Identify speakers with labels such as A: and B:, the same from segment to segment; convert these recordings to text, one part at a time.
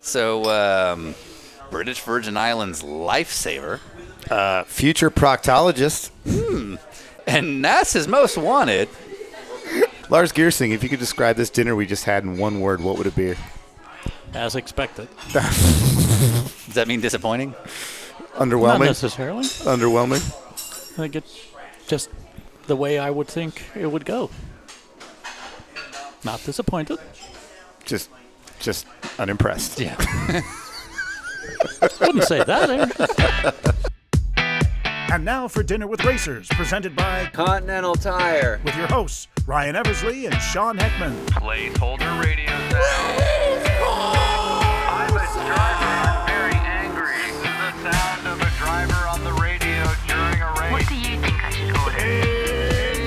A: So, um, British Virgin Islands lifesaver
B: Uh, future proctologist
A: and NASA's most wanted.
B: Lars Gearsing, if you could describe this dinner we just had in one word, what would it be?
C: as expected.
A: Does that mean disappointing?
C: Not
B: Underwhelming.
C: necessarily.
B: Underwhelming.
C: I think it's just the way I would think it would go. Not disappointed.
B: Just, just unimpressed.
A: Yeah.
C: Wouldn't say that. eh? Aaron.
D: And now for Dinner with Racers, presented by
E: Continental Tire.
D: with your hosts Ryan Eversley and Sean Heckman.
F: Placeholder radio sound. I'm a driver. I'm very angry. This is the sound of a driver on the radio during a race.
G: What do you think I should order?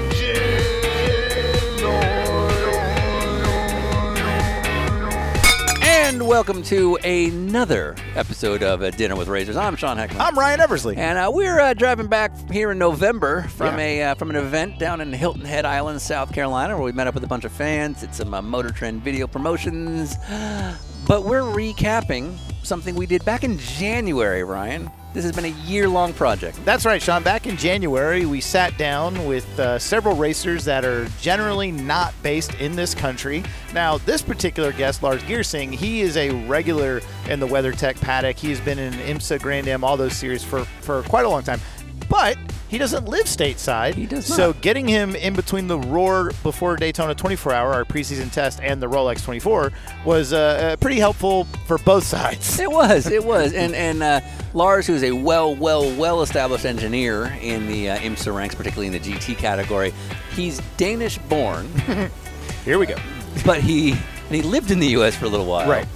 A: And welcome to another episode of uh, Dinner with Razors. I'm Sean Heckman.
B: I'm Ryan Eversley.
A: and uh, we're uh, driving back here in November from a uh, from an event down in Hilton Head Island, South Carolina, where we met up with a bunch of fans. Did some uh, Motor Trend video promotions, but we're recapping something we did back in January. Ryan, this has been a year long project.
H: That's right, Sean. Back in January, we sat down with uh, several racers that are generally not based in this country. Now, this particular guest, Lars Gearsing, he is a regular in the WeatherTech paddock. He has been in IMSA, Grand Am, all those series for, for quite a long time. But he doesn't live stateside.
A: He does
H: So
A: not.
H: getting him in between the Roar before Daytona 24 Hour, our preseason test, and the Rolex 24 was uh, uh, pretty helpful for both sides.
A: It was, it was, and and uh, Lars, who's a well, well, well-established engineer in the uh, IMSA ranks, particularly in the GT category, he's Danish-born,
H: Here we go.
A: but he and he lived in the U.S. for a little while,
H: Right.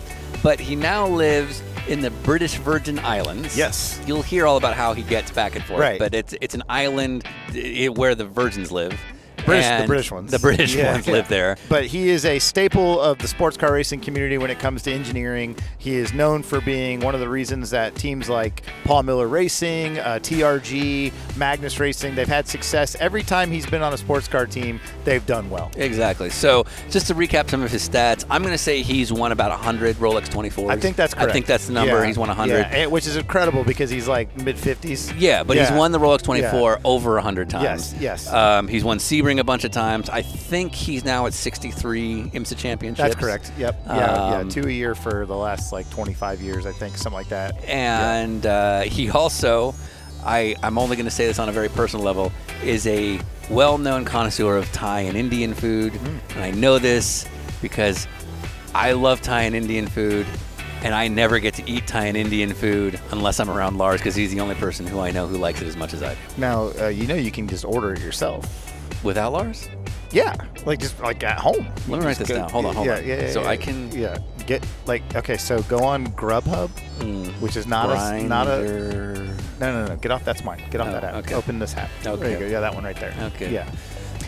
A: But he now lives in the British Virgin Islands.
B: Yes.
A: you'll hear all about how he gets back and forth.
H: Right.
A: but it's it's an island i- where the virgins live.
H: British- the
A: and
H: British ones.
A: The British
H: Yeah.
A: ones live there.
H: but he is a staple of the sports car racing community when it comes to engineering. He is known for being one of the reasons that teams like Paul Miller Racing, uh, TRG, Magnus Racing, they've had success. Every time he's been on a sports car team, they've done well.
A: Exactly. So, just to recap some of his stats, I'm going to say he's won about 100 Rolex 24s.
H: I think that's correct.
A: I think that's the number.
H: Yeah.
A: He's won 100.
H: Yeah, and- which is incredible because he's like mid 50s.
A: Yeah, but he's won the Rolex 24 over 100 times.
H: Yes, yes.
A: Um, he's won Sebring a bunch of times. I think he's now at 63 IMSA championships.
H: That's correct. Yep. Yeah,
A: Um,
H: yeah. Two a year for the last like 25 years, I think, something like that.
A: And uh, he also, I, I'm only going to say this on a very personal level, is a well known connoisseur of Thai and Indian food. And I know this because I love Thai and Indian food. And I never get to eat Thai and Indian food unless I'm around Lars because he's the only person who I know who likes it as much as I do.
H: Now, uh, you know, you can just order it yourself.
A: Without Lars?
H: Yeah, like just like at home.
A: Let me write this down. Hold on, hold
H: yeah,
A: on.
H: Yeah, yeah,
A: So
H: yeah,
A: I can-
H: yeah get like okay. So go on Grubhub, which is not a not a
A: Mm. Grindr.
H: no no no. Get off. That's mine. Get off
A: Oh,
H: that app.
A: okay.
H: Open this app.
A: Okay.
H: There you go. Yeah, that one right there.
A: Okay.
H: Yeah.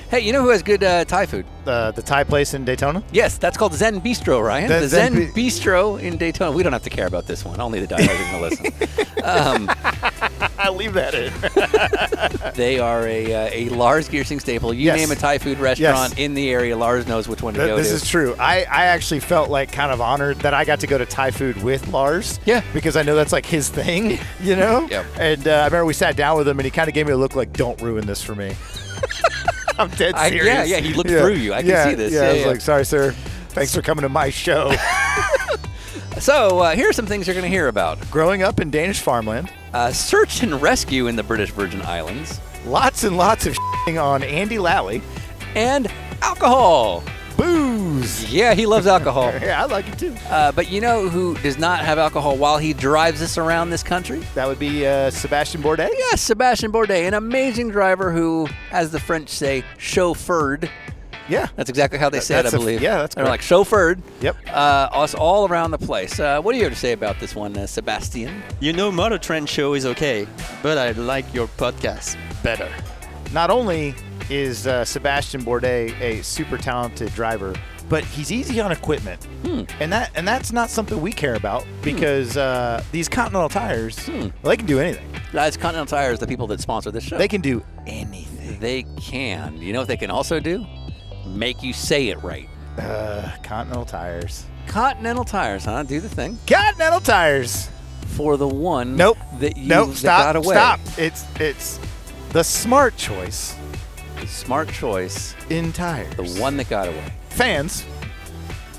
A: Hey, you know who has good uh, Thai food?
H: Uh, the Thai place in Daytona.
A: Yes, that's called Zen Bistro, Ryan.
H: The
A: the Zen,
H: Zen
A: Bistro in Daytona. We don't have to care about this one. Only the diehard are going to listen.
H: I leave that in.
A: They are a, uh, a Lars Gearsing staple. You
H: Yes.
A: name a Thai food restaurant
H: Yes.
A: in the area, Lars knows which one to go
H: this
A: to.
H: is true. I, I actually felt like kind of honored that I got to go to Thai food with Lars.
A: Yeah.
H: Because I know that's like his thing, you know?
A: Yep.
H: And uh, I remember we sat down with him and he kind of gave me a look like, don't ruin this for me. I'm dead
A: I- yeah,
H: serious.
A: yeah, he looked through you. I can
H: yeah,
A: see this.
H: Yeah,
A: Yeah,
H: I was
A: yeah.
H: like, sorry, sir. Thanks for coming to my show.
A: so uh, here are some things you're going to hear about.
H: Growing up in Danish farmland,
A: Uh, search and rescue in the British Virgin Islands.
H: lots and lots of on Andy Lally.
A: And alcohol.
H: Booze.
A: Yeah, he loves alcohol.
H: Yeah, I like it too.
A: Uh, but you know who does not have alcohol while he drives us around this country?
H: That would be uh, Sebastian Bourdais.
A: Yes, Sebastian Bourdais, an amazing driver who, as the French say, chauffeured.
H: Yeah.
A: That's exactly how they say it,
H: That's
A: I
H: a-
A: believe.
H: yeah, that's
A: They're like chauffeured.
H: Yep.
A: Uh, us all around the place. Uh, what do you have to say about this one, uh, Sebastian?
E: You know, Motor Trend Show is okay, but I like your podcast better.
H: not only is uh, Sebastian Bourdais a super talented driver, but he's easy on equipment, and that and that's not something we care about because uh, these Continental tires, well, they can do anything.
A: That's Continental Tires, the people that sponsor this show.
H: They can do anything.
A: They can. You know what they can also do? Make you say it right.
H: Uh, Continental Tires.
A: Continental Tires, huh? Do the thing
H: Continental Tires.
A: for the one.
H: Nope.
A: That you
H: nope.
A: that
H: Stop.
A: got away.
H: Stop. It's it's the smart choice
A: Smart choice.
H: in tires.
A: The one that got away.
H: fans.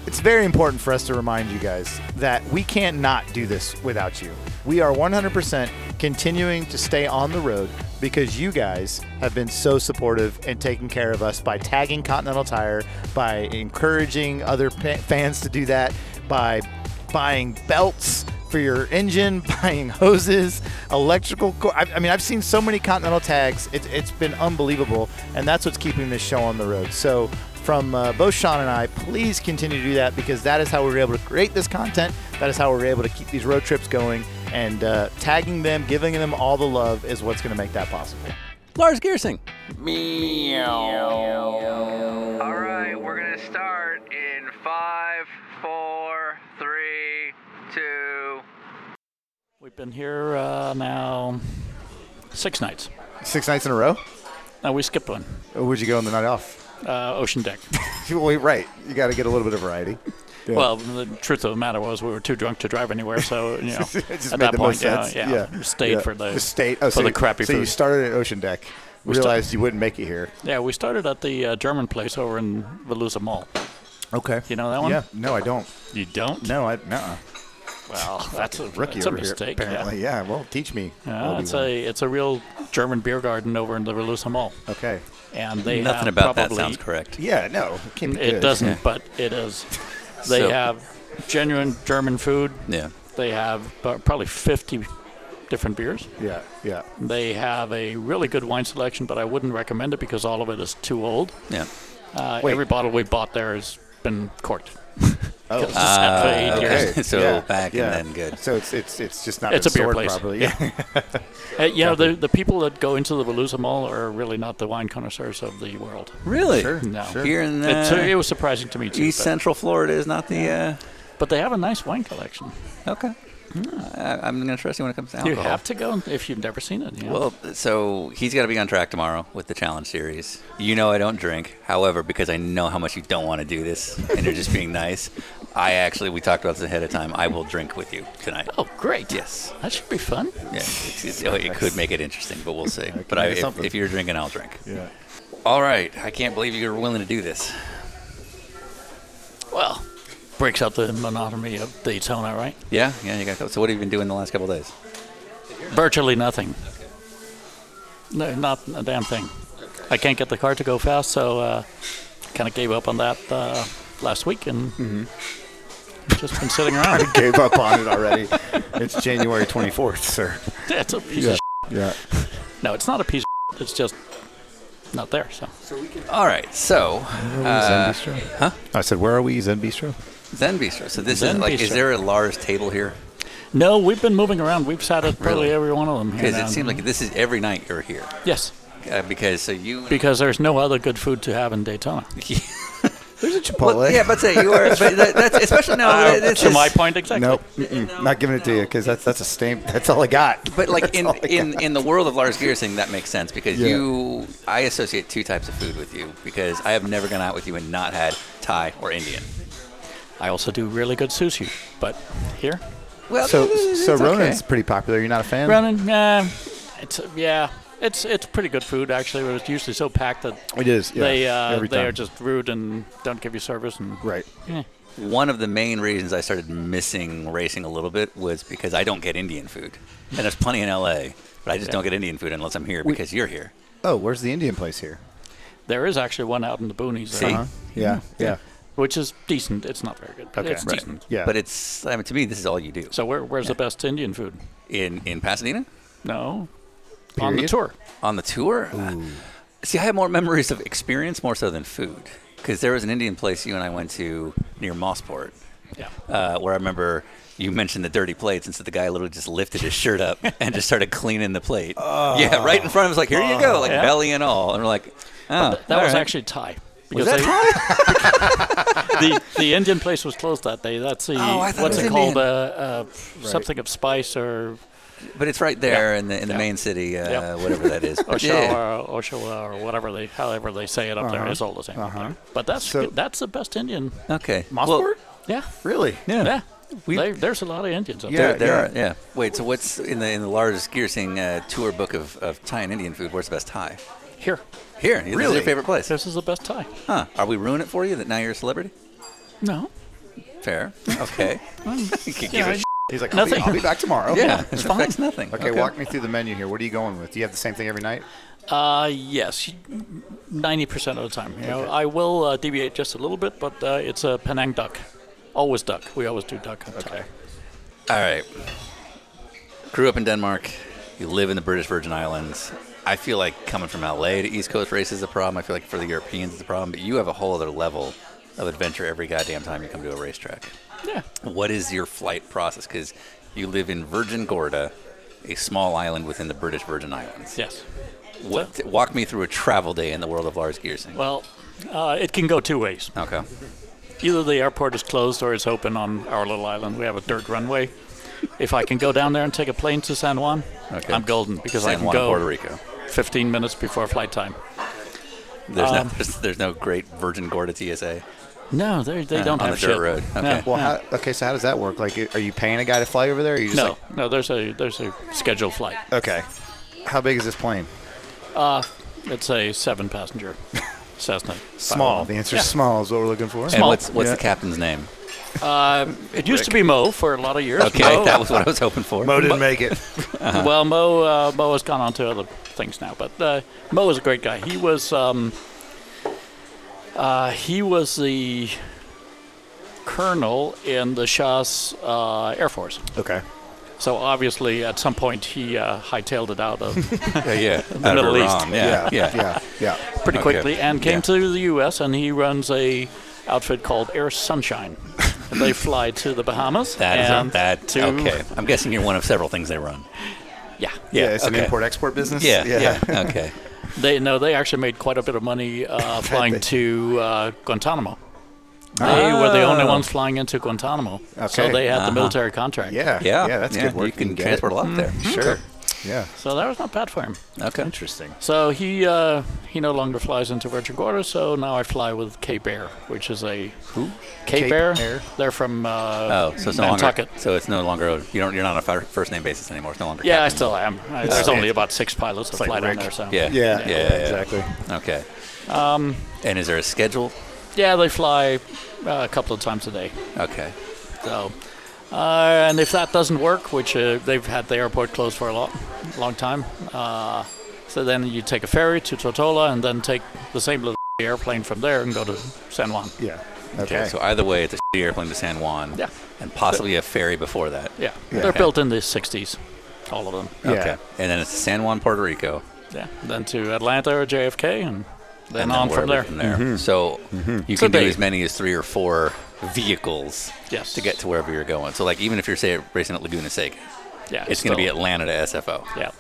H: It's very important for us to remind you guys that we can't not do this without you. We are 100% continuing to stay on the road because you guys have been so supportive and taking care of us by tagging Continental Tire, by encouraging other pa- fans to do that, by buying belts for your engine, buying hoses, electrical. Co- I, I mean, I've seen so many Continental tags. It, it's been unbelievable, and that's what's keeping this show on the road. So, from uh, both Sean and I, please continue to do that because that is how we were able to create this content. That is how we were able to keep these road trips going, and uh, tagging them, giving them all the love is what's going to make that possible.
A: Lars Gearsing.
F: All right, we're gonna start in five, four, three, two.
C: We've been here uh, now six nights.
B: Six nights in a row?
C: Now we skipped one.
B: Or where'd you go on the night off?
C: Uh, Ocean Deck.
B: Well, you're right. You got to get a little bit of variety. Yeah.
C: Well, the truth of the matter was we were too drunk to drive anywhere, so you know
B: It just
C: at
B: made
C: that
B: the
C: point,
B: most
C: yeah,
B: sense.
C: yeah, stayed for the,
B: Just stayed. Oh,
C: for
B: so
C: the
B: you-
C: crappy
B: So
C: food.
B: you started at Ocean Deck,
C: sta-
B: realized you wouldn't make it here.
C: yeah, we started at the uh, German place over in Volusia Mall.
B: Okay.
C: You know that one?
B: Yeah. No, I don't.
C: You don't?
B: No, I no.
C: Well, that's a
B: Rookie
C: that's a
B: over here,
C: mistake.
B: apparently. Yeah. Well, teach me.
C: Yeah. Yeah, it's
B: Obi-Wan.
C: a it's a real German beer garden over in the Volusia Mall,
B: Okay.
C: and they have
A: Nothing about that
C: probably,
A: sounds correct.
B: Yeah. No. It, can't be
C: It
B: good.
C: doesn't, but it is. They
A: So-
C: have genuine German food.
A: Yeah.
C: They have uh, probably 50 different beers.
B: Yeah. Yeah.
C: They have a really good wine selection, but I wouldn't recommend it because all of it is too old.
A: Yeah.
C: Uh,
B: Wait.
C: every bottle we bought there has been corked.
B: Oh.
C: It's sat for eight years.
A: okay. So back and then good.
B: So it's it's it's just not
C: It's
B: been
C: a beer
B: stored
C: place.
B: properly. Yeah.
C: Uh, you know, the, the people that go into the Volusia Mall are really not the wine connoisseurs of the world.
A: Really?
B: Sure.
C: No.
A: Here in uh,
C: It's- it was surprising to me, too.
A: East
C: But,
A: Central Florida is not the. Uh,
C: but they have a nice wine collection.
A: okay. Hmm, I, I'm gonna trust you when it comes to
C: You
A: alcohol.
C: have to go if you've never seen it. You know?
A: Oh, Well, so he's got to be on track tomorrow with the challenge series. You know I don't drink. However, because I know how much you don't want to do this and you're just being nice, I actually we talked about this ahead of time. I will drink with you tonight.
C: oh, great.
A: Yes.
C: That should be fun.
A: Yeah, it's, it's, oh, it could make it interesting, but we'll see. But I,
B: make it
A: if,
B: something.
A: if you're drinking, I'll drink.
B: yeah.
A: All right. I can't believe you're willing to do this.
C: Well, breaks up the monotony of Daytona, right?
A: Yeah, yeah. You got. So what have you been doing the last couple of days?
C: Virtually nothing. No, not a damn thing. I can't get the car to go fast, so uh, kind of gave up on that uh, last week and just been sitting around.
B: Gave up on it already. it's January 24th, sir.
C: it's a piece of
B: Yeah.
C: shit. No, it's not a piece of shit. It's just not there. So
A: All right. So
B: Zen Bistro? Huh? I said, where are we, Zen Bistro?
A: Zen Bistro. So this
C: Zen
A: is like. Is
C: Bistro.
A: there a Lars table here?
C: no, we've been moving around. We've sat at probably
A: Really?
C: every one of them. here
A: Because
C: now.
A: it seems
B: um,
A: like this is every night you're here.
C: yes,
A: Uh, because so you
C: because there's no other good food to have in Daytona.
B: There's a Chipotle.
A: Well, yeah, but say you are. But that, that's especially now.
C: Uh,
A: this
C: to
A: is-
C: my point exactly.
B: Nope, mm-mm, not giving it to you because that's that's a stain. That's all I got.
A: But like
B: That's
A: in
B: all I
A: in
B: got.
A: in the world of Lars Gearsing, that makes sense because
B: Yeah.
A: you, I associate two types of food with you because I have never gone out with you and not had Thai or Indian.
C: I also do really good sushi, but here,
A: Well,
B: so
A: it's
B: so
A: okay.
B: Ronan's pretty popular. You're not a fan.
C: Ronan, uh, it's yeah, it's it's pretty good food actually. But it's usually so packed that
B: It is. Yeah,
C: they uh,
B: every
C: they
B: time.
C: are just rude and don't give you service. And
B: right.
A: one of the main reasons I started missing racing a little bit was because I don't get Indian food, and there's plenty in LA, but I just don't get Indian food unless I'm here because you're here.
B: Oh, where's the Indian place here?
C: there is actually one out in the boonies,
A: See?
C: uh,
B: Yeah, yeah.
C: which is decent. It's not very good, but
B: Okay.
C: it's
B: Right.
C: decent.
B: Yeah.
A: But it's I mean, to me this is all you do
C: So where, where's the best Indian food?
A: in in Pasadena.
C: No, on
B: Period.
C: the tour.
A: on the tour. uh, See, I have more memories of experience more so than food because there was an Indian place you and I went to near Mossport
C: Yeah.
A: uh, where I remember you mentioned the dirty plates, and so the guy literally just lifted his shirt up and just started cleaning the plate. yeah, right in front of us, like here you go, like
C: Oh. Yeah.
A: belly and all, and we're like, oh,
C: That
A: all
C: was
A: right.
C: actually Thai. Because they, the the Indian place was closed that day. That's the
A: Oh, I thought it
C: what's
A: was
C: it called? Uh,
A: Indian.
C: uh, something of spice or
A: but it's right there
C: Yeah.
A: in the in the
C: Yeah. Oh,
A: main city, uh,
C: Yep.
A: whatever that is. But
C: Oshawa,
A: yeah.
C: or Oshawa, or whatever they, however they say it up there, it's all the same. up there. But that's
B: So-
C: good- that's the best Indian.
A: Okay. Well,
B: Mossport?
C: Yeah,
B: really?
A: yeah.
C: yeah.
A: We-
C: They- there's a lot of Indians up
A: There,
C: there.
A: there
B: yeah.
A: are. Yeah. Wait. So what's in the in the largest Gearsing uh, tour book of, of Thai and Indian food? Where's the best Thai?
C: Here,
A: Here. Really? This is
B: Really?
A: your favorite place?
C: this is the best Thai.
A: Huh? Are we ruining it for you that now you're a celebrity?
C: No,
A: Fair. Okay. you could give
C: Yeah,
A: a
C: I-
A: sh-
B: He's like, I'll be,
C: Nothing.
B: I'll be back tomorrow.
A: yeah. It
C: it's fine.
A: affects nothing.
B: Okay, walk me through the menu here. What are you going with? Do you have the same thing every night?
C: Uh, yes, ninety percent of the time. You know, I will uh, deviate just a little bit, but uh, it's a Penang duck. Always duck. We always do duck. Okay.
A: All right. Grew up in Denmark. You live in the British Virgin Islands. I feel like coming from LA to East Coast race is a problem. I feel like for the Europeans it's a problem. But you have a whole other level of adventure every goddamn time you come to a racetrack.
C: Yeah.
A: What is your flight process? Because you live in Virgin Gorda, a small island within the British Virgin Islands.
C: Yes.
A: What, walk me through a travel day in the world of Lars Gearsing.
C: Well, uh, it can go two ways.
A: okay.
C: Either the airport is closed or it's open on our little island. We have a dirt runway. If I can go down there and take a plane to San Juan,
A: Okay.
C: I'm golden because I
A: San
C: can
A: Juan,
C: go
A: Puerto Rico.
C: 15 minutes before flight time.
A: There's,
C: Um,
A: no, there's, there's no great Virgin Gorda TSA
C: No, they, they don't
A: on
C: have
A: the dirt
C: shit.
A: road.
C: No.
A: Okay.
B: Well, how, okay, so how does that work? Like, are you paying a guy to fly over there? Or are you just
C: no, no, there's a there's a scheduled flight.
B: like, okay. How big is this plane?
C: It's a seven passenger Cessna.
B: Small. The answer is small is what we're looking for.
A: And
C: Small.
A: what's, what's
B: Yeah.
A: the captain's name?
C: It used to be Mo for a lot of years.
A: Okay,
C: Mo,
A: that was what I was hoping for.
B: Mo didn't make it.
C: Well, Mo uh, Mo has gone on to other things now, but uh, Mo is a great guy. He was um, uh, he was the colonel in the Shah's uh, Air Force.
B: Okay.
C: So obviously, at some point, he uh, hightailed it out of
A: Yeah, yeah. Out of
C: Middle East.
A: Iran, Yeah, yeah.
B: Yeah. Yeah.
C: pretty
A: Okay.
C: quickly and came
A: Yeah.
C: to the U.S. and he runs a outfit called Air Sunshine. and they fly to the Bahamas.
A: That is
C: and
A: that.
C: to-
A: okay. I'm guessing you're one of several things they run.
C: Yeah.
B: Yeah. it's
A: okay.
B: an import export business.
A: Yeah, yeah. okay.
C: They no, they actually made quite a bit of money uh, flying to uh, Guantanamo. They were the only ones flying into Guantanamo, so
B: Ah. Okay.
C: they
A: Uh-huh.
C: had the military contract.
B: Yeah.
A: Yeah,
B: Yeah. That's good work.
A: You can,
B: get
A: transport
B: it.
A: a lot there.
B: Sure. Yeah.
C: So that was not bad for him.
A: Okay.
B: Interesting.
C: So he uh, he no longer flies into Virgin Gorda, so now I fly with Cape Air, which is a who Cape,
B: Cape
C: Air.
B: Air?
C: They're from uh,
A: Oh, so it's no
C: Nantucket.
A: longer. So it's no longer. You don't. You're not on a fir- first name basis anymore. It's no longer.
C: Yeah, I
A: captain.
C: still am. I, there's
B: Oh.
C: only about six pilots that
B: like
C: fly down
B: Rick.
C: there, so
A: Yeah.
B: Yeah.
A: Yeah. yeah, yeah.
B: Exactly.
A: Okay. Um. And is there a schedule?
C: Yeah, they fly uh, a couple of times a day.
A: Okay.
C: So, uh, and if that doesn't work, which uh, they've had the airport closed for a long, long time, uh, so then you take a ferry to Totola and then take the same little airplane from there and go to San Juan.
B: Yeah. Okay.
A: So either way, it's a shitty airplane to San Juan.
C: Yeah.
A: And possibly a ferry before that.
C: Yeah,
B: Yeah.
C: they're
B: Okay.
C: built in the '60s, all of them.
B: Yeah.
A: Okay. And then it's San Juan, Puerto Rico.
C: Yeah, then to Atlanta or JFK, and then
A: and
C: on
A: then
C: from
A: wherever
C: there.
A: From there. So you
C: So
A: can do
C: they-
A: as many as three or four vehicles
C: Yes.
A: to get to wherever you're going. So like even if you're say racing at Laguna Seca,
C: Yeah,
A: it's going to be
C: still-
A: Atlanta to SFO.
C: Yeah,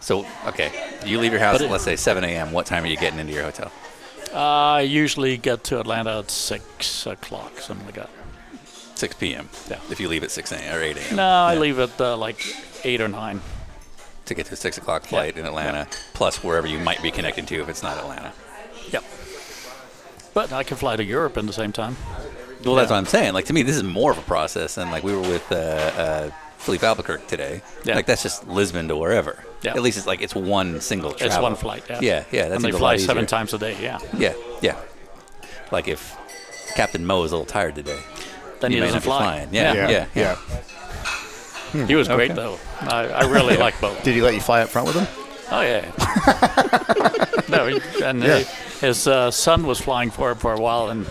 A: So okay, you leave your house
C: But
A: at
C: it-
A: let's say 7 a.m. What time are you getting into your hotel?
C: I usually get to Atlanta at six o'clock, something like that.
A: 6 p.m.
C: Yeah.
A: If you leave at 6 a.m. or 8 a.m.
C: No, I leave at uh, like eight or nine.
A: to get to a six o'clock flight in Atlanta, plus wherever you might be connecting to if it's not Atlanta.
C: Yep. But I can fly to Europe in the same time.
A: Well, that's what I'm saying. Like to me, this is more of a process than like we were with uh, uh, Philippe Albuquerque today.
C: Yeah.
A: Like that's just Lisbon to wherever.
C: Yeah.
A: At least it's like it's one single travel.
C: It's one flight. Yeah.
A: Yeah, yeah. That
C: and they
A: seems a
C: fly
A: lot
C: seven
A: easier.
C: times a day. Yeah.
A: Yeah, yeah. Like if Captain Mo is a little tired today,
C: Then
A: you
C: he
A: may
C: doesn't
A: not be
C: fly.
A: flying. Yeah,
B: Yeah.
A: yeah,
B: Yeah.
A: yeah.
C: He was great though. I, I really like Bo.
B: Did he let you fly up front with him?
C: Oh yeah. no, he- and uh,
B: Yeah.
C: his uh, son was flying for him for a while, and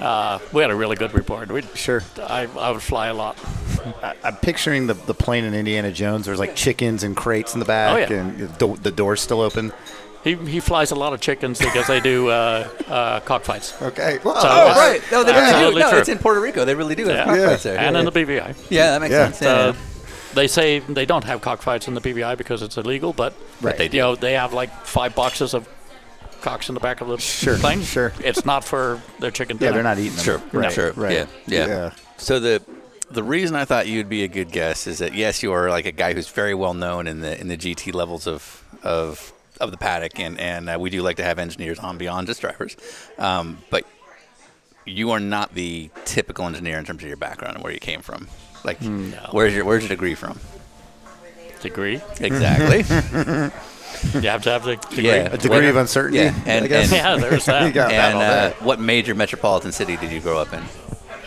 C: uh, we had a really good report. We
B: Sure.
C: I, I would fly a lot.
B: I'm picturing the, the plane in Indiana Jones. There's like chickens and crates in the back,
C: Oh, yeah.
B: and the, the door's still open.
C: He, he flies a lot of chickens because they do uh, uh, cockfights.
B: Okay. Well,
C: Oh,
A: Oh, right. No, they
C: Absolutely
A: really do. No,
C: true.
A: it's in Puerto Rico. They really do have
C: Yeah.
A: cockfights there.
C: and
A: yeah,
C: in the BVI.
A: yeah, that makes
B: Yeah.
A: sense. Yeah.
C: Uh, they say they don't have cockfights in the BVI because it's illegal, but
B: Right.
A: they
C: You
A: do.
C: know, they have like five boxes of cocks in the back of the
B: Sure,
C: plane.
B: sure.
C: It's not for their chicken dinner.
B: Yeah, they're not eating them.
A: Sure,
B: Right,
A: sure,
B: Right.
A: yeah, yeah. So the the reason I thought you'd be a good guest is that yes, you are like a guy who's very well known in the in the GT levels of of of the paddock, and and uh, we do like to have engineers on beyond just drivers, um, but you are not the typical engineer in terms of your background and where you came from. Like,
B: Hmm.
A: where's your where's your degree from?
C: Degree.
A: Exactly.
C: You have to have the degree.
A: yeah.
B: A degree of
A: What-
B: uncertainty.
A: Yeah, and,
B: I guess.
C: Yeah, there's
B: You
C: that.
B: got that
A: and
B: all
A: uh,
B: that.
A: what major metropolitan city did you grow up in?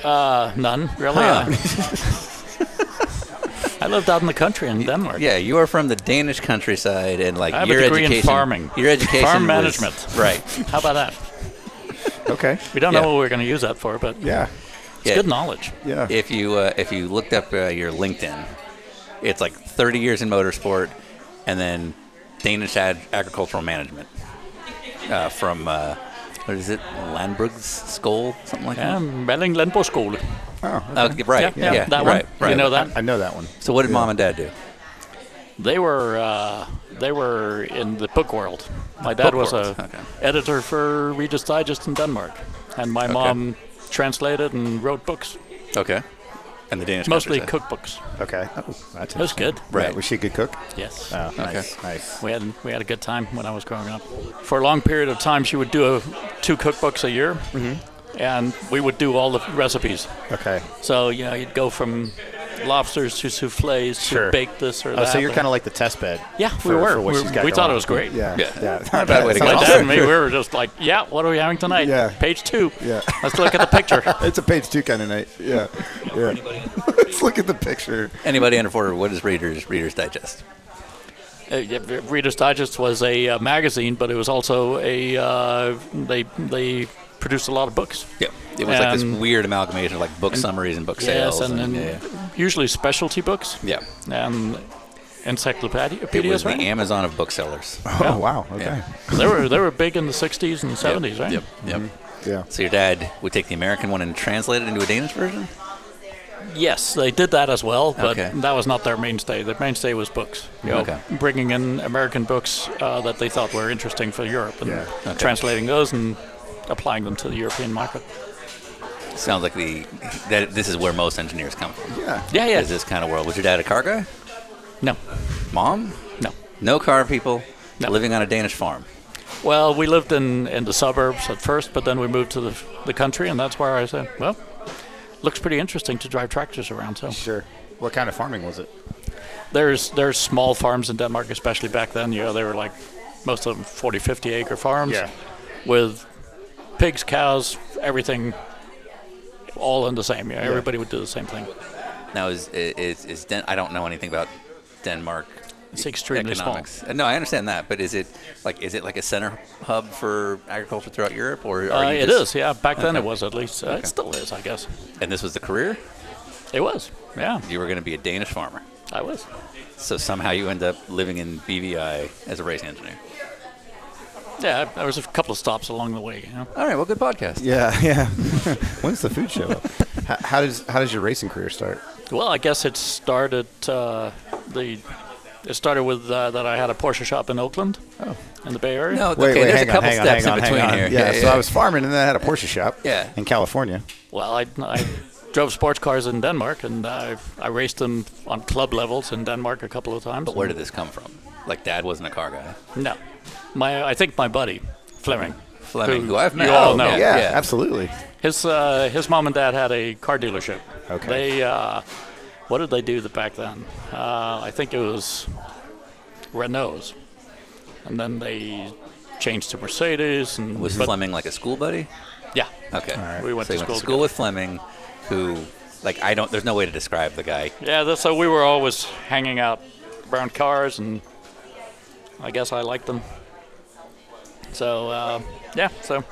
C: Uh, none, really.
A: Huh.
C: I, I lived out in the country in Denmark.
A: Yeah, you are from the Danish countryside, and like
C: I have a
A: your
C: degree in
A: education,
C: farming.
A: your education,
C: Farm
A: was-
C: management.
A: right?
C: How about that?
B: Okay.
C: We don't
A: Yeah.
C: know what we're going to use that for, but
B: Yeah.
C: it's
A: Yeah.
C: good knowledge.
B: Yeah.
A: If you uh, if you looked up uh, your LinkedIn, it's like 30 years in motorsport, and then Danish ag- agricultural management uh, from uh, what is it, Landbrugs Skoal, something like
C: Yeah,
A: that.
C: Melling Landbrugsskole.
A: Uh, right.
C: Yeah, yeah, that
A: right,
C: one.
A: Right.
C: You know that?
B: I know that one.
A: So what did mom and dad do?
C: They were uh, they were in the book world. My dad
A: Book
C: was
A: world,
C: a
A: okay.
C: editor for Reader's Digest in Denmark, and my mom translated and wrote books,
A: Okay. And the Danish
C: mostly
A: countryside.
C: cookbooks.
B: Okay. Oh, that's
C: It was good.
B: Right.
A: Right.
B: was she a good cook?
C: Yes.
B: Oh,
A: nice,
B: nice. Nice.
C: We had we had a good time when I was growing up. For a long period of time, she would do a, two cookbooks a year,
B: Mm-hmm.
C: and we would do all the recipes.
B: Okay.
C: So you know, you'd go from lobsters to souffles to
B: Sure.
C: bake this or
B: Oh,
C: that.
B: so you're kind of like the test bed.
C: Yeah, we
B: for,
C: were.
B: For what
C: We-
B: she's got
C: we thought
B: going
C: it was
B: on.
C: great.
B: Yeah.
A: Yeah.
B: Yeah.
A: Not a bad way to
B: Sounds
A: go.
C: my
A: Awesome.
C: dad and me, we were just like, yeah, what are we having tonight?
B: Yeah.
C: Page two.
B: Yeah.
C: Let's look at the picture.
B: It's a page two kind of night. Yeah. Yeah. Let's look at the picture.
A: Anybody under 40, what is Reader's Reader's Digest?
C: Uh, yeah, Re- Reader's Digest was a uh, magazine, but it was also a uh, they they produced a lot of books.
A: Yeah. It was like this
C: Um,
A: weird amalgamation of like book summaries and book
C: yes,
A: sales.
C: and, and
A: yeah, yeah.
C: usually specialty books.
A: yeah.
C: and encyclopedias.
A: It was the
C: right?
A: Amazon of booksellers.
B: Oh, wow. Okay.
A: Yeah.
C: they were they were big in the 60s and 70s, right? Mm-hmm.
A: Yep. Yep.
B: Yeah.
A: So your dad would take the American one and translate it into a Danish version.
C: Yes, they did that as well, but
A: Okay.
C: that was not their mainstay. Their mainstay was books. You know,
A: Okay.
C: bringing in American books uh, that they thought were interesting for Europe and
B: Yeah.
A: Okay.
C: translating those and applying them to the European market.
A: Sounds like the that this is where most engineers come from.
B: Yeah.
C: Yeah,
A: Is this kind of world? Was your dad a car guy?
C: No,
A: Mom?
C: no.
A: No car people.
C: No.
A: Living on a Danish farm.
C: Well, we lived in, in the suburbs at first, but then we moved to the, the country, and that's where I said, well, looks pretty interesting to drive tractors around. So
B: Sure. What kind of farming was it?
C: there's there's small farms in Denmark, especially back then. You know, they were like most of them 40, 50 acre farms
B: Yeah.
C: with pigs, cows, everything, all in the same. You know, everybody would do the same thing.
A: Now is is is Den- I don't know anything about Denmark.
C: It's extremely small.
A: economics. Uh, No, I understand that, but is it like is it like a center hub for agriculture throughout Europe, or are
C: Uh,
A: you
C: it
A: just-
C: is, yeah. Back then it was at least. Uh, It still is, I guess.
A: And this was the career.
C: It was, yeah.
A: You were going to be a Danish farmer,
C: I was.
A: so somehow you end up living in BVI as a race engineer.
C: Yeah, there was a couple of stops along the way. You know.
A: All right, well, good podcast.
B: Yeah. Yeah. When's the food show up? how, how does how does your racing career start?
C: Well, I guess it started uh, the. It started with uh, that I had a Porsche shop in Oakland, oh. in the Bay Area.
A: No, okay, there's a couple steps in between here.
B: Yeah, so I was farming and then I had a Porsche shop
A: Yeah.
B: in California.
C: Well, I, I drove sports cars in Denmark, and I, I raced them on club levels in Denmark a couple of times.
A: But where did this come from? Like, dad wasn't a car guy.
C: No, my I think my buddy Fleming.
A: Fleming, who,
C: Who
A: I've
C: you
A: met. Oh,
C: all know.
B: Yeah,
A: yeah.
B: absolutely.
C: His uh, his mom and dad had a car dealership.
B: Okay.
C: They uh, what did they do the, back then? Uh, I think it was Renaults, and then they changed to Mercedes. And
A: Was
C: but-
A: Fleming like a school buddy?
C: Yeah.
A: Okay.
C: We went
A: so you
C: to
A: went
C: school
A: to school with Fleming, who, like, I don't, there's no way to describe the guy.
C: Yeah, that's, so we were always hanging out around cars, and I guess I liked them. So uh, yeah, so,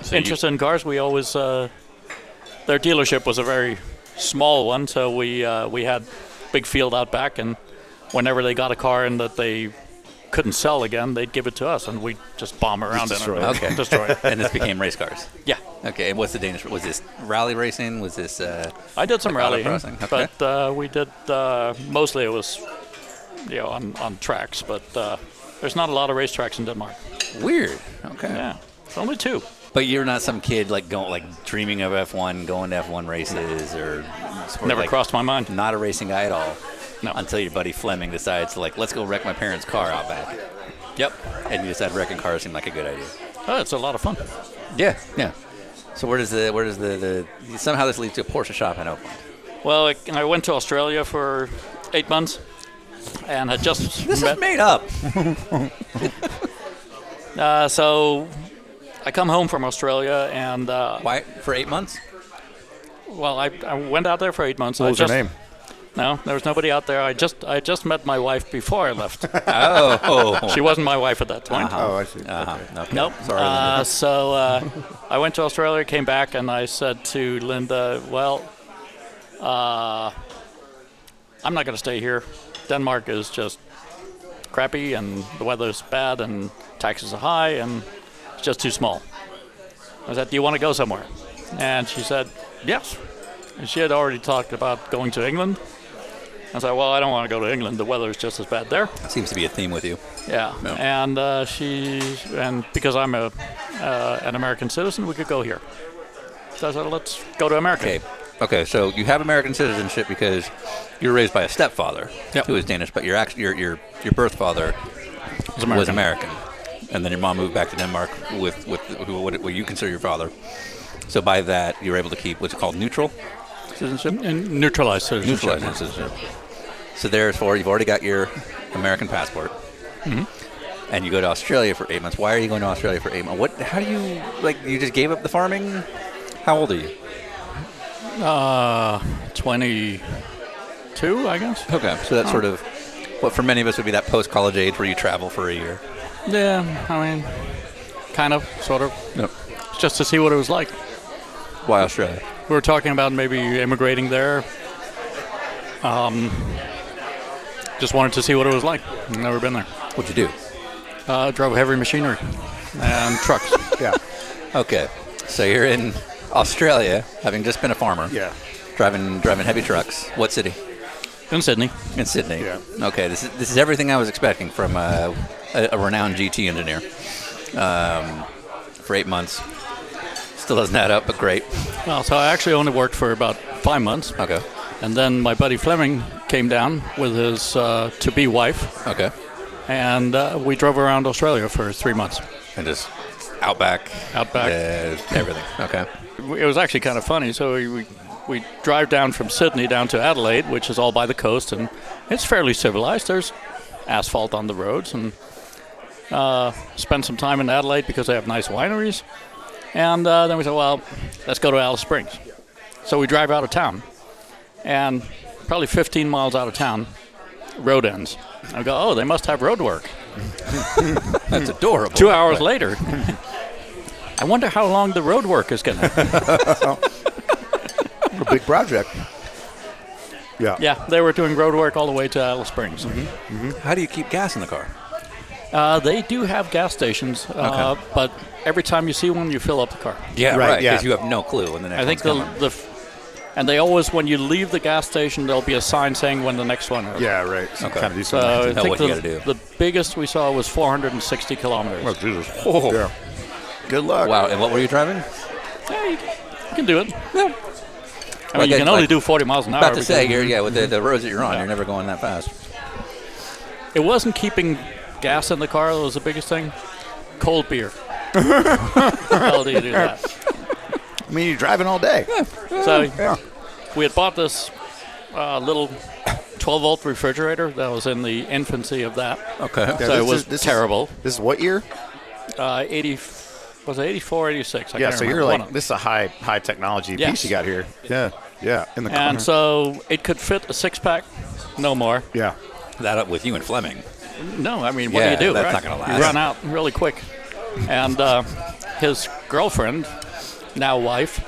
A: So you-
C: interested in cars. We always uh, their dealership was a very small one, so we uh, we had big field out back, and whenever they got a car and that they couldn't sell again, they'd give it to us, and we would just bomb around
B: destroy
C: in
B: it.
C: it,
A: Okay.
C: destroy it.
A: and this became race cars.
C: Yeah,
A: Okay, and what's the Danish? Was this rally racing? Was this, uh,
C: I did some
A: Like
C: rallying,
A: autocrossing, okay.
C: but uh, we did uh, mostly it was you know on, on tracks, but uh, there's not a lot of racetracks in Denmark.
A: weird. Okay.
C: Yeah, only two.
A: But you're not some kid like going like dreaming of F1, going to F1 races, or sort of,
C: Never
A: like,
C: crossed my mind.
A: Not a racing guy at all.
C: No.
A: Until your buddy Fleming decides like, let's go wreck my parents' car out back. Yep. And you decide wrecking cars seemed like a good idea.
C: Oh, it's a lot of fun.
A: Yeah. Yeah. So where does the where does the, the somehow this leads to a Porsche shop in Oakland?
C: Well, I, I went to Australia for eight months, and had just
A: This
C: met,
A: is made up.
C: uh, so I come home from Australia, and uh,
A: Why for eight months?
C: well, I, I went out there for eight months.
B: What
C: I
B: was her
C: just-
B: name?
C: No, there was nobody out there. I just I just met my wife before I left.
A: Oh.
C: she wasn't my wife at that point.
B: Oh, I see.
A: Uh-huh. Okay.
C: Nope.
A: Sorry.
C: Uh, so uh, I went to Australia, came back, and I said to Linda, "Well, uh, I'm not going to stay here. Denmark is just crappy, and the weather's bad, and taxes are high, and it's just too small." I said, "Do you want to go somewhere?" And she said, "Yes." And she had already talked about going to England. I said, "Well, I don't want to go to England. The weather is just as bad there."
A: Seems to be a theme with you.
C: Yeah,
A: No.
C: and uh, she and because I'm a uh, an American citizen, we could go here. So I said, let's go to America.
A: Okay. Okay, so you have American citizenship because you were raised by a stepfather
C: Yep.
A: who was Danish, but your act, your your your birth father
C: It's
A: was American, and then your mom moved back to Denmark with with who what, what you consider your father. So by that, you were able to keep what's called neutral citizenship.
C: And neutralized citizenship.
A: Neutralized citizenship. So therefore, you've already got your American passport, Mm-hmm. and you go to Australia for eight months. Why are you going to Australia for eight months? What? How do you like? You just gave up the farming? How old are you?
C: Twenty-two, I guess.
A: Okay, Um, so that's sort of what for many of us would be that post college age where you travel for a year.
C: Yeah, I mean, kind of, sort of,
A: Yep.
C: just to see what it was like.
A: Why Australia?
C: We were talking about maybe immigrating there. Um, just wanted to see what it was like. Never been there.
A: What'd you do?
C: Uh, drove heavy machinery and trucks.
B: Yeah.
A: Okay, so you're in Australia, having just been a farmer.
B: Yeah.
A: Driving driving heavy trucks. What city?
C: In Sydney.
A: In Sydney.
B: Yeah.
A: Okay, this is this is everything I was expecting from uh, a, a renowned GT engineer. Um, for eight months. Still doesn't add up, but great.
C: Well, so I actually only worked for about five months.
A: Okay.
C: And then my buddy Fleming came down with his uh, to be wife,
A: Okay.
C: and uh, we drove around Australia for three months.
A: And just out back.
C: Out back.
A: Uh, everything. Okay.
C: It was actually kind of funny. So we, we, we drive down from Sydney down to Adelaide, which is all by the coast, and it's fairly civilized. There's asphalt on the roads, and uh, spend some time in Adelaide because they have nice wineries. And uh, then we said, well, let's go to Alice Springs. So we drive out of town, and probably 15 miles out of town, road ends. I go, oh, they must have road work.
A: That's adorable.
C: Two hours later, I wonder how long the road work is going to
B: A big project. Yeah.
C: Yeah, they were doing road work all the way to Alice Springs.
A: Mm-hmm. How do you keep gas in the car?
C: Uh, they do have gas stations, uh, but every time you see one, you fill up the car.
A: Yeah,
B: Right,
A: right. Because
B: yeah.
A: you have no clue when the next
C: I think the,
A: one's coming.
C: the f- and they always when you leave the gas station, there'll be a sign saying when the next one. Is.
B: Yeah, right. Some
A: Okay. Uh,
B: kind of do
C: So
B: something.
C: I
A: You know
C: think
A: what
C: the,
A: you gotta do.
C: the biggest we saw was 460 kilometers.
B: Oh, Jesus.
A: Oh.
B: Yeah. Good luck.
A: Wow, and what were you driving?
C: Yeah, you, you can do it.
A: Yeah.
C: I mean,
A: Like I-
C: you can only
A: like-
C: do 40 miles an hour.
A: About to
C: because-
A: say, you're, yeah, with the, the roads that you're on,
C: Yeah.
A: you're never going that fast.
C: It wasn't keeping gas in the car that was the biggest thing. Cold beer. How do you do that?
B: I mean, you're driving all day.
C: So
B: Yeah.
C: we had bought this uh, little 12 volt refrigerator that was in the infancy of that.
A: Okay.
B: Yeah,
C: so it
B: this
C: was
B: is- this is-
C: terrible.
B: This is what year?
C: Uh, 80 was it 84, 86? I
B: Yeah,
C: can't
B: so you're
C: remember. One
B: like,
C: of
B: this is a high high technology
C: Yes.
B: piece you got here. Yeah. Yeah. In the
C: them. And so it could fit a six pack, no more.
B: yeah.
A: That up with you and Fleming.
C: No, I mean, what
A: Yeah,
C: do you do?
A: that's
C: right?
A: not gonna
C: You
A: last.
C: run out really quick. And uh, his girlfriend, now wife,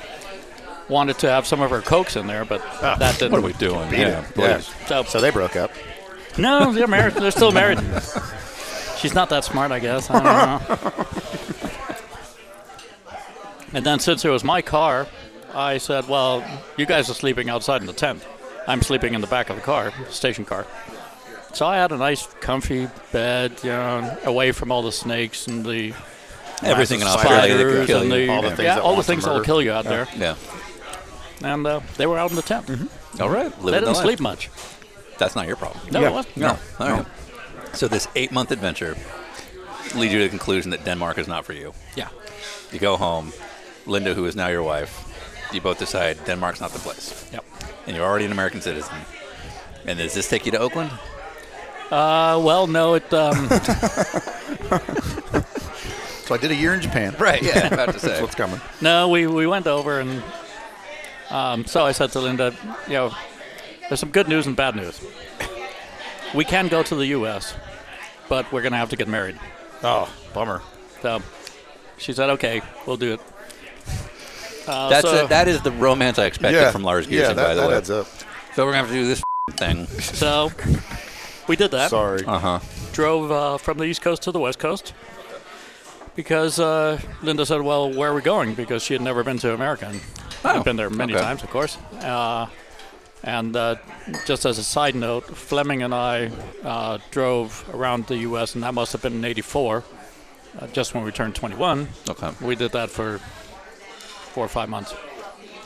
C: wanted to have some of her cokes in there, but
B: Ah.
C: that didn't.
A: doing?
B: Yeah. yeah. So they broke up.
C: No, they're married. They're still married. She's not that smart, I guess. I don't know. and then since it was my car, I said, "Well, you guys are sleeping outside in the tent. I'm sleeping in the back of the car, station car." So I had a nice, comfy bed, you know, away from all the snakes and the
A: Everything in
B: Massive
A: Australia that could
B: spiders
A: kill
C: and
A: you.
C: the-
B: All the things
C: yeah,
B: that
C: all the
B: want to
C: things that will
B: murder.
C: kill you out there.
A: Yeah.
C: And uh, they were out in the tent.
A: All right.
C: They
A: living the
C: didn't
A: life.
C: sleep much.
A: That's not your problem.
C: No,
B: Yeah.
C: it wasn't.
A: No. All right. So this eight-month adventure leads you to the conclusion that Denmark is not for you.
C: Yeah.
A: You go home. Linda, who is now your wife, you both decide Denmark's not the place,
C: Yep.
A: and you're already an American citizen. And does this take you to Oakland?
C: Uh, well, no, it. Um,
B: So I did a year in Japan.
A: Right. Yeah. About to
B: That's
A: say.
B: what's coming.
C: No, we, we went over and um, so I said to Linda, you know, there's some good news and bad news. We can go to the U.S., but we're going to have to get married.
B: Oh, bummer.
C: So she said, okay, we'll do it. Uh,
A: That's
C: so,
A: it. That is the romance I expected from Lars Gearson,
B: yeah, that,
A: by the
B: that
A: way.
B: adds up.
A: So we're gonna have to do this thing.
C: so we did that.
B: Sorry.
A: Uh huh.
C: Drove uh, from the East Coast to the West Coast because uh, Linda said, well, where are we going? Because she had never been to America. And
A: Oh,
C: I've been there many
A: okay.
C: times, of course. Uh, and uh, just as a side note, Fleming and I uh, drove around the U.S., and that must have been in '84, uh, just when we turned 21.
A: Okay.
C: We did that for four or five months.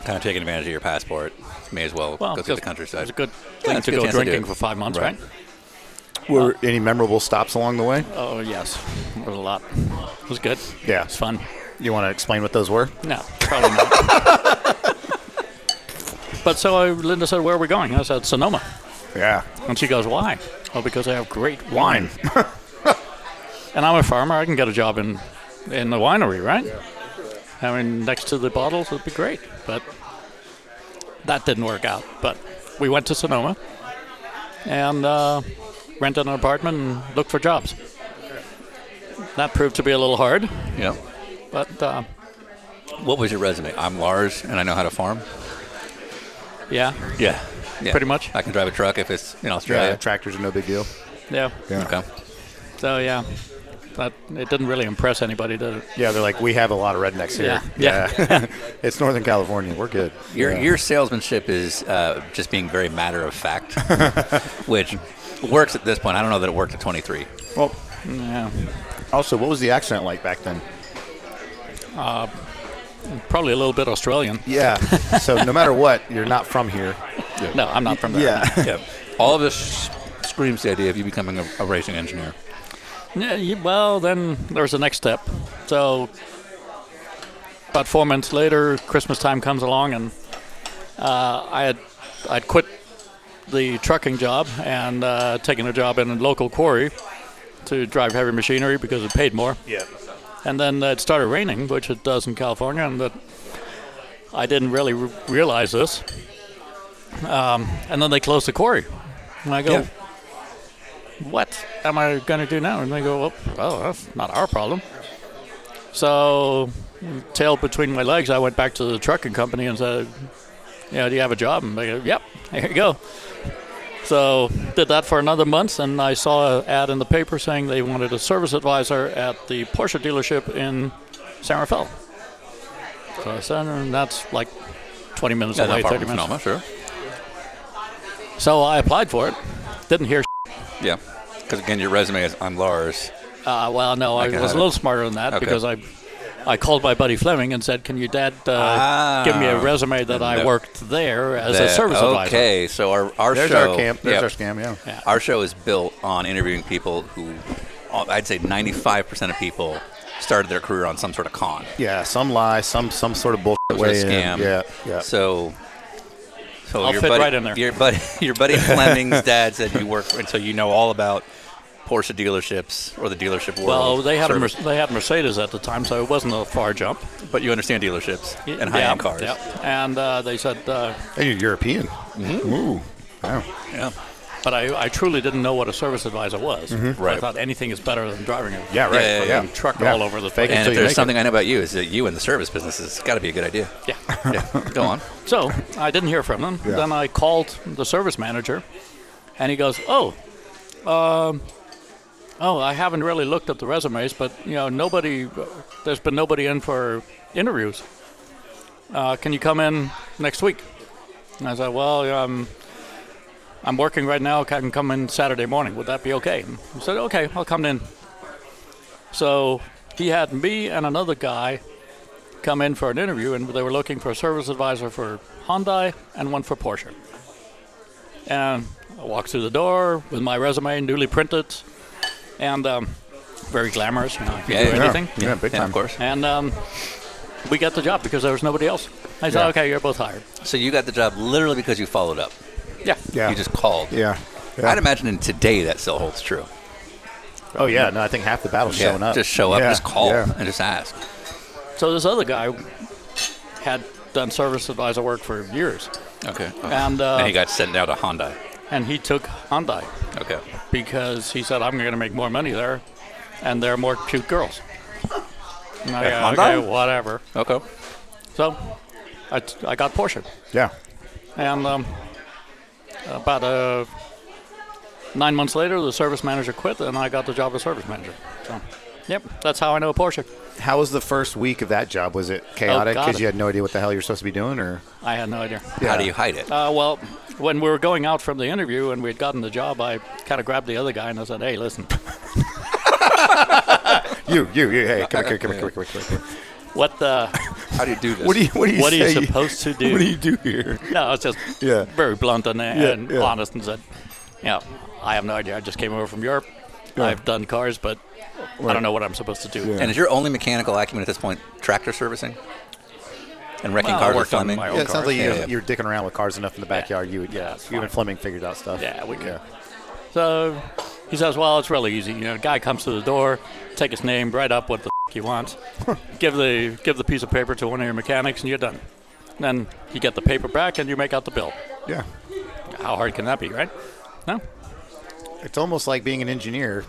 A: Kind of taking advantage of your passport. May as well,
C: Well,
A: go through the
C: just-
A: countryside.
C: It was a good
A: Yeah,
C: thing
A: it's
C: to
A: a good
C: go
A: chance to do
C: drinking
A: it.
C: for five months,
A: Right.
C: right?
B: Were any memorable stops along the way?
C: Oh yes, it was a lot. It was good.
B: Yeah.
C: it was fun.
B: You want to explain what those were?
C: No, probably not. but so I, Linda said, "Where are we going?" I said, "Sonoma."
B: Yeah.
C: And she goes, Why? Well, because they have great wine. and I'm a farmer. I can get a job in, in the winery, right? I mean, next to the bottles would be great. But that didn't work out. But we went to Sonoma and uh, rented an apartment and looked for jobs. That proved to be a little hard,
A: Yeah.
C: but uh,
A: What was your resume? I'm Lars, and I know how to farm.
C: yeah,
A: Yeah. yeah.
C: Pretty much.
A: I can drive a truck if it's in
B: Yeah,
A: Australia.
B: tractors are no big deal.
C: yeah.
A: Okay.
C: So, yeah, that, it didn't really impress anybody, did it?
B: Yeah, they're like, we have a lot of rednecks here.
C: Yeah.
B: it's Northern California. We're good.
A: Your
B: yeah.
A: your salesmanship is uh, just being very matter of fact, which works at this point. I don't know that it worked at 23.
B: Well,
C: Yeah.
B: also, what was the accent like back then?
C: Probably a little bit Australian.
B: Yeah. so no matter what, you're not from here.
C: No, I'm not from there.
B: Yeah.
A: Yeah. All of this screams the idea of you becoming a, a racing engineer.
C: Yeah, you, well, then there's the next step. So, about four months later, Christmas time comes along, and uh, I had I'd quit the trucking job and uh, taken a job in a local quarry to drive heavy machinery because it paid more.
B: Yeah.
C: And then it started raining, which it does in California, and that I didn't really re- realize this. Um, and then they closed the quarry, and I go,
A: Yeah.
C: "What am I going to do now?" And they go, well, "Well, that's not our problem." So, tail between my legs, I went back to the trucking company and said, "You know, do you have a job?" And they go, "Yep, here you go." So did that for another month, and I saw an ad in the paper saying they wanted a service advisor at the Porsche dealership in San Rafael. So I said, and that's like 20 minutes
A: Yeah, not
C: away,
A: far
C: 30
A: from
C: minutes.
A: Sonoma, sure.
C: So I applied for it. Didn't hear.
A: Yeah. Because again, your resume is I'm Lars.
C: Uh, well, no, I
A: Okay.
C: was a little smarter than that
A: Okay.
C: because I, I called my buddy Fleming and said, "Can your dad uh,
A: Ah.
C: give me a resume that I
A: No.
C: worked there as a
A: That-
C: service advisor?"
A: okay, so our, our
B: There's
A: show.
B: our camp. There's
A: yeah.
B: our scam. Yeah.
A: Our show is built on interviewing people who, uh, I'd say 95% of people started their career on some sort of con,
B: Yeah. Some lie. Some some sort of bullshit
A: some sort
B: way
A: of
B: in.
A: scam.
B: Yeah. Yeah.
A: So, so
C: I'll
A: your
C: fit
A: buddy,
C: right in there.
A: Your buddy, your buddy Fleming's dad said you work, and so you know all about Porsche dealerships or the dealership world.
C: Well, they had a,
A: service.
C: Mer- they had Mercedes at the time, so it wasn't a far jump.
A: but you understand dealerships and
C: Yeah,
A: high-end cars.
C: Yeah. And uh, they said, uh, Mm-hmm.
B: And you're European. Ooh. Wow.
A: Yeah.
C: but I, I truly didn't know what a service advisor was.
A: Right.
C: I thought anything is better than driving a
B: Mm-hmm. Yeah. Right.
A: Yeah, yeah,
B: Yeah.
A: yeah.
C: truck
B: Yeah.
C: all over the
B: Fake
C: place.
B: it
A: And
B: till
A: if
B: you make
A: there's
B: it.
A: something I know about you is that you in the service business has got to be a good idea.
C: Yeah.
A: Yeah. Go on.
C: So I didn't hear from them.
B: Yeah.
C: Then I called the service manager, and he goes, "Oh, um, oh, I haven't really looked at the resumes, but you know, nobody, there's been nobody in for interviews. Uh, can you come in next week?" And I said, "Well, yeah, I'm, I'm working right now. I can come in Saturday morning. Would that be okay?" He said, "Okay, I'll come in." So he had me and another guy come in for an interview, and they were looking for a service advisor for Hyundai and one for Porsche. And I walked through the door with my resume, newly printed, and um, very glamorous. You know, I could
A: Yeah,
C: do
A: yeah.
C: anything.
B: Yeah, big
A: yeah,
B: time.
A: of course.
C: And um, we got the job because there was nobody else. I said,
B: Yeah.
C: okay, you're both hired.
A: So you got the job literally because you followed up.
C: Yeah.
B: Yeah.
A: You just called.
B: yeah. Yeah.
A: I'd imagine in today that still holds true.
H: Oh yeah, no, I think half the battle's showing up.
A: Just show up,
B: Yeah,
A: just call,
B: yeah.
A: and just ask.
C: So this other guy had done service advisor work for years,
A: Okay.
C: and uh,
A: and he got sent out to Hyundai.
C: and he took Hyundai
A: Okay.
C: because he said, "I'm going to make more money there, and there are more cute girls." And I
A: At
C: go,
A: Hyundai?
C: okay, whatever.
A: Okay.
C: So I, t- I got Porsche,
B: Yeah.
C: and um, about uh, nine months later, the service manager quit, and I got the job as service manager. So, yep, that's how I know Porsche.
B: How was the first week of that job? Was it chaotic
C: God.
B: because you had no idea what the hell you're supposed to be doing, or
C: I had no idea.
A: How do you hide it?
C: Uh, well, when we were going out from the interview and we had gotten the job, I kind of grabbed the other guy and I said, "Hey, listen,
B: you, you, you? Hey, come here, come here, come here, come here, come here.
C: what the
A: How do you do this?
B: What do you? What do you?
C: what are you
B: say-
C: supposed to do?"
B: What do you do here?
C: no, I was just
B: Yeah.
C: very blunt and, and
B: yeah.
C: honest and said, "Yeah, I have no idea. I just came over from Europe. I've done cars, but I don't know what I'm supposed to do."
A: And is your only mechanical acumen at this point tractor servicing and wrecking
C: Well, I
A: cars with
C: worked on
A: Fleming?
C: my
B: Yeah,
C: own
B: it sounds like
A: Yeah,
B: you're,
A: yeah.
B: you're dicking around with cars enough in the backyard. You,
C: Yeah,
B: yeah,
C: it's
B: you
C: fine.
B: and Fleming figured out stuff.
C: Yeah, we could. So he says, "Well, it's really easy. You know, guy comes to the door, take his name, write up what the f- you want, give the give the piece of paper to one of your mechanics, and you're done. Then you get the paper back, and you make out the bill.
B: yeah.
C: How hard can that be, right? No,
B: It's almost like being an engineer.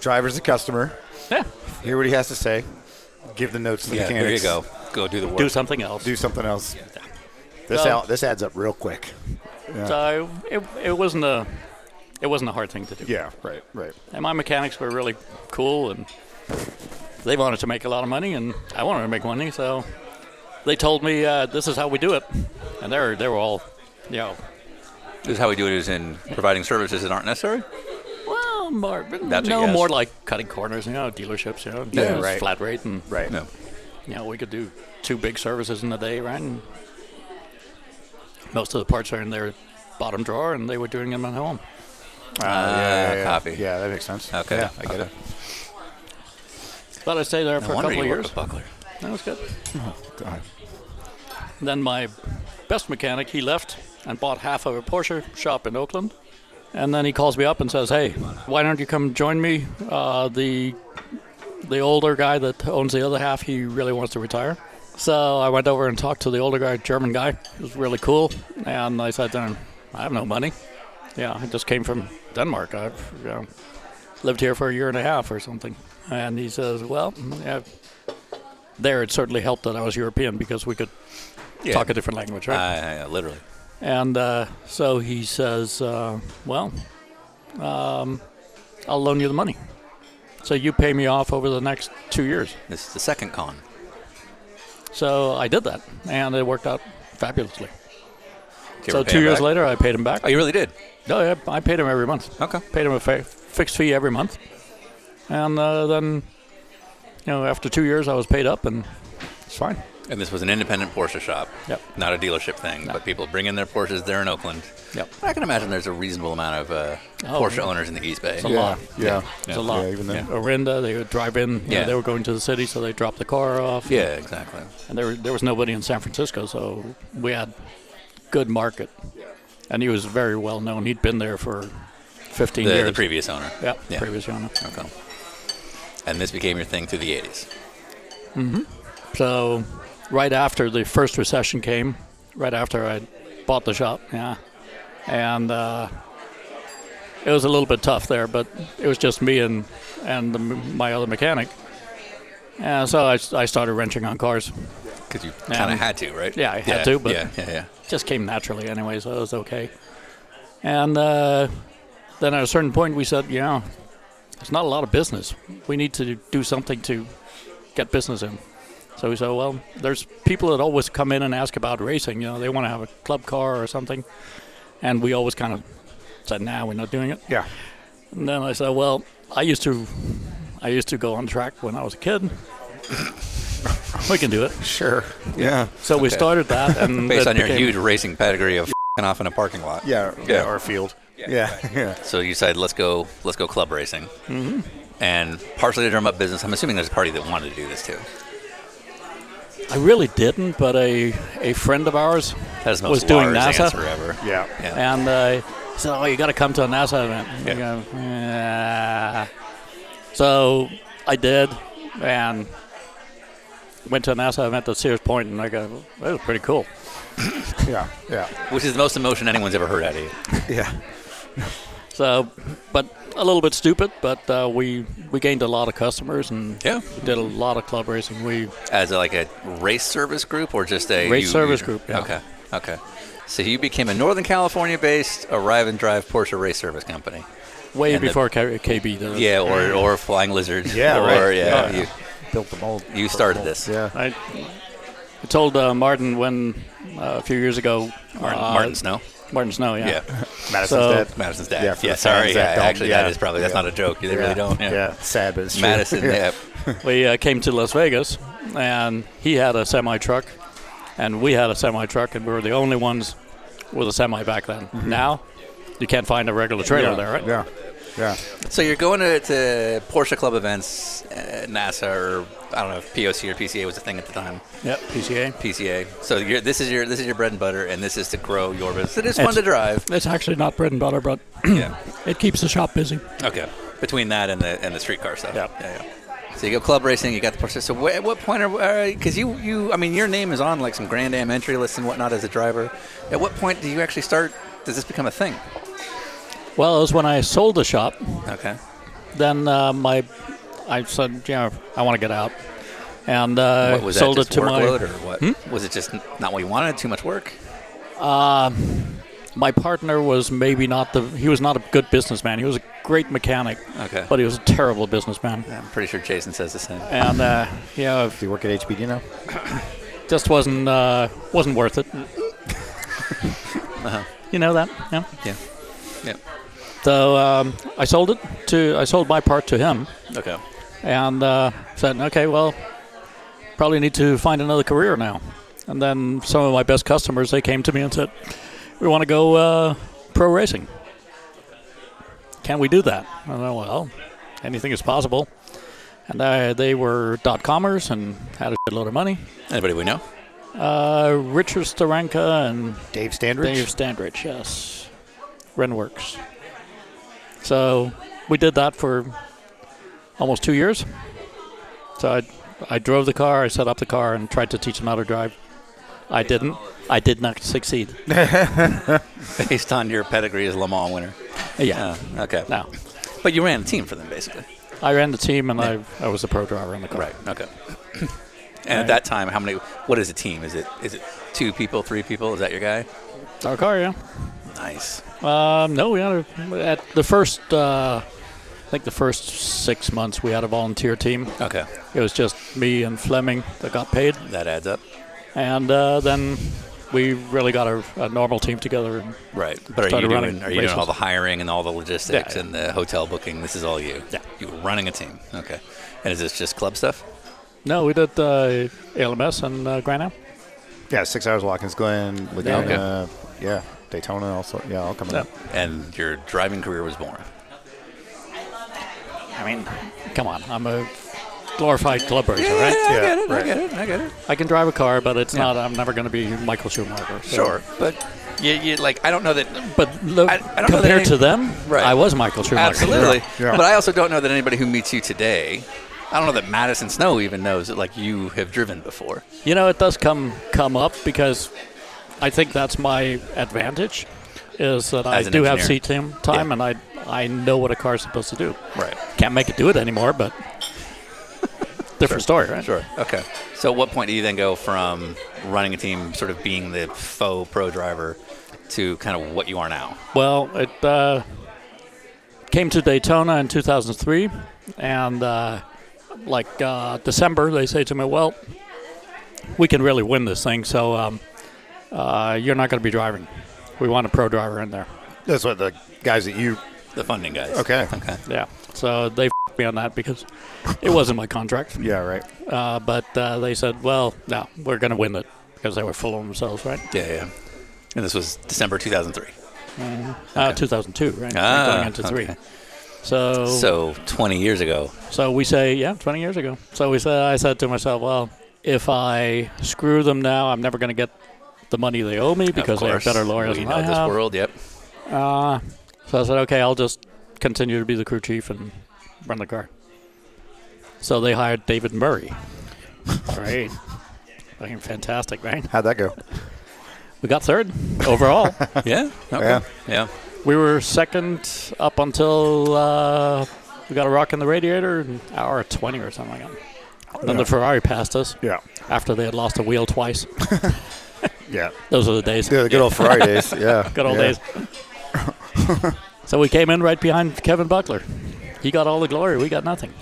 B: Driver's a customer.
C: yeah,
B: Hear what he has to say. Give the notes to the
A: Yeah, there you
B: mechanics.
A: go. Go do the work.
C: do something else.
B: Do something else. This
C: So-
B: out, this adds up real quick.
C: So it, it wasn't a it wasn't a hard thing to do.
B: Yeah. Right. Right.
C: And my mechanics were really cool, and they wanted to make a lot of money, and I wanted to make money, so they told me uh, this is how we do it, and they were they were all, you know.
A: This is how we do it is in providing services that aren't necessary.
C: Well, more, but
A: That's a
C: no
A: yes.
C: more like cutting corners, you know, dealerships, you know,
B: Yeah,
C: just
B: right.
C: flat rate, and
B: Right.
A: No.
C: you know, we could do two big services in a day, right? And most of the parts are in their bottom drawer, and they were doing them at home.
B: yeah, yeah, yeah.
A: Ah, copy.
B: Yeah, that makes sense.
A: Okay.
B: Yeah, I get
A: Okay.
B: it.
C: But I stayed there for
A: No
C: a
A: wonder
C: couple of
A: you work
C: years.
A: with Buckler.
C: That was good.
B: God.
C: Then my best mechanic, he left and bought half of a Porsche shop in Oakland. And then he calls me up and says, "Hey, why don't you come join me? Uh, the the older guy that owns the other half, he really wants to retire." So I went over and talked to the older guy, German guy. He was really cool, and I said to him, "I have no money. Yeah, I just came from Denmark. I've you know, lived here for a year and a half or something." And he says, "Well, yeah, there it certainly helped that I was European because we could talk a different language, right?"
A: Uh, literally.
C: And uh, so he says, uh, Well, um, I'll loan you the money. So you pay me off over the next two years.
A: This is the second con.
C: So I did that, and it worked out fabulously.
A: Okay,
C: so
A: we're
C: two
A: paying
C: years
A: back.
C: later, I paid him back.
A: Oh, you really did?
C: Oh, yeah, I paid him every month.
A: Okay.
C: Paid him a fa- fixed fee every month. And uh, then, you know, after two years, I was paid up, and it's fine.
A: And this was an independent Porsche shop.
C: Yep.
A: Not a dealership thing, but people bring in their Porsches there in Oakland.
C: Yep.
A: I can imagine there's a reasonable amount of uh,
C: Oh,
A: Porsche
C: yeah.
A: owners in the East Bay.
C: It's a
B: Yeah.
C: lot.
B: Yeah.
C: It's a lot.
B: Yeah, even then.
C: Orinda, they would drive in. you know,
A: Yeah.
C: they were going to the city, so they dropped the car off.
A: Yeah, exactly.
C: and there there was nobody in San Francisco, so we had good market. And he was very well known. He'd been there for 15
A: The,
C: years.
A: the previous owner.
C: yeah,
A: Yeah.
C: previous owner.
A: Okay. And this became your thing through the 80s.
C: So right after the first recession came, right after I bought the shop, yeah, and uh, it was a little bit tough there, but it was just me and and the, my other mechanic. And so I, I started wrenching on cars.
A: Because you kind
C: Um,
A: of had to, right?
C: yeah, I had to, but-
A: Yeah, yeah, yeah.
C: just came naturally anyway, so it was okay. And uh, then at a certain point, we said, you know, it's not a lot of business. We need to do something to get business in. So we said, well, there's people that always come in and ask about racing. You know, they want to have a club car or something. And we always kind of said, nah, we're not doing it.
B: Yeah.
C: And then I said, well, I used to, I used to go on track when I was a kid. we can do it.
B: Sure. Yeah.
C: So we started that, and
A: Based
C: that
A: on your
C: became-
A: huge racing pedigree of f***ing off in a parking lot.
B: Yeah.
A: Yeah.
B: Or field. Yeah. Yeah.
A: So you said, let's go, let's go club racing. Mm-hmm. And partially to drum up business. I'm assuming there's a party that wanted to do this too.
C: I really didn't, but a a friend of ours
A: That is the
C: was
A: most
C: doing
A: Lars
C: NASA,
A: answer ever.
B: Yeah.
A: Yeah.
C: and uh, he said, "Oh, you got to come to a NASA event." And I
A: Yeah.
C: go, "Yeah." So I did, and went to a NASA event at Sears Point, and I go, "That was pretty cool."
B: Yeah. Yeah.
A: Which is the most emotion anyone's ever heard out of you.
B: Yeah.
C: So, but a little bit stupid, but uh, we we gained a lot of customers and
A: Yeah.
C: did a lot of club racing. We
A: As a, like a race service group or just a
C: Race service group, yeah.
A: Okay. Okay. So you became a Northern California-based arrive and drive Porsche race service company.
C: way
A: And the-
C: before K- KB did it.
A: Yeah, or or Flying Lizard.
B: Yeah,
A: Or
B: right.
A: yeah,
B: Yeah.
A: you
B: Built the mold.
A: you started this.
B: Yeah.
C: I, I told uh, Martin when uh, a few years ago.
A: Martin,
C: uh,
A: Martin Snow.
C: Martin Snow, yeah.
A: Yeah.
B: Madison's
C: So-
B: dead.
A: Madison's dad.
B: Yeah,
A: Yeah,
B: for the
A: sorry.
B: fans that
A: Yeah,
B: don't-
A: actually,
B: yeah.
A: that is probably, that's
B: Yeah.
A: not a joke. They really don't. Yeah.
B: Sad, but it's true.
A: Madison, yeah.
C: We uh, came to Las Vegas, and he had a semi truck, and we had a semi truck, and we were the only ones with a semi back then.
A: Mm-hmm.
C: Now, you can't find a regular trailer
B: yeah.
C: there, right?
B: Yeah. Yeah.
A: So you're going to, to Porsche Club events, uh, NASA, or I don't know if POC or PCA was a thing at the time.
C: Yep, PCA.
A: PCA. So you're, this is your this is your bread and butter, and this is to grow your business. It is fun
C: It's-
A: to drive.
C: It's actually not bread and butter, but
A: yeah.
C: it keeps the shop busy.
A: Okay. Between that and the and the streetcar stuff.
C: Yeah.
A: Yeah. yeah. So you go club racing, you got the Porsche. So wh- at what point are because you you I mean your name is on like some Grand Am entry lists and whatnot as a driver. At what point do you actually start? Does this become a thing?
C: Well, it was when I sold the shop,
A: Okay.
C: then uh, my I said, yeah, I want to get out. And uh,
A: What was
C: sold
A: that?
C: it
A: Just
C: to my Hmm?
A: workload or what? Was it just n- not what you wanted? Too much work?
C: my partner was maybe not the he was not a good businessman. He was a great mechanic,
A: Okay.
C: but he was a terrible businessman.
A: I'm pretty sure Jason says the same.
C: And uh, yeah,
H: Do you work at HPD now?
C: it just wasn't uh, wasn't worth it.
H: Uh-huh.
C: You know that, yeah.
A: Yeah. Yeah.
C: So um, I sold it to I sold my part to him,
A: Okay.
C: and uh, said, okay, well, probably need to find another career now. And then some of my best customers they came to me and said, we want to go uh, pro racing. Can we do that? I said, well, anything is possible. And uh, they were dot comers and had a shitload of money.
A: Anybody we know?
C: Uh, Richard Staranka and
H: Dave Standridge.
C: Dave Standridge, yes. Renworks. So we did that for almost two years. So I, I drove the car, I set up the car, and tried to teach him how to drive. I didn't. I did not succeed.
A: Based on your pedigree as a Le Mans winner.
C: Yeah.
A: Uh, okay.
C: No.
A: But you ran a team for them, basically.
C: I ran the team, and I, I was the pro driver in the car.
A: Okay. and at that time, how many? What is a team? Is it is it two people, three people? Is that your guy?
C: Our car, yeah.
A: Nice.
C: Um, no, we had a, at the first, uh, I think the first six months, we had a volunteer team.
A: Okay.
C: It was just me and Fleming that got paid.
A: That adds up.
C: and uh, then we really got a, a normal team together.
A: Right. But are you
C: Started
A: doing
C: running
A: are you doing all
C: races.
A: the hiring and all the logistics
C: Yeah.
A: and the hotel booking? This is all you.
C: Yeah.
A: You were running a team. Okay. And is this just club stuff?
C: No, we did uh, ALMS and uh, Grand Am.
B: Yeah. Six hours Watkins Glen, Laguna.
A: okay.
B: Yeah. Daytona also. Yeah. All coming up.
A: And your driving career was born.
C: I mean, come on, I'm a glorified club racer, right?
B: Yeah. right.
A: I get it.
C: I can drive a car, but it's not. I'm never going to be Michael Schumacher. so-
A: Sure. But you, you like I don't know that
C: But look,
A: I- I don't know that
C: compared
A: any-
C: to them,
A: Right.
C: I was Michael Schumacher.
A: Absolutely.
B: Yeah. Yeah.
A: But I also don't know that anybody who meets you today, I don't know that Madison Snow even knows that like you have driven before.
C: You know, it does come come up because I think that's my advantage is that I
A: As an
C: do have
A: engineer.
C: seat time, time
A: Yeah.
C: and I I know what a car's supposed to do.
A: Right.
C: Can't make it do it anymore, but different story, right?
A: Sure. Okay. So at what point do you then go from running a team, sort of being the faux pro driver, to kind of what you are now?
C: Well, it uh, came to Daytona in 2003, and uh, like uh, December, they say to me, "Well, we can really win this thing, so um, uh, you're not going to be driving. We want a pro driver in there."
B: That's what the guys that you.
A: The funding guys.
B: Okay.
A: Okay.
C: Yeah. So they f- me on that because it wasn't my contract.
B: Yeah, right.
C: Uh, but uh, they said, well, no, we're going to win it because they were full of themselves, right?
A: Yeah, yeah. And this was December 2003.
C: Uh, 2002, right?
A: Ah,
C: going into three.
A: okay.
C: So, so,
A: So 20 years ago.
C: we say, yeah, 20 years ago. So we said, I said to myself, well, if I screw them now, I'm never going to get the money they owe me because
A: of
C: they have
A: course,
C: better lawyers
A: we
C: than
A: know
C: I
A: this
C: have.
A: world. Yep.
C: Uh, so I said, okay, I'll just continue to be the crew chief and run the car. So they hired David Murray. Great. Fucking fantastic, right?
B: How'd that go?
C: We got third overall.
A: yeah. Okay.
B: Yeah.
A: Yeah.
C: we were second up until uh, we got a rock in the radiator, an hour 20 or something like that. Then the Ferrari passed us
B: Yeah.
C: after they had lost a wheel twice.
B: Yeah.
C: Those were the days.
B: Yeah, the good old Ferrari days. Yeah.
C: Good old
B: Yeah.
C: days. so we came in right behind Kevin Buckler. He got all the glory. We got nothing.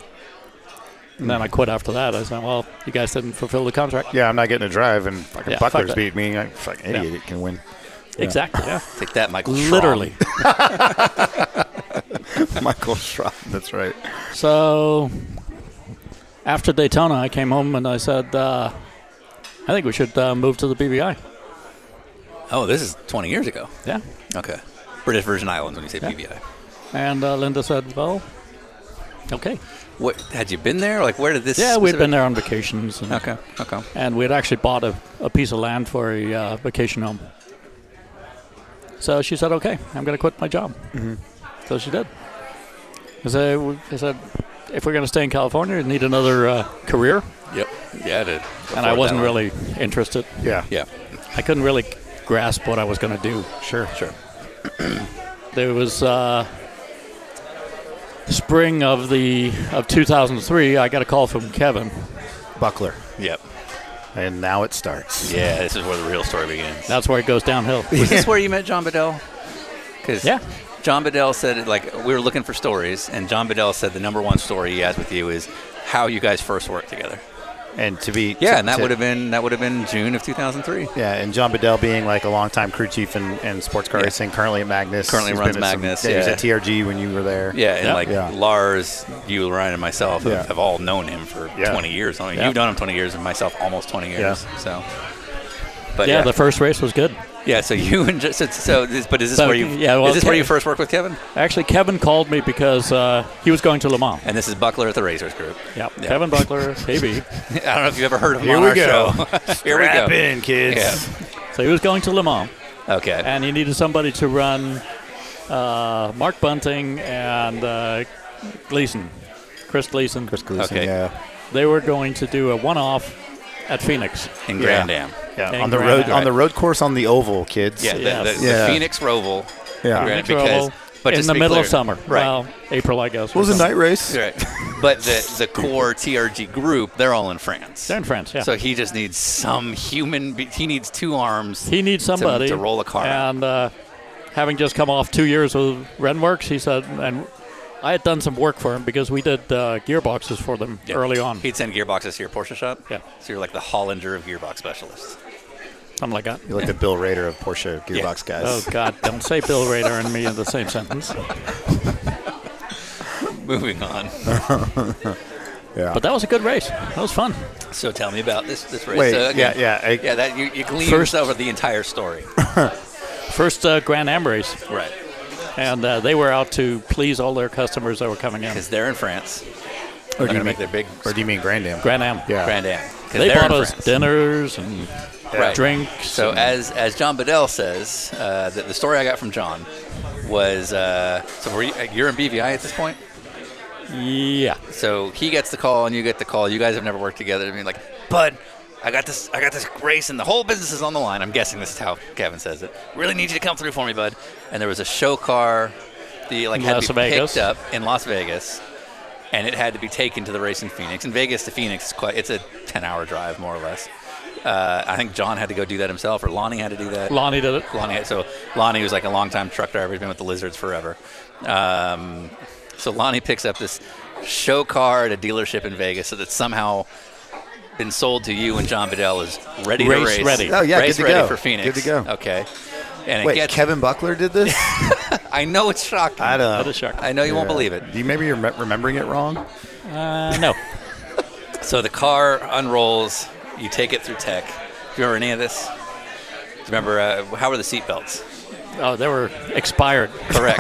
C: And then I quit after that. I said, well, you guys didn't fulfill the contract.
B: Yeah, I'm not getting a drive, and fucking
C: Yeah, fuck
B: Buckler's
C: that.
B: beat me. I fucking idiot it can win.
C: Exactly. Yeah.
A: Take that, Michael. Schramm.
C: Literally.
B: Michael Schrock. That's right.
C: So after Daytona, I came home and I said, uh, I think we should uh, move to the BBI.
A: Oh, this is 20 years ago.
C: Yeah.
A: Okay. British Virgin Islands when you say BVI.
C: And uh, Linda said, well, okay.
A: What had you been there? Like, where did this?
C: Yeah, we'd
A: specific-
C: been there on vacations. And,
A: Okay. Okay.
C: and we had actually bought a, a piece of land for a uh, vacation home. So she said, "Okay, I'm going to quit my job."
A: Mm-hmm.
C: So she did. I said, w- I said, "If we're going to stay in California, you need another uh, career."
A: Yep. Yeah, did.
C: and I wasn't really interested.
B: Yeah.
A: Yeah.
C: I couldn't really grasp what I was going to do.
A: Sure. Sure.
C: There was uh, spring of the of 2003. I got a call from Kevin.
B: Buckler.
A: Yep.
B: And now it starts.
A: Yeah, this is where the real story begins.
C: That's where it goes downhill.
A: Was this where you met John Bedell? Because
C: Yeah.
A: John Bedell said like we were looking for stories, and John Bedell said the number one story he has with you is how you guys first worked together.
B: And to be
A: Yeah,
B: to-
A: and that
B: to-
A: would have been that would have been June of 2003.
B: Yeah, and John Bedell being like a longtime crew chief in, in sports car
A: Yeah.
B: racing, currently at Magnus.
A: Currently
B: He's
A: runs
B: been at some-
A: Magnus,
B: yeah, he was
A: yeah.
B: at TRG when you were there.
A: Yeah, and
C: Yeah.
A: like
B: Yeah.
A: Lars, you, Ryan, and myself
B: Yeah.
A: have, have all known him for
B: Yeah.
A: 20 years. I mean,
C: Yeah.
A: you've known him 20 years, and myself almost 20 years. So, but
C: yeah,
A: yeah,
C: the first race was good.
A: yeah. So you and just, so, so this, but is this
C: So,
A: where you?
C: yeah, well,
A: is this where
C: Ke-
A: you first worked with Kevin?
C: Actually, Kevin called me because uh, he was going to Le Mans.
A: And this is Buckler at the Racers Group.
C: Yeah,
A: Yeah.
C: Kevin Buckler, KB.
A: I don't know if you've ever heard of him
B: Here
A: on
B: we
A: our
B: go.
A: show. Here we go.
B: Strap in, kids.
A: Yeah.
C: So he was going to Le Mans,
A: Okay.
C: and he needed somebody to run uh, Mark Bunting and uh, Gleason, Chris Gleason. Chris Gleason.
A: okay.
B: Yeah,
C: They were going to do a one-off at Phoenix.
A: In
B: Yeah.
A: Grand Am.
B: yeah.
C: And
B: on the
C: Grand
B: road
C: Am.
B: on the road course on the oval, kids.
A: Yeah, the,
C: Yes.
A: the,
B: Yeah.
A: the Phoenix Roval.
B: yeah.
A: Grand-
C: Phoenix
A: because-
C: Roval
A: but
C: in
A: just
C: the
A: to be
C: middle
A: clear-
C: of summer.
A: Right.
C: Well, April, I guess.
B: It
C: or
B: was a
C: something.
B: night race.
A: Right. But the, the core TRG group, they're all in France.
C: They're in France, yeah.
A: So he just needs some human. Be- he needs two arms.
C: he needs
A: to-
C: somebody
A: to, roll a car.
C: And uh, having just come off two years with Renworks, he said, and I had done some work for him because we did uh, gearboxes for them
A: Yeah.
C: early on,
A: he'd send gearboxes to your Porsche shop.
C: Yeah.
A: So you're like the Hollinger of gearbox specialists.
C: something like that.
B: You're like the Bill Rader of Porsche gearbox
C: Oh
B: guys.
C: God! Don't say Bill Rader and me in the same sentence.
A: Moving on.
B: yeah.
C: But that was a good race. That was fun.
A: so tell me about this this race.
B: Wait,
A: So,
B: yeah,
A: okay.
B: yeah. I,
A: Yeah, that you, you gleaned
C: First-
A: over the entire story.
C: First uh, Grand Am race,
A: right.
C: and uh, they were out to please all their customers that were coming in.
A: Because they're in France.
B: Or
A: They're
B: do
A: going
B: you
A: to
B: mean,
A: make their big
B: or do you mean Grand Am?
C: Grand Am.
B: yeah.
A: Grand Am. 'Cause
C: They
A: they're
C: bought
A: in
C: us
A: France.
C: dinners and
A: Right.
C: drinks.
A: So
C: and-
A: as as John Bedell says, uh, the, the story I got from John was uh, so were you, you're in BVI at this point.
C: yeah,
A: So he gets the call and you get the call. You guys have never worked together. I mean, like, bud, I got this, I got this race, and the whole business is on the line. I'm guessing this is how Kevin says it. Really need you to come through for me, bud. And there was a show car, the like
C: In
A: had
C: Las
A: to be
C: Vegas.
A: picked up in Las Vegas, and it had to be taken to the race in Phoenix. And Vegas to Phoenix is quite, it's a 10-hour drive more or less. Uh, I think John had to go do that himself, or Lonnie had to do that.
C: Lonnie did it.
A: Lonnie. had- So Lonnie was like a longtime truck driver. He's been with the Lizards forever. Um, so Lonnie picks up this show car at a dealership in Vegas so that's somehow been sold to you and John Bedell is ready
C: Race
A: to race.
C: ready.
B: Oh, yeah,
A: race
B: good to
A: ready
B: go.
A: for Phoenix.
B: Good to go.
A: Okay. And it
B: Wait,
A: gets.
B: Kevin Buckler did this?
A: I know it's shocking.
B: I don't know.
C: That is shocking.
A: I know you won't
B: Yeah.
A: believe it.
B: Do you maybe you're me- remembering it wrong?
C: Uh, no.
A: So the car unrolls. You take it through tech. Do you remember any of this? Do you remember uh, how were the seatbelts?
C: Oh, they were expired
A: Correct.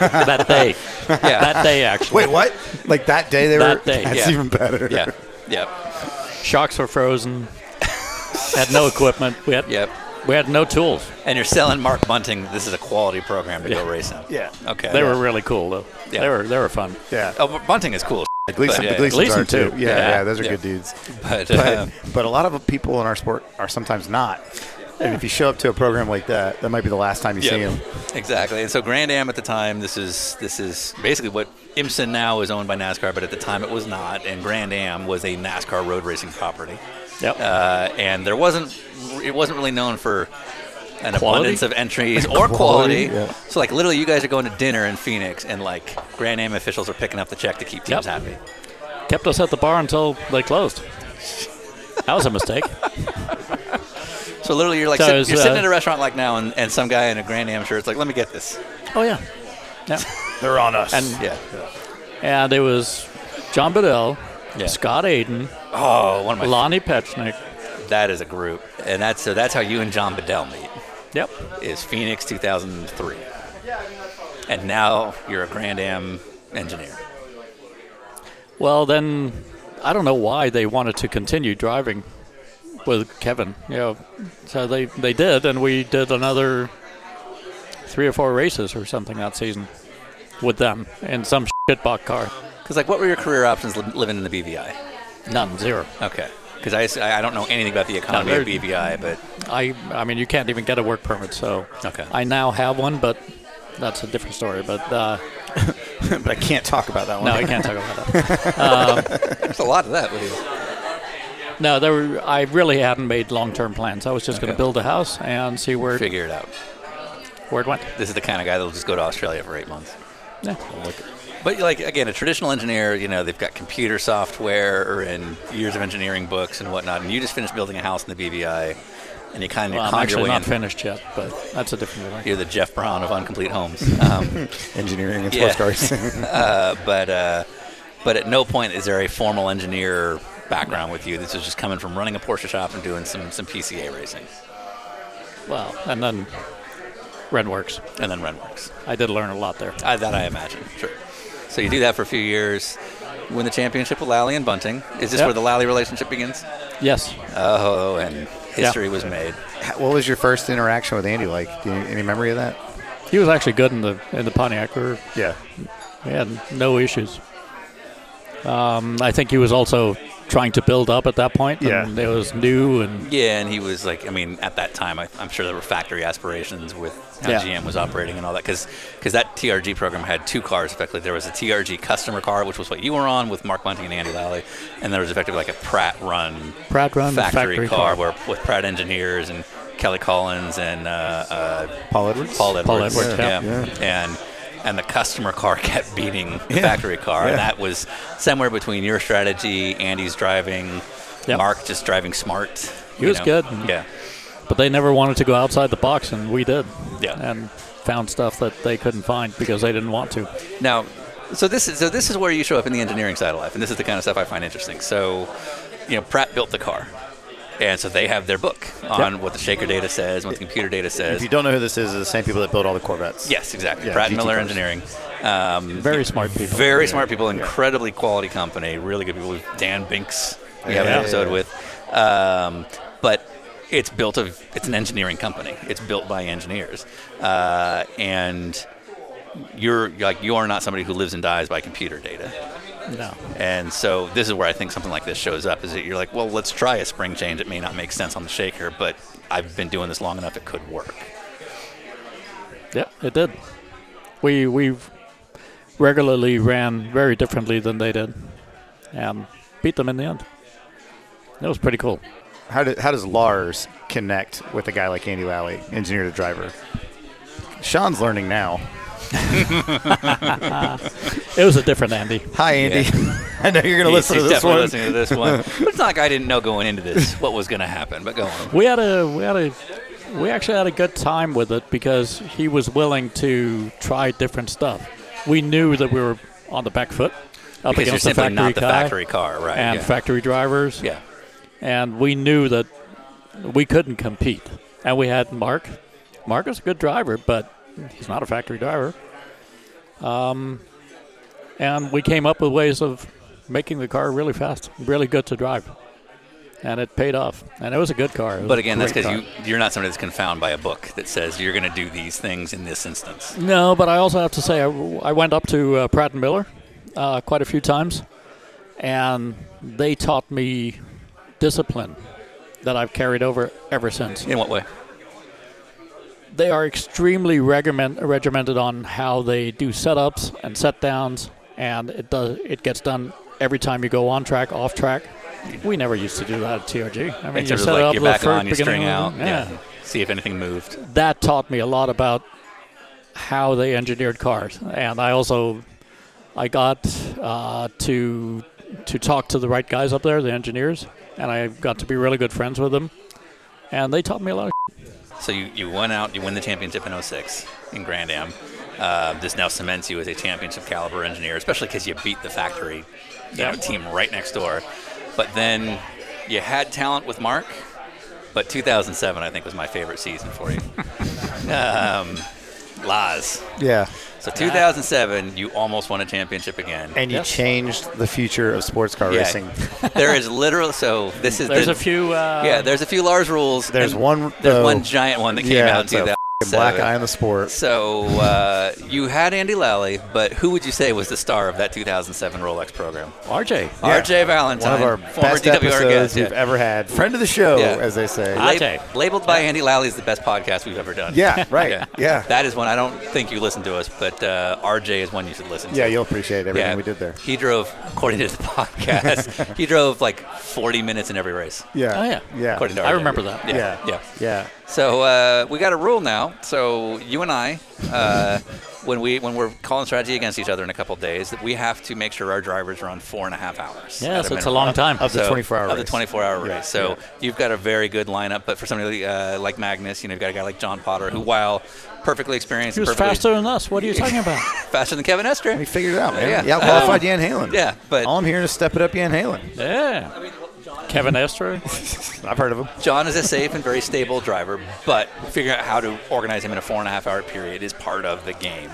C: that day. That
A: yeah.
C: day, actually.
B: Wait, what? Like that day they
C: That
B: were.
C: day,
B: that's
A: yeah.
B: even better.
A: Yeah. Yep.
C: Shocks were frozen. had no equipment. We had,
A: Yep.
C: we had no tools.
A: And you're selling Mark Bunting. This is a quality program to go
C: Yeah.
A: racing.
H: Yeah.
A: Okay.
C: They were really cool, though.
A: Yeah.
C: They were they were fun.
B: Yeah.
A: Oh, but Bunting is cool.
B: The Gleason,
A: Yeah,
B: the
A: yeah.
B: Gleasons
C: Gleason
B: are too.
C: too.
B: Yeah,
C: Yeah.
B: yeah, those are
A: Yeah.
B: good dudes.
A: But, uh,
B: But, but a lot of people in our sport are sometimes not. And if you show up to a program like that, that might be the last time you see them.
A: Exactly. And so Grand Am at the time, this is this is basically what IMSA now is owned by NASCAR, but at the time it was not. And Grand Am was a NASCAR road racing property,
C: Yep.
A: uh, and there wasn't it wasn't really known for an
C: Quality?
A: abundance of entries or
B: Quality,
A: quality.
B: yeah.
A: So like literally, you guys are going to dinner in Phoenix, and like Grand Am officials are picking up the check to keep teams
C: Yep.
A: happy.
C: Kept us at the bar until they closed. That was a mistake.
A: So literally, you're like
C: So
A: sit-
C: it was,
A: you're sitting at
C: uh,
A: a restaurant like now, and, and some guy in a Grand Am shirt's like, "Let me get this."
C: oh yeah. Yeah.
B: They're on us.
C: And
A: Yeah.
C: and it was John Bedell,
A: Yeah.
C: Scott Aiden,
A: Oh, one of my
C: Lonnie Petchnik.
A: That is a group, and that's so that's how you and John Bedell meet.
C: Yep.
A: Is Phoenix 2003, and now you're a Grand Am engineer.
C: Well, then I don't know why they wanted to continue driving with Kevin. You know, so they they did, and we did another three or four races or something that season with them in some shitbox car.
A: Because like, what were your career options li- living in the BVI?
C: None, zero.
A: Okay, because I, s- I don't know anything about the economy
C: No,
A: of
C: they're-
A: BVI, but
C: I I mean, you can't even get a work permit. So
A: Okay.
C: I now have one, but that's a different story. But uh,
B: but I can't talk about that one.
C: no, I can't talk about that.
A: there's a lot of that. With you.
C: No, there were, I really hadn't made long-term plans. I was just going
A: Okay.
C: to build a house and see where it,
A: Figure it out.
C: where it went.
A: This is the kind of guy that'll just go to Australia for eight months.
C: Yeah.
A: But like again, a traditional engineer, you know, they've got computer software and years of engineering books and whatnot, and you just finished building a house in the BVI, and you kind of
C: Well, I'm
A: conjure
C: actually
A: way
C: not
A: in.
C: finished yet, but that's a different story.
A: You're the Jeff Brown of Uncomplete Homes. Um,
B: Engineering and
A: Yeah.
B: sports cars.
A: but uh, but at no point is there a formal engineer background with you. This is just coming from running a Porsche shop and doing some some PCA racing,
C: Well, and then RenWorks.
A: and then Renworks.
C: I did learn a lot there.
A: I, that I imagine. Sure. So you do that for a few years, win the championship with Lally and Bunting. Is this
C: Yep.
A: where the Lally relationship begins?
C: Yes.
A: Oh, and history was made.
B: what was your first interaction with Andy like? Do you, any memory of that?
C: He was actually good in the in the Pontiac. We were-
B: Yeah.
C: we had no issues. Um, I think he was also trying to build up at that point.
B: Yeah.
C: And it was new and
A: Yeah, and he was like, I mean, at that time, I, I'm sure there were factory aspirations with how
C: Yeah.
A: GM was operating and all that, because that TRG program had two cars effectively. There was a TRG customer car, which was what you were on with Mark Bunting and Andy Lally, and there was effectively like a Pratt run
C: Pratt run
A: factory,
C: factory
A: car,
C: car.
A: where with Pratt engineers and Kelly Collins and uh, uh,
B: Paul Edwards?
A: Paul Edwards.
C: Edwards, yeah.
A: And and the customer car kept beating the factory car. And
B: yeah.
A: that was somewhere between your strategy, Andy's driving,
C: Yep.
A: Mark just driving smart.
C: He
A: you
C: was good.
A: Yeah.
C: but they never wanted to go outside the box, and we did.
A: Yeah.
C: And found stuff that they couldn't find because they didn't want to.
A: Now, so this is so this is where you show up in the engineering side of life, and this is the kind of stuff I find interesting. So, you know, Pratt built the car, and so they have their book on what the shaker data says, what the computer data
B: If
A: says.
B: you don't know who this is, it's the same people that built all the Corvettes.
A: Yes, exactly.
B: Yeah,
A: Pratt
B: GT
A: Miller
B: cars.
A: Engineering. Um,
C: Very smart people.
A: Very smart people, incredibly quality company, really good people. Dan Binks, we have an
B: Yeah.
A: episode with. Um, but it's built of it's an engineering company. It's built by engineers, uh, and you're like you are not somebody who lives and dies by computer data.
C: No.
A: And so this is where I think something like this shows up is that you're like, well, let's try a spring change. It may not make sense on the shaker, but I've been doing this long enough; it could work.
C: Yeah, it did. We we regularly ran very differently than they did, and beat them in the end. It was pretty cool.
B: How, do, how does Lars connect with a guy like Andy Lally, engineer to driver? Sean's learning now.
C: It was a different Andy.
B: Hi, Andy. I know you're going to
A: He's-
B: listen to
A: he's
B: this
A: definitely
B: one.
A: listening to this one. But it's not like I didn't know going into this what was going to happen. But go on.
C: We had a we had a We actually had a good time with it because he was willing to try different stuff. We knew that we were on the back foot up
A: because you're
C: against the
A: simply
C: factory
A: not the
C: car
A: factory car, right?
C: and
A: yeah.
C: factory drivers.
A: yeah.
C: and we knew that we couldn't compete. And we had Mark. Mark is a good driver, but he's not a factory driver. Um, and we came up with ways of making the car really fast, really good to drive. And it paid off. And it was a good car. It was
A: But
C: a
A: again, that's
C: great
A: because
C: car.
A: you you're not somebody that's confounded by a book that says you're going to do these things in this instance.
C: No, but I also have to say I, I went up to uh, Pratt and Miller uh, quite a few times, and they taught me discipline that I've carried over ever since.
A: In what way?
C: They are extremely regiment, regimented on how they do setups and set downs, and it does it gets done every time you go on track, off track. We never used to do that at TRG. I mean,
A: In
C: you
A: terms of
C: set it
A: like
C: up
A: your
C: the
A: back
C: first
A: on, you
C: beginning
A: string out,
C: of-
A: yeah. See if anything moved.
C: that taught me a lot about how they engineered cars, and I also I got uh, to to talk to the right guys up there, the engineers, and I got to be really good friends with them, and they taught me a lot. Of
A: So you, you won out, you win the championship in 06 in Grand Am. Uh, this now cements you as a championship caliber engineer, especially because you beat the factory you know, team right next door. But then you had talent with Mark, but 2007 I think was my favorite season for you. um, Laz.
B: Yeah.
A: So 2007, you almost won a championship again.
B: And you changed the future of sports car
A: Yeah.
B: racing.
A: there is literal. So this is
C: There's
A: the,
C: a few. Uh,
A: Yeah, there's a few Lars rules.
B: There's
A: and
B: one.
A: There's
B: though,
A: one giant one that came
B: yeah,
A: out in
B: it's
A: 2007.
B: a f***ing black eye on the sport.
A: So uh, you had Andy Lally, but who would you say was the star of that 2007 Rolex program?
C: RJ.
A: R.J. Valentine,
B: One of our
A: former
B: best
A: DWR
B: episodes
A: guest.
B: we've
A: yeah.
B: ever had. Friend of the show,
A: Yeah.
B: as they say.
C: I-
A: Lab-
C: RJ.
A: labeled by Andy Lally as the best podcast we've ever done.
B: yeah, right. Yeah.
A: That is one I don't think you listen to us, but uh, RJ is one you should listen to.
B: Yeah, you'll appreciate everything
A: Yeah. Oh,
B: we did there.
A: He drove, according to the podcast, he drove like 40 minutes in every race.
B: Yeah.
C: Oh, yeah.
B: Yeah.
A: According to
C: I
A: RJ.
C: remember that.
A: Yeah.
B: Yeah.
A: yeah.
B: Yeah.
A: So uh, we got a rule now. So you and I, uh, when we when we're calling strategy against each other in a couple of days, that we have to make sure our drivers are on four and a half hours.
C: Yeah,
A: at
C: so it's a
A: minimum.
C: long time.
B: Of the
A: So-
B: 24 hour
A: of the
B: race.
A: 24 hour
B: Yeah,
A: race. So
B: yeah.
A: you've got a very good lineup, but for somebody uh, like Magnus, you know, you've got a guy like John Potter, who while perfectly experienced,
C: He was
A: and perfectly
C: faster than us. What are you talking about?
A: faster than Kevin
B: We
A: Estre.
B: figured it out, man.
A: Yeah. Um,
B: Yeah, qualified Jan Halen.
A: Yeah, but
B: All I'm hearing is step it up, Jan Halen.
C: yeah. Kevin Estro.
B: I've heard of him.
A: John is a safe and very stable driver, but figuring out how to organize him in a four and a half hour period is part of the game.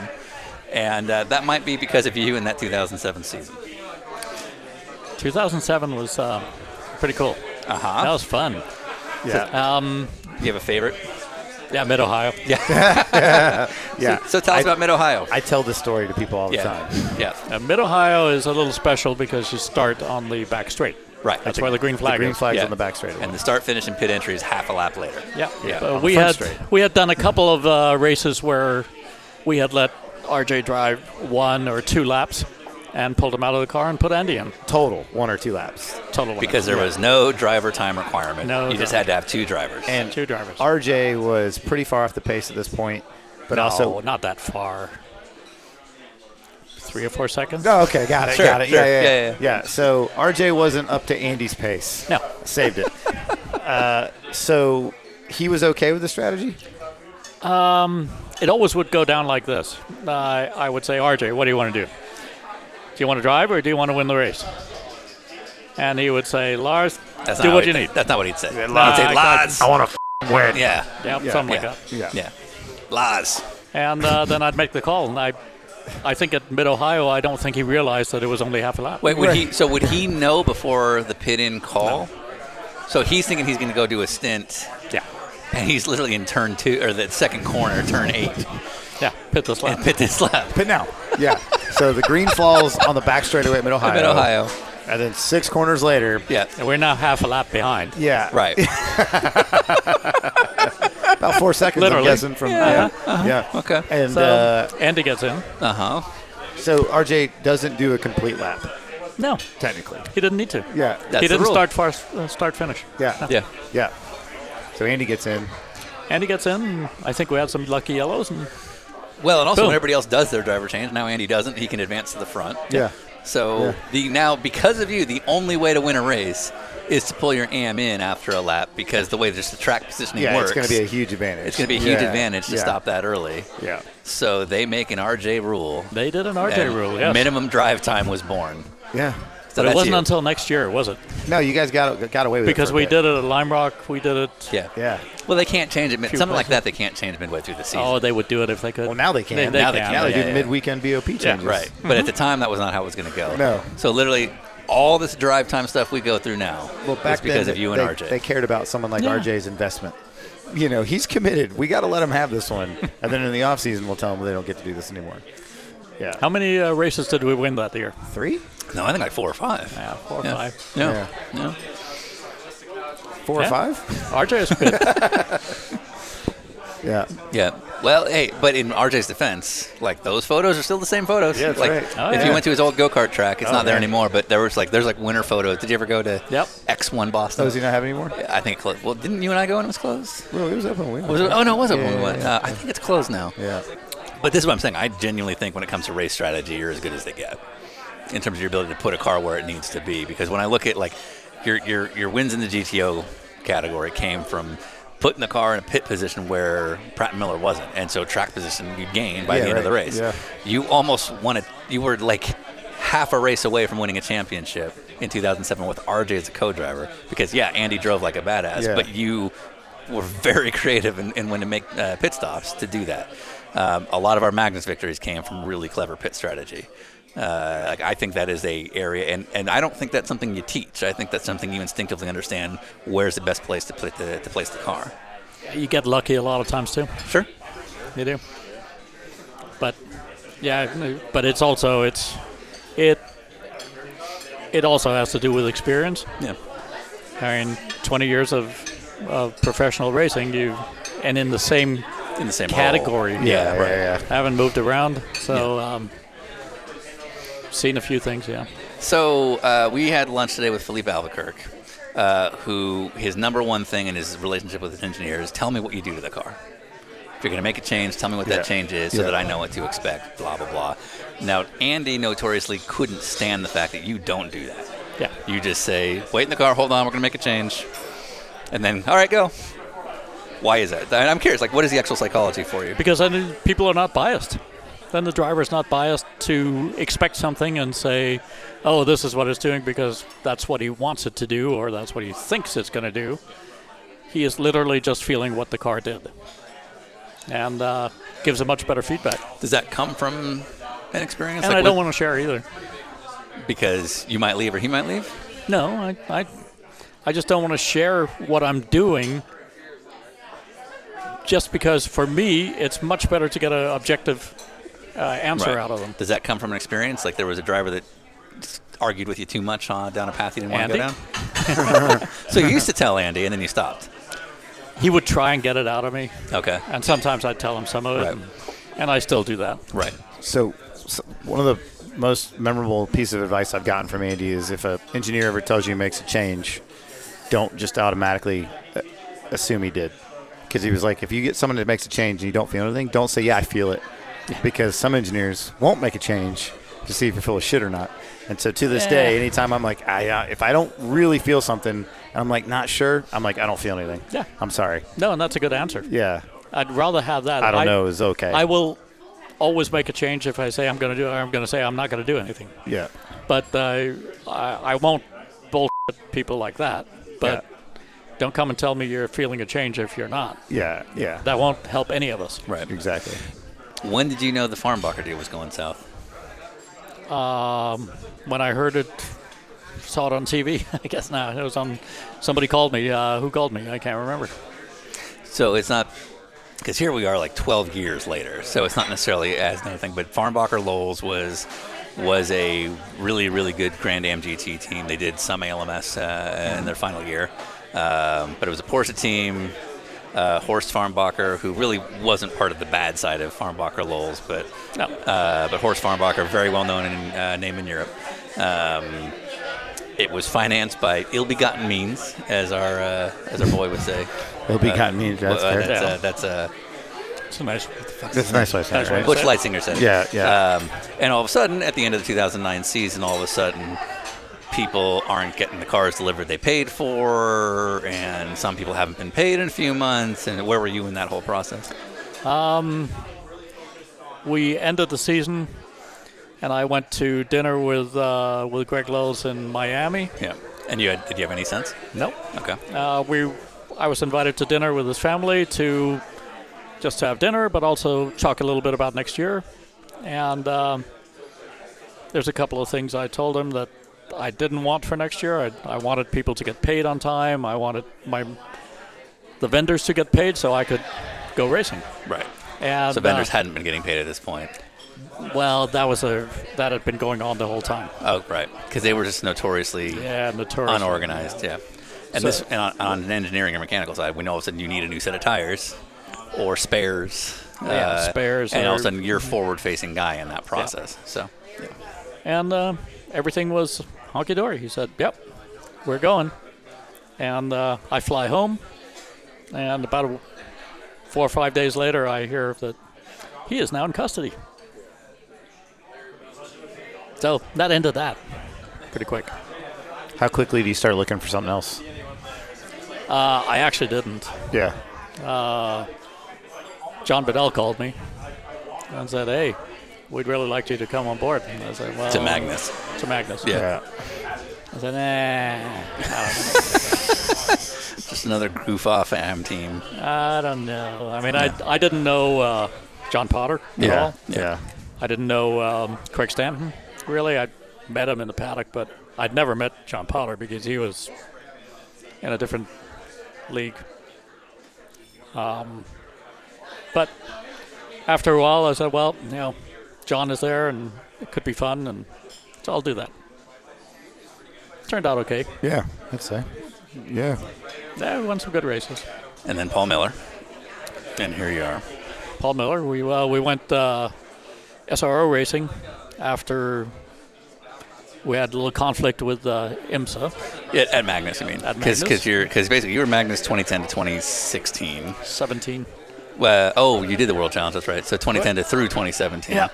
A: And uh, that might be because of you in that 2007 season.
C: 2007 was uh, pretty cool.
A: Uh
C: That
A: huh.
C: was fun.
B: Yeah.
A: uh,
C: Um,
A: You have a favorite?
C: yeah, Mid Ohio.
B: Yeah.
A: So tell us
B: I,
A: about Mid Ohio.
B: I tell this story to people all the
A: yeah.
B: time.
A: Yeah.
C: Now, Mid Ohio is a little special because you start on the back straight.
A: Right.
C: That's why the green flag
B: The green
C: is.
B: flag's
A: Yeah.
B: on the back straight.
A: And the start, finish, and pit entry is half a lap later.
C: Yeah.
A: Yeah,
C: Uh,
A: on
C: we
B: front
C: had
B: straight.
C: we had done a couple of uh, races where we had let RJ drive one or two laps and pulled him out of the car and put Andy in.
B: Total, one or two laps.
C: Total one.
A: Because there was no driver time requirement.
C: No
A: You just
C: driver.
A: had to have two drivers.
B: And
C: two drivers.
B: RJ was pretty far off the pace at this point, but
C: no,
B: also.
C: not that far. Three or four seconds.
B: Oh, okay, got it,
A: Sure,
B: got it.
A: sure.
B: Yeah, yeah,
A: Yeah,
B: yeah,
A: yeah,
B: So RJ wasn't up to Andy's pace.
C: No.
B: saved it. uh, so he was okay with the strategy.
C: It always would go down like this. I I would say, RJ, what do you want to do? Do you want to drive or do you want to win the race? And he would say, Lars,
A: That's
C: do
A: not
C: what
A: he-
C: you need.
A: That's not what he'd say. He'd
C: Nah,
A: say,
C: I-
A: Lads.
D: I want to f- win.
A: Yeah.
C: Yeah, something like that.
B: Yeah.
A: Yeah. Lads.
C: And uh, then I'd make the call. And I, I think at Mid Ohio, I don't think he realized that it was only half a lap.
A: Wait, would he? So would he know before the pit in call? So he's thinking he's going to go do a stint,
C: Yeah.
A: and he's literally in turn two or the second corner, turn eight,
C: Yeah, pit this lap.
A: and pit this lap.
B: But now, yeah. So the green falls on the back straightaway at Mid Ohio.
A: Mid Ohio.
B: And then six corners later.
A: Yeah.
C: And we're now half a lap behind.
B: Yeah.
A: Right.
B: About four seconds,
C: Literally.
B: I'm guessing, from. Yeah. Yeah.
A: uh-huh. Okay.
B: And
C: So
B: uh,
C: Andy gets in.
A: Uh huh.
B: so RJ doesn't do a complete lap,
C: No,
B: technically.
C: he didn't need to.
B: Yeah.
A: That's
C: he
A: the
C: didn't
A: rule.
C: start far, uh, start finish.
B: Yeah.
A: Yeah.
B: Yeah. So Andy gets in.
C: Andy gets in. and I think we had some lucky yellows. And
A: Well, and also
C: Boom.
A: when everybody else does their driver change, now Andy doesn't. He can advance to the front.
B: Yeah.
A: So
B: Yeah.
A: the now because of you, the only way to win a race is to pull your AM in after a lap because the way just the track positioning
B: Yeah,
A: works,
B: it's going to be a huge advantage.
A: it's gonna be a huge
B: Yeah,
A: advantage to
B: yeah,
A: stop that early.
B: Yeah.
A: So they make an RJ rule.
C: They did an RJ
A: and
C: rule, yes.
A: Minimum drive time was born.
B: Yeah.
A: So
C: But it
A: that's
C: wasn't
A: you.
C: until next year, was it?
B: No, you guys got got away with
C: Because
B: it for a
C: we
B: bit.
C: did it at Lime Rock. We did it.
A: yeah.
B: Yeah.
A: Well, they can't change it. Mid-
C: Few
A: something like
C: places.
A: that they can't change midway through the season.
C: Oh, they would do it if they could.
B: Well, now they can.
C: They,
A: Now
C: can.
A: they
B: Now they
A: Yeah,
B: do
A: yeah, yeah.
B: midweekend BOP changes.
A: Right. But
C: Mm-hmm.
A: at the time, that was not how it was going to go.
B: No.
A: So literally, all this drive time stuff we go through now
B: Well, back
A: is because
B: then,
A: of you and
B: they,
A: RJ.
B: they cared about someone like
C: Yeah.
B: RJ's investment. You know, he's committed. We got to let him have this one. And then in the offseason, we'll tell him they don't get to do this anymore. Yeah.
C: How many uh, races did we win that year?
B: Three?
A: no, I think like four or five.
C: Yeah, four or
A: Yeah.
C: five.
A: No.
B: Yeah.
A: No.
B: Four
C: Yeah.
B: or five?
C: RJ is good.
B: Yeah.
A: Yeah. Well, hey, but in RJ's defense, like those photos are still the same photos.
B: Yeah, that's
A: like
B: right.
C: Oh,
A: if
C: yeah.
A: you went to his old go kart track, it's
B: Oh,
A: not there
B: man.
A: anymore. But there was like there's like winter photos. Did you ever go to
C: Yep.
A: X1 Boston?
B: Does he not have any more?
A: I think it closed. Well, didn't you and I go when it was closed?
B: Well, it was up when we
A: Was it, oh no, it was open
B: Yeah,
A: when we
B: yeah,
A: went.
B: yeah.
A: Uh, I think it's closed now.
B: Yeah.
A: But this is what I'm saying. I genuinely think when it comes to race strategy, you're as good as they get in terms of your ability to put a car where it needs to be. Because when I look at like your your your wins in the GTO category came from putting the car in a pit position where Pratt and Miller wasn't, and so track position you gained by
B: Yeah,
A: the end of the
B: right.
A: race.
B: Yeah.
A: You almost won it. You were like half a race away from winning a championship in 2007 with RJ as a co-driver. Because yeah, Andy drove like a badass,
B: Yeah.
A: but you were very creative in, in when to make uh, pit stops to do that. Um, a lot of our Magnus victories came from really clever pit strategy. Uh, like I think that is a area, and, and I don't think that's something you teach. I think that's something you instinctively understand. Where's the best place to put the to place the car?
C: you get lucky a lot of times too.
A: Sure.
C: You do. But yeah, but it's also it's it it also has to do with experience.
A: Yeah.
C: I mean, 20 years of, of professional racing, you and in the same
A: In the same role.
C: category.
A: Oh.
B: Yeah, yeah, yeah.
C: I haven't moved around, so um, seen a few things. Yeah,
A: So uh, we had lunch today with Philippe Albuquerque, uh, who his number one thing in his relationship with his engineer is tell me what you do to the car. If you're going to make a change, tell me what
B: Yeah.
A: that change is so
B: Yeah.
A: that I know what to expect, blah, blah, blah. Now, Andy notoriously couldn't stand the fact that you don't do that.
C: yeah.
A: You just say, wait in the car, hold on, we're going to make a change. And then, all right, go. Why is that? I'm curious, like, what is the actual psychology for you?
C: Because then people are not biased. Then the driver's not biased to expect something and say, "Oh, this is what it's doing because that's what he wants it to do, or that's what he thinks it's going to do." He is literally just feeling what the car did, and uh, gives a much better feedback.
A: Does that come from an experience?
C: and
A: Like,
C: I don't
A: what-
C: want to share either.
A: Because you might leave or he might leave?
C: No, I, I, I just don't want to share what I'm doing. Just because for me, it's much better to get an objective uh, answer
A: Right.
C: out of them.
A: Does that come from an experience? Like there was a driver that just argued with you too much on down a path you didn't want to go
C: Andy?
A: down. so you used to tell Andy, and then you stopped.
C: He would try and get it out of me,
A: Okay.
C: and sometimes I'd tell him some of it,
A: Right.
C: and, and I still do that.
A: Right.
B: So, so one of the most memorable piece of advice I've gotten from Andy is if a engineer ever tells you he makes a change, don't just automatically uh, assume he did. Because he was like, if you get someone that makes a change and you don't feel anything, don't say, yeah, I feel it. Because some engineers won't make a change to see if you're full of shit or not. And so to this day, anytime I'm like, I, uh, if I don't really feel something and I'm like, not sure, I'm like, I don't feel anything.
C: Yeah.
B: I'm sorry.
C: No, and that's a good answer.
B: Yeah.
C: I'd rather have that.
B: I don't know is okay.
C: I will always make a change if I say I'm going to do it, or I'm going to say I'm not going to do anything.
B: yeah.
C: but uh, I, I won't bullshit people like that. But don't come and tell me you're feeling a change if you're not.
B: Yeah. Yeah.
C: That won't help any of us.
A: Right.
B: exactly.
A: When did you know the Farmbacher deal was going south?
C: When I heard it, saw it on TV. I guess now it was on. Somebody called me. Uh, who called me? I can't remember.
A: So it's not because here we are, like 12 years later. So it's not necessarily as nothing. But Farmbacher Lowell's was was a really really good Grand Am GT team. They did some ALMS uh, in their final year, um, but it was a Porsche team. Uh, Horst Farmbacher, who really wasn't part of the bad side of Farmbacher Lowell's, but
C: No.
A: uh, but Horst Farmbacher, very well known in, uh, name in Europe. Um, it was financed by ill-begotten means, as our uh, as our boy would say.
B: Ill-begotten means, that's
A: uh,
B: fair.
A: That's,
C: Yeah.
A: uh, that's uh,
C: It's a nice.
B: That's a nice way to say it,
C: Nice way
B: right?
C: to
A: Butch Lightsinger said. it.
B: Yeah, yeah.
A: Um, and all of a sudden, at the end of the 2009 season, all of a sudden, people aren't getting the cars delivered they paid for, and some people haven't been paid in a few months. And where were you in that whole process?
C: we ended the season, and I went to dinner with uh, with Greg Lowes in Miami.
A: Yeah. And you had, did you have any sense?
C: Nope.
A: Okay.
C: Uh, we, I was invited to dinner with his family to just to have dinner, but also talk a little bit about next year. And um, there's a couple of things I told him that I didn't want for next year. I, I wanted people to get paid on time. I wanted my the vendors to get paid so I could go racing.
A: Right.
C: And
A: So vendors
C: uh,
A: hadn't been getting paid at this point.
C: well, that was a that had been going on the whole time.
A: Oh, right. Because they were just notoriously
C: Yeah, notorious.
A: unorganized. Yeah. And this and on, on an engineering and mechanical side, we know all of a sudden you need a new set of tires or spares. Yeah,
C: spares
A: And all of
C: or-
A: a sudden you're forward-facing guy in that process. So
C: And uh, everything was honky dory. He said, "Yep, we're going." And uh, I fly home, and about a, four or five days later, I hear that he is now in custody. So that ended that pretty quick.
B: How quickly do you start looking for something else?
C: Uh, I actually didn't.
B: Yeah.
C: John Bedell called me and said, "Hey, we'd really like you to come on board." And I said, "Well,
A: to Magnus.
C: to Magnus."
A: Yeah.
B: Yeah.
C: I said, "Nah."
A: Just another goof off AM team.
C: I don't know. I mean, I, I didn't know uh, John Potter at
B: Yeah.
C: all.
B: Yeah.
C: I didn't know um, Craig Stanton, really. I met him in the paddock, but I'd never met John Potter because he was in a different league. Um, but after a while, I said, well, you know, John is there and it could be fun, and so I'll do that. Turned out okay.
B: Yeah. I'd say. Yeah.
C: Yeah, we won some good races.
A: And then Paul Miller. And here you are.
C: Paul Miller. We uh, we went uh, SRO racing after we had a little conflict with uh, IMSA.
A: At, at Magnus, I mean.
C: At Magnus?
A: Because you're because basically you were Magnus 2010 to 2016.
C: 17.
A: Well, oh, you did the World Challenge, that's right. So 2010 to through 2017.
C: Yeah.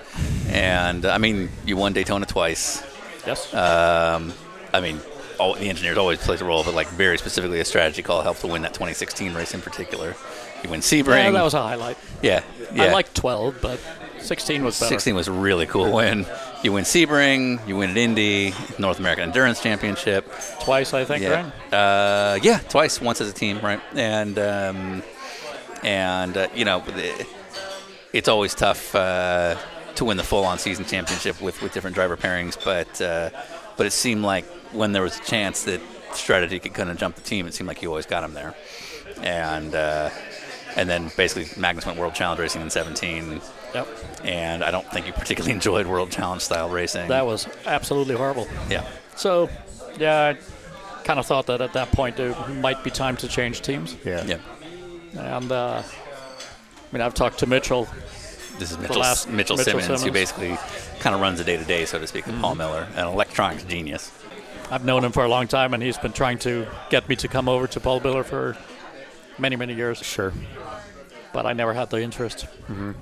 A: And I mean, you won Daytona twice.
C: Yes.
A: I mean, all, the engineers always plays a role, but like very specifically, a strategy call helped to win that 2016 race in particular. You win Sebring.
C: yeah, that was a highlight.
A: yeah, yeah.
C: I liked 12, but 16 was better.
A: 16 was a really cool win. You win Sebring. You win at Indy, North American Endurance Championship.
C: twice, I think.
A: Yeah,
C: Right?
A: uh, yeah, twice. Once as a team, right? And um, and uh, you know, the- it's always tough uh, to win the full-on season championship with, with different driver pairings. But uh, but it seemed like when there was a chance that strategy could kind of jump the team, it seemed like you always got him there. And uh, and then basically Magnus went World Challenge Racing in 17.
C: Yep.
A: And I don't think you particularly enjoyed World Challenge style racing.
C: That was absolutely horrible.
A: yeah.
C: So, yeah, I kind of thought that at that point it might be time to change teams.
B: Yeah.
A: Yeah.
C: And uh, I mean, I've talkt to Mitchell
A: This is Mitchell,
C: last-
A: Mitchell,
C: Mitchell
A: Simmons, who
C: Simmons. Mm-hmm.
A: basically kind of runs the day to day, so to speak, of Paul Miller, an electronics genius.
C: I've known him for a long time, and he's been trying to get me to come over to Paul Miller for many, many years,
B: Sure.
C: but I never had the interest.
A: Mm-hmm.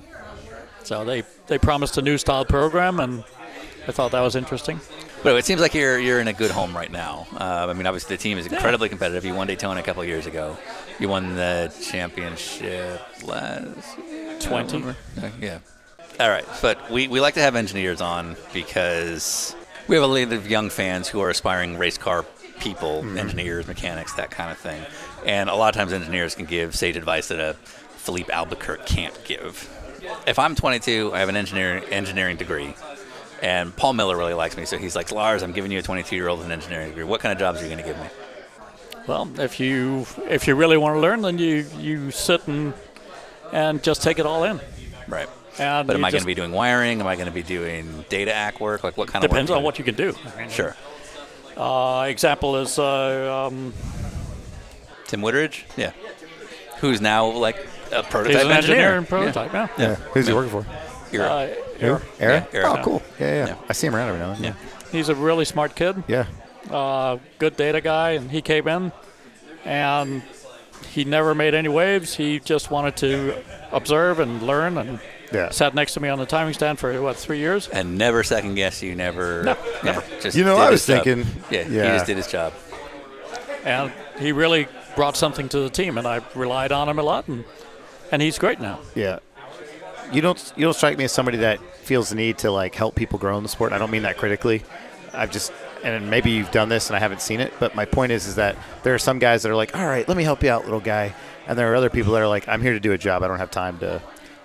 C: So they, they promised a new style program, and I thought that was interesting.
A: But it seems like you're you're in a good home right now. Uh, I mean, obviously the team is incredibly competitive. You won Daytona a couple of years ago. You won the championship last
C: 20.
A: Uh, Yeah. All right, but we, we like to have engineers on because we have a lot of young fans who are aspiring race car people,
C: Mm-hmm.
A: engineers, mechanics, that kind of thing. And a lot of times engineers can give sage advice that a Philippe Albuquerque can't give. If I'm 22, I have an engineer, engineering degree, and Paul Miller really likes me, so he's like, Lars, I'm giving you a 22 year old with an engineering degree. What kind of jobs are you going to give me?
C: Well, if you if you really want to learn, then you, you sit and, and just take it all in.
A: Right.
C: And
A: But
C: you
A: am I going
C: just-
A: to be doing wiring? Am I going to be doing data act work? Like, what kind
C: Depends
A: of
C: on
A: work?
C: what you can do. I mean,
A: Sure.
C: Uh, example is uh, um,
A: Tim Witteridge? Yeah. Who's now like a prototype
C: he's an engineer
A: engineer.
C: and prototype. Yeah.
B: Yeah. Who's he working for?
A: You're-
C: Uh,
B: Who? Eric.
A: Yeah, Eric.
B: Oh, cool. Yeah, yeah.
A: Yeah.
B: I see him around every now and then.
C: he's a really smart kid.
B: Yeah.
C: uh, good data guy, and he came in, and he never made any waves. He just wanted to observe and learn, and
B: Yeah. Yeah.
C: Sat next to me on the timing stand for what three years.
A: and never second guess you. Never. yeah, Just
B: You know,
A: did his
B: I was
A: job.
B: thinking-
A: Yeah, he
B: yeah.
A: just did his job.
C: and he really brought something to the team, and I relied on him a lot, and and he's great now.
B: Yeah. You don't you don't strike me as somebody that feels the need to like help people grow in the sport. I don't mean that critically. I've just and maybe you've done this and I haven't seen it, but my point is is that there are some guys that are like, "All right, let me help you out, little guy." And there are other people that are like, "I'm here to do a job. I don't have time to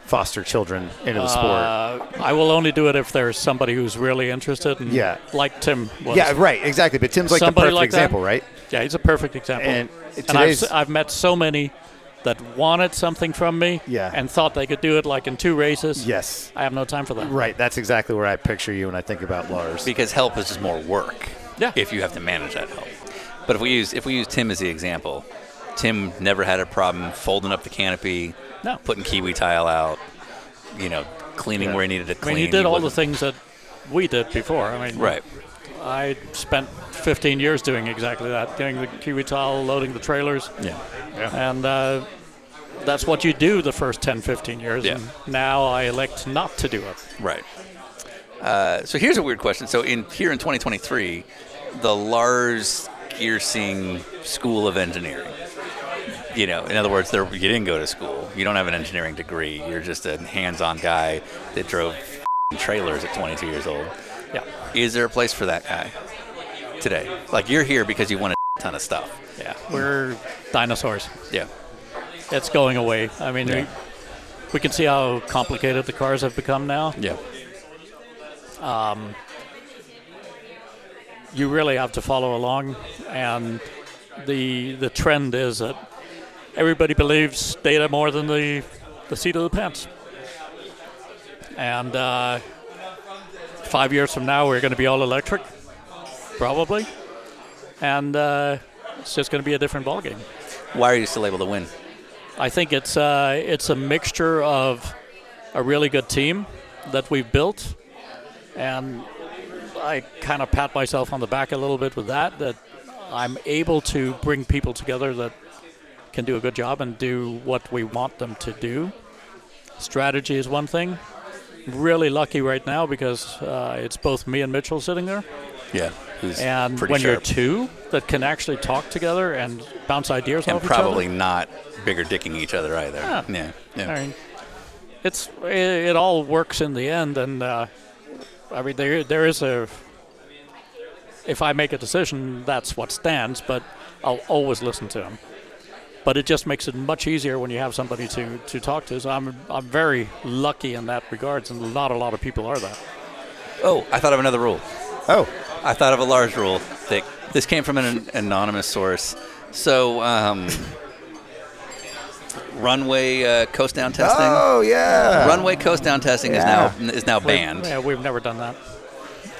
B: foster children into the sport."
C: Uh, I will only do it if there's somebody who's really interested, and
B: Yeah.
C: like Tim was.
B: Yeah, right, exactly. But Tim's like the
C: Somebody
B: perfect
C: like that?
B: example, right?
C: Yeah, he's a perfect example.
B: And
C: I've,
B: today's-
C: s- I've met so many that wanted something from me
B: Yeah.
C: and thought they could do it like in two races.
B: Yes.
C: I have no time for that.
B: Right, that's exactly where I picture you when I think about Lars.
A: because help is just more work.
C: Yeah.
A: If you have to manage that help. But if we use if we use Tim as the example, Tim never had a problem folding up the canopy,
C: No.
A: putting kiwi tile out, you know, cleaning
B: Yeah.
A: where he needed to
C: I
A: clean.
C: mean, he did all the
A: wasn't-
C: things that we did before. I mean,
A: Right.
C: I spent 15 years doing exactly that, doing the kiwi towel, loading the trailers,
A: Yeah.
C: and uh, that's what you do the first 10, 15 years.
A: Yeah.
C: And now I elect not to do it.
A: Right. Uh, so here's a weird question. So in here in 2023, the Lars Gearsing School of Engineering. You know, in other words, there, you didn't go to school. You don't have an engineering degree. You're just a hands-on guy that drove trailers at 22 years old.
C: Yeah.
A: Is there a place for that guy today? Like you're here because you want a ton of stuff.
C: Yeah. We're dinosaurs.
A: Yeah.
C: It's going away. I mean, we, we can see how complicated the cars have become now.
A: Yeah.
C: you really have to follow along and the the trend is that everybody believes data more than the the seat of the pants and uh, five years from now we're going to be all electric probably and uh, it's just going to be a different ballgame
A: Why are you still able to win?
C: I think it's uh, it's a mixture of a really good team that we've built, and I kind of pat myself on the back a little bit with that. That I'm able to bring people together that can do a good job and do what we want them to do. Strategy is one thing. Really lucky right now because uh, it's both me and Mitchell sitting there.
A: Yeah. Who's
C: And
A: pretty
C: when you're
A: sharp.
C: two that can actually talk together and bounce ideas
A: and
C: off
A: probably
C: each
A: not bigger dicking each other either.
C: Ah.
A: Yeah.
C: other.
A: Yeah.
C: I mean, it's it, it all works in the end, and uh, I mean there there is a. If I make a decision, that's what stands, but I'll always listen to him. But it just makes it much easier when you have somebody to, to talk to. So I'm I'm very lucky in that regards, and not a lot of people are that.
A: Oh, I thought of another rule.
B: oh,
A: I thought of a large rule that this came from an anonymous source. So, um, runway uh, coast down testing.
B: oh yeah.
A: runway coast down testing is now is now
C: We've-
A: banned.
C: Yeah, we've never done that.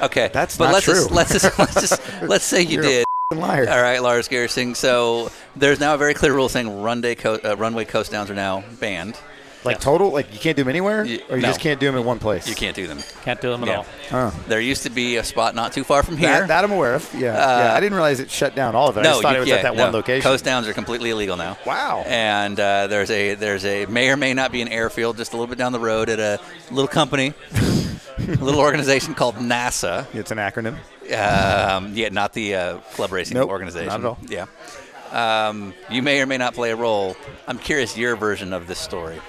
A: Okay,
B: That's
A: but
B: not
A: let's Just,
B: true.
A: let's just let's just let's say you
B: You're a
A: did.
B: liar.
A: All right, Lars Gersing. So there's now a very clear rule saying runway co- uh, runway coast downs are now banned.
B: Like total? Like you can't do them anywhere,
A: Y-
B: or you
A: no.
B: just can't do them in one place.
A: You can't do them.
C: Can't do them at
A: Yeah.
C: all.
B: Oh.
A: There used to be a spot not too far from here. Uh,
B: That, that I'm aware of. Yeah. yeah. I didn't realize it shut down all of it. I
A: no,
B: just thought
A: you-
B: it was
A: yeah,
B: at that
A: no.
B: one location.
A: Coast downs are completely illegal now.
B: Wow.
A: And uh, there's a there's a may or may not be an airfield just a little bit down the road at a little company, a little organization called NASA.
B: It's an acronym.
A: Um, yeah, not the uh, club racing
B: Nope,
A: organization.
B: not at all.
A: Yeah. Um, you may or may not play a role. I'm curious your version of this story.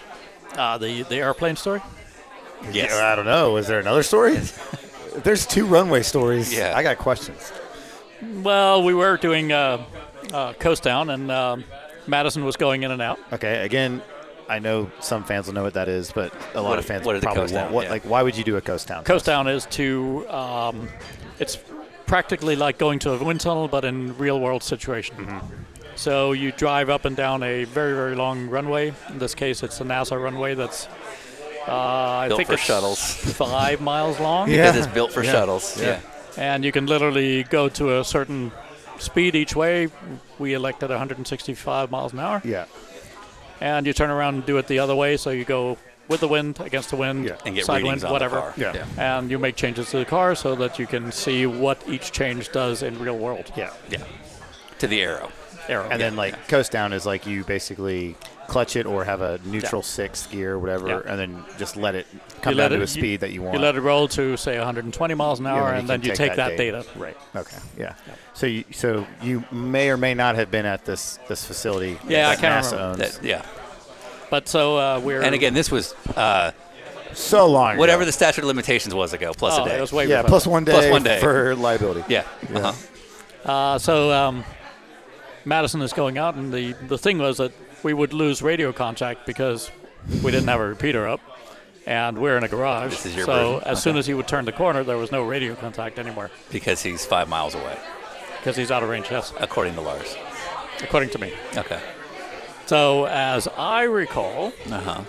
C: Uh, the the airplane story.
A: Yes.
B: Yeah, I don't know. Is there another story? If There's two runway stories.
A: Yeah.
B: I got questions.
C: Well, we were doing uh, uh, Coast Down, and um, Madison was going in and out.
B: Okay. Again, I know some fans will know what that is, but a lot
A: What-
B: of fans
A: what is a
B: probably
A: coast
B: won't.
A: down?
B: What
A: Yeah.
B: like? Why would you do a coast town?
C: Coast Down is to, um, it's practically like going to a wind tunnel, but in real world situation.
A: Mm-hmm.
C: So you drive up and down a very, very long runway. In this case, it's a NASA runway that's, uh, I
A: Built
C: think
A: for
C: it's
A: shuttles.
C: five miles long.
A: Because
B: Yeah.
A: it's built for
B: Yeah.
A: shuttles. Yeah.
C: and you can literally go to a certain speed each way. We elected 165 miles an hour,
B: Yeah.
C: and you turn around and do it the other way. So you go with the wind, against the wind,
B: Yeah.
A: And get
C: side
A: readings
C: wind,
A: on
C: whatever,
A: the car.
B: Yeah.
C: and you make changes to the car so that you can see what each change does in real world.
B: Yeah.
A: Yeah. To the arrow.
C: arrow.
B: And then
C: yeah,
B: like
C: yeah.
B: coast down is like you basically clutch it or have a neutral sixth gear or whatever,
C: Yeah.
B: and then just let it come
C: You
B: down
C: let
B: to
C: it-
B: a speed that you want.
C: You let it roll to say 120 miles an
B: Yeah,
C: hour, and then you
B: can
C: take that data.
B: Right. Okay. Yeah. So you so you may or may not have been at this this facility.
C: Yeah, I
B: that
C: can't
B: NASA
C: remember.
B: owns.
A: That, yeah.
C: But so uh, we're
A: And again, this was uh,
B: so long. ago.
A: whatever the statute of limitations was ago, plus
C: oh,
A: a day.
C: it was way
B: yeah,
C: before
B: plus
C: that.
B: one day.
A: Plus one day.
B: for liability.
A: yeah. Uh-huh.
C: Uh, so um, Madison is going out, and the, the thing was that we would lose radio contact because we didn't have a repeater up, and we're in a garage.
A: This is your
C: so
A: version.
C: as soon as he would turn the corner, there was no radio contact anymore
A: Because he's five miles away,
C: because he's out of range. Yes,
A: according to Lars.
C: according to me.
A: Okay.
C: So as I recall,
A: Uh huh.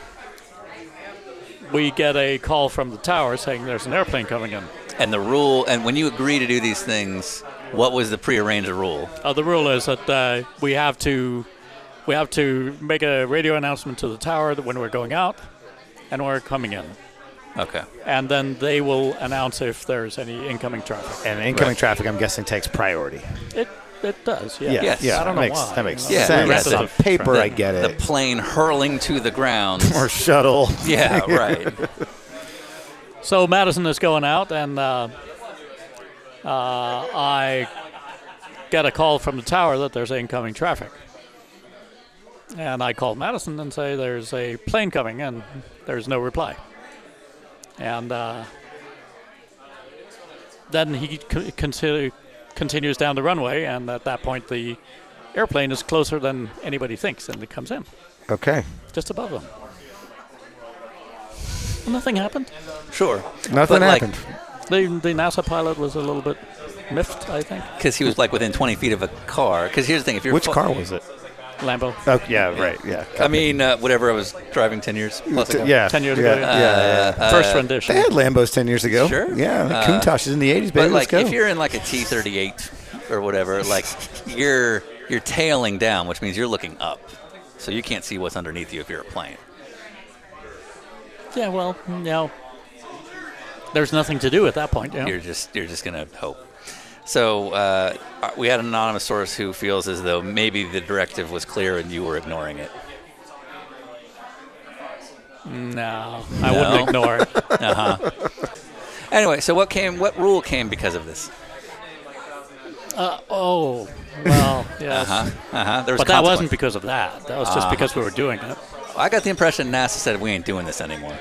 C: we get a call from the tower saying there's an airplane coming in.
A: And the rule, and when you agree to do these things, what was the prearranged rule?
C: Uh, the rule is that uh, we have to we have to make a radio announcement to the tower that when we're going out and we're coming in,
A: Okay.
C: and then they will announce if there's any incoming traffic.
B: And incoming
A: Right.
B: traffic, I'm guessing, takes priority.
C: It it does, yeah.
B: Yeah,
A: Yes.
B: yeah,
A: I
C: don't
B: that
C: know
B: makes,
C: why.
B: That makes
A: Yeah,
B: sense.
A: yes,
B: on
A: it's
B: paper,
A: the,
B: I get
A: The
B: it.
A: plane hurling to the ground.
B: or shuttle.
A: yeah, right.
C: So Madison is going out, and uh, uh, I get a call from the tower that there's incoming traffic. And I call Madison and say there's a plane coming, and there's no reply. And uh, then he c- consider, continues down the runway, and at that point the airplane is closer than anybody thinks, and it comes in
B: Okay.
C: just above them. Nothing happened.
A: Sure.
B: Nothing
A: but like,
B: happened.
C: The, the NASA pilot was a little bit miffed, I think.
A: Because he was like within 20 feet of a car. Because here's the thing: if you're
B: Which
A: fu-
B: car was it?
C: Lambo.
B: Oh, yeah, right. Yeah.
A: I mean, uh, whatever I was driving 10 years plus ago.
B: yeah.
C: 10 years
B: yeah,
C: ago,
B: Yeah,
C: yeah.
B: yeah.
C: First rendition.
B: They had Lambos 10 years ago.
A: Uh, Sure.
B: Yeah.
A: Uh,
B: Countach is in the 80s, baby.
A: But
B: Let's
A: like,
B: go.
A: if you're in like a T38 or whatever, like you're you're tailing down, which means you're looking up, so you can't see what's underneath you if you're a plane.
C: Yeah, well, you know, there's nothing to do at that point. You know?
A: You're just you're just gonna hope. So uh, we had an anonymous source who feels as though maybe the directive was clear and you were ignoring it.
C: No, I
A: No.
C: wouldn't ignore it.
A: Anyway, so what came? What rule came because of this?
C: Oh, well, yes.
A: Uh huh. There was
C: But that
A: consequence.
C: wasn't because of that. That was just because we were doing it.
A: I got the impression NASA said we ain't doing this anymore.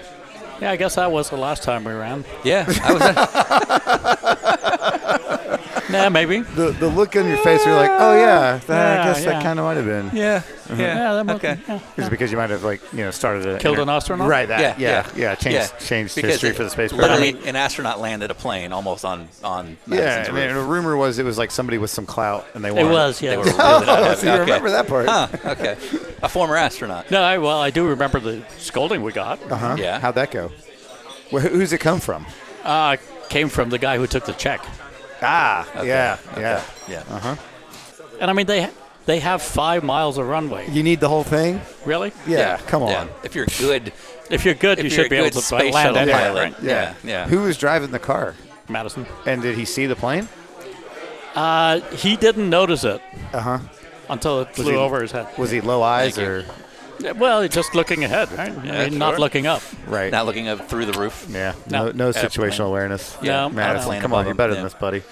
C: Yeah, I guess that was the last time we ran.
A: Yeah, I was.
C: Nah, maybe.
B: the, the look on your face, you're like, oh, yeah, that, I
C: Yeah,
B: guess
C: yeah.
B: that kind of might have been.
A: yeah,
C: Yeah, that might- yeah.
B: It's because you might have, like, you know, started a.
C: Killed an astronaut?
B: Right, that.
A: Yeah,
B: Yeah,
A: yeah,
B: yeah. changed,
A: yeah.
B: changed
A: Because
B: history
A: it-
B: for the space program.
A: Literally, an astronaut landed a plane almost on on.
B: Yeah,
A: Madison's
B: and
A: roof.
B: the rumor was it was like somebody with some clout, and they
C: It
B: wanted Oh,
C: was, yeah.
A: They were really not
B: so you
A: happy.
B: remember that part.
A: Huh, okay. A former astronaut.
C: No, I, well, I do remember the scolding we got. uh
B: Huh?
A: Yeah.
B: How'd that go? Wh- who's it come from?
C: Uh, came from the guy who took the check.
B: Ah, yeah, yeah.
A: Yeah.
C: And I mean, they they have five miles of runway.
B: You need the whole thing?
C: Really?
B: Yeah,
A: Yeah.
B: come on.
A: Yeah. If you're good,
C: If you're good,
A: if
C: you
A: you're
C: should be
A: a good
C: able to
A: space
C: land
A: shuttle
C: anywhere,
A: pilot,
C: right?
A: Yeah, yeah.
B: Who was driving the car?
C: Madison.
B: And did he see the plane?
C: Uh, he didn't notice it
B: Uh huh.
C: until it flew
B: he-
C: over his head.
B: Was he low eyes
A: Uh-huh. Thank you.
B: or?
C: Yeah, Well, just looking ahead, right? I mean, not
A: sure.
C: looking up.
B: Right.
A: not looking up through the roof.
B: yeah.
C: No.
B: No, no,
A: At a plane.
B: situational awareness.
C: Yeah. No,
B: Madison,
A: at a
B: come
A: plane above
B: on, you're better
A: him,
B: than
A: yeah.
B: this, buddy.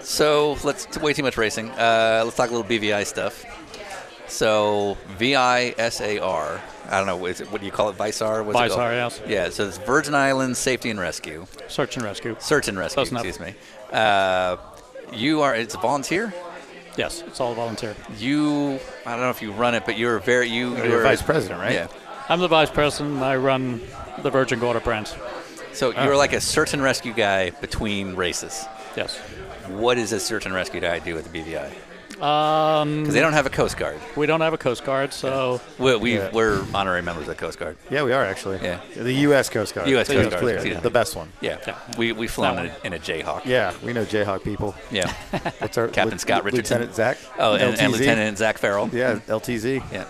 A: So let's way too much racing. Uh, let's talk a little BVI stuff. So V I S A R. I don't know. Is it, what do you call it? Visar. What's It
C: Visar,
A: called?
C: yes.
A: Yeah. So it's Virgin Islands Safety and Rescue,
C: Uh, Search and rescue.
A: Search and Rescue.
C: Close enough.
A: excuse me. Uh, you are. It's a volunteer.
C: Yes, it's all volunteer.
A: You. I don't know if you run it, but you're very. You.
B: You're vice president, right?
A: Yeah.
C: I'm the vice president. I run the Virgin Gorda branch.
A: So
C: Oh.
A: you're like a search and rescue guy between races.
C: Yes.
A: What does a search and rescue guy do at the BVI?
C: Um,
A: Because they don't have a Coast Guard.
C: we don't have a Coast Guard, so
A: We, we,
B: Yeah.
A: We're honorary members of the Coast Guard.
B: Yeah, we are actually.
A: Yeah.
B: The U.S. Coast Guard.
A: US
B: to be
A: Coast Guard,
B: clear,
A: excuse me.
B: the best one.
A: Yeah.
C: Yeah.
A: We, we flown
C: That
A: in, a- in a Jayhawk.
B: Yeah, we know Jayhawk people.
A: Yeah.
B: What's our
A: Captain
B: Lie-
A: Scott Richardson.
B: Lieutenant Zach.
A: Oh, and, and
B: LTZ.
A: Lieutenant Zach Farrell.
B: Yeah, LTZ.
A: Yeah.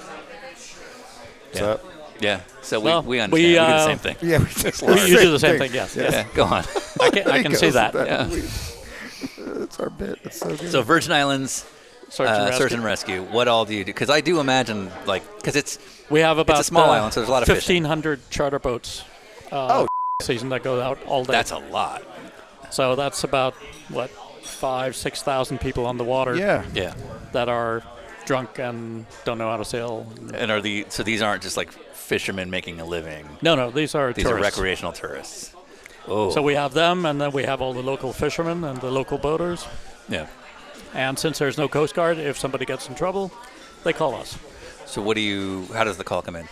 B: What's
A: Yeah.
B: up?
A: Yeah. So we,
C: Well,
A: we
C: we,
A: understand. We, do the
C: uh,
A: same thing.
B: Yeah, we just
C: we you do the same thing. Yes. yes.
A: Yeah, Go on.
C: I can, I
B: He
C: can
B: goes
C: see
B: with
C: that.
B: that.
A: Yeah.
B: That's our bit. That's so good.
A: So Virgin Islands
C: Search
A: uh,
C: and rescue.
A: search and rescue. What all do you do? Because I do imagine, like, because it's
C: We have about
A: small
C: uh,
A: island, so there's a lot of fishing.
C: 1,500 charter boats.
B: Oh,
C: Uh, season that go out all day.
A: that's a lot.
C: so that's about what five, six thousand people on the water.
B: Yeah.
A: Yeah.
C: that are drunk and don't know how to sail.
A: And are the so these aren't just like fishermen making a living?
C: No, no, these are
A: These
C: tourists.
A: are recreational tourists. Oh,
C: so we have them, and then we have all the local fishermen and the local boaters.
A: yeah.
C: And since there's no coast guard, if somebody gets in trouble, they call us.
A: So what do you? How does the call come in?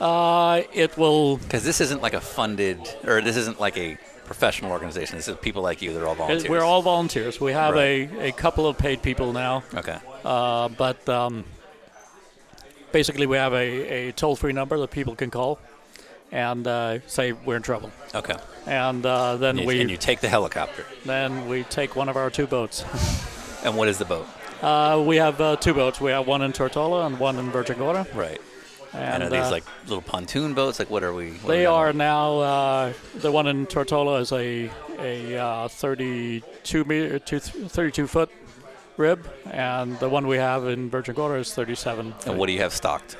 C: Uh, it will.
A: Because this isn't like a funded, or this isn't like a professional organization. This is people like you that are all volunteers.
C: We're all volunteers. We have a, a couple of paid people now.
A: okay.
C: Uh, but um, basically, we have a, a toll free number that people can call and uh, say we're in trouble.
A: Okay.
C: And uh, then
A: And you,
C: we
A: and you take the helicopter.
C: then we take one of our two boats.
A: And what is the boat?
C: Uh, we have uh, two boats. We have one in Tortola and one in Virgin Gorda.
A: Right. And,
C: And,
A: are these
C: uh,
A: like little pontoon boats? Like what are we? what
C: they
A: we on?
C: are now. Uh, the one in Tortola is a a uh, 32 meter, two, 32 foot rib, and the one we have in Virgin Gorda is 37.
A: And what do you have stocked?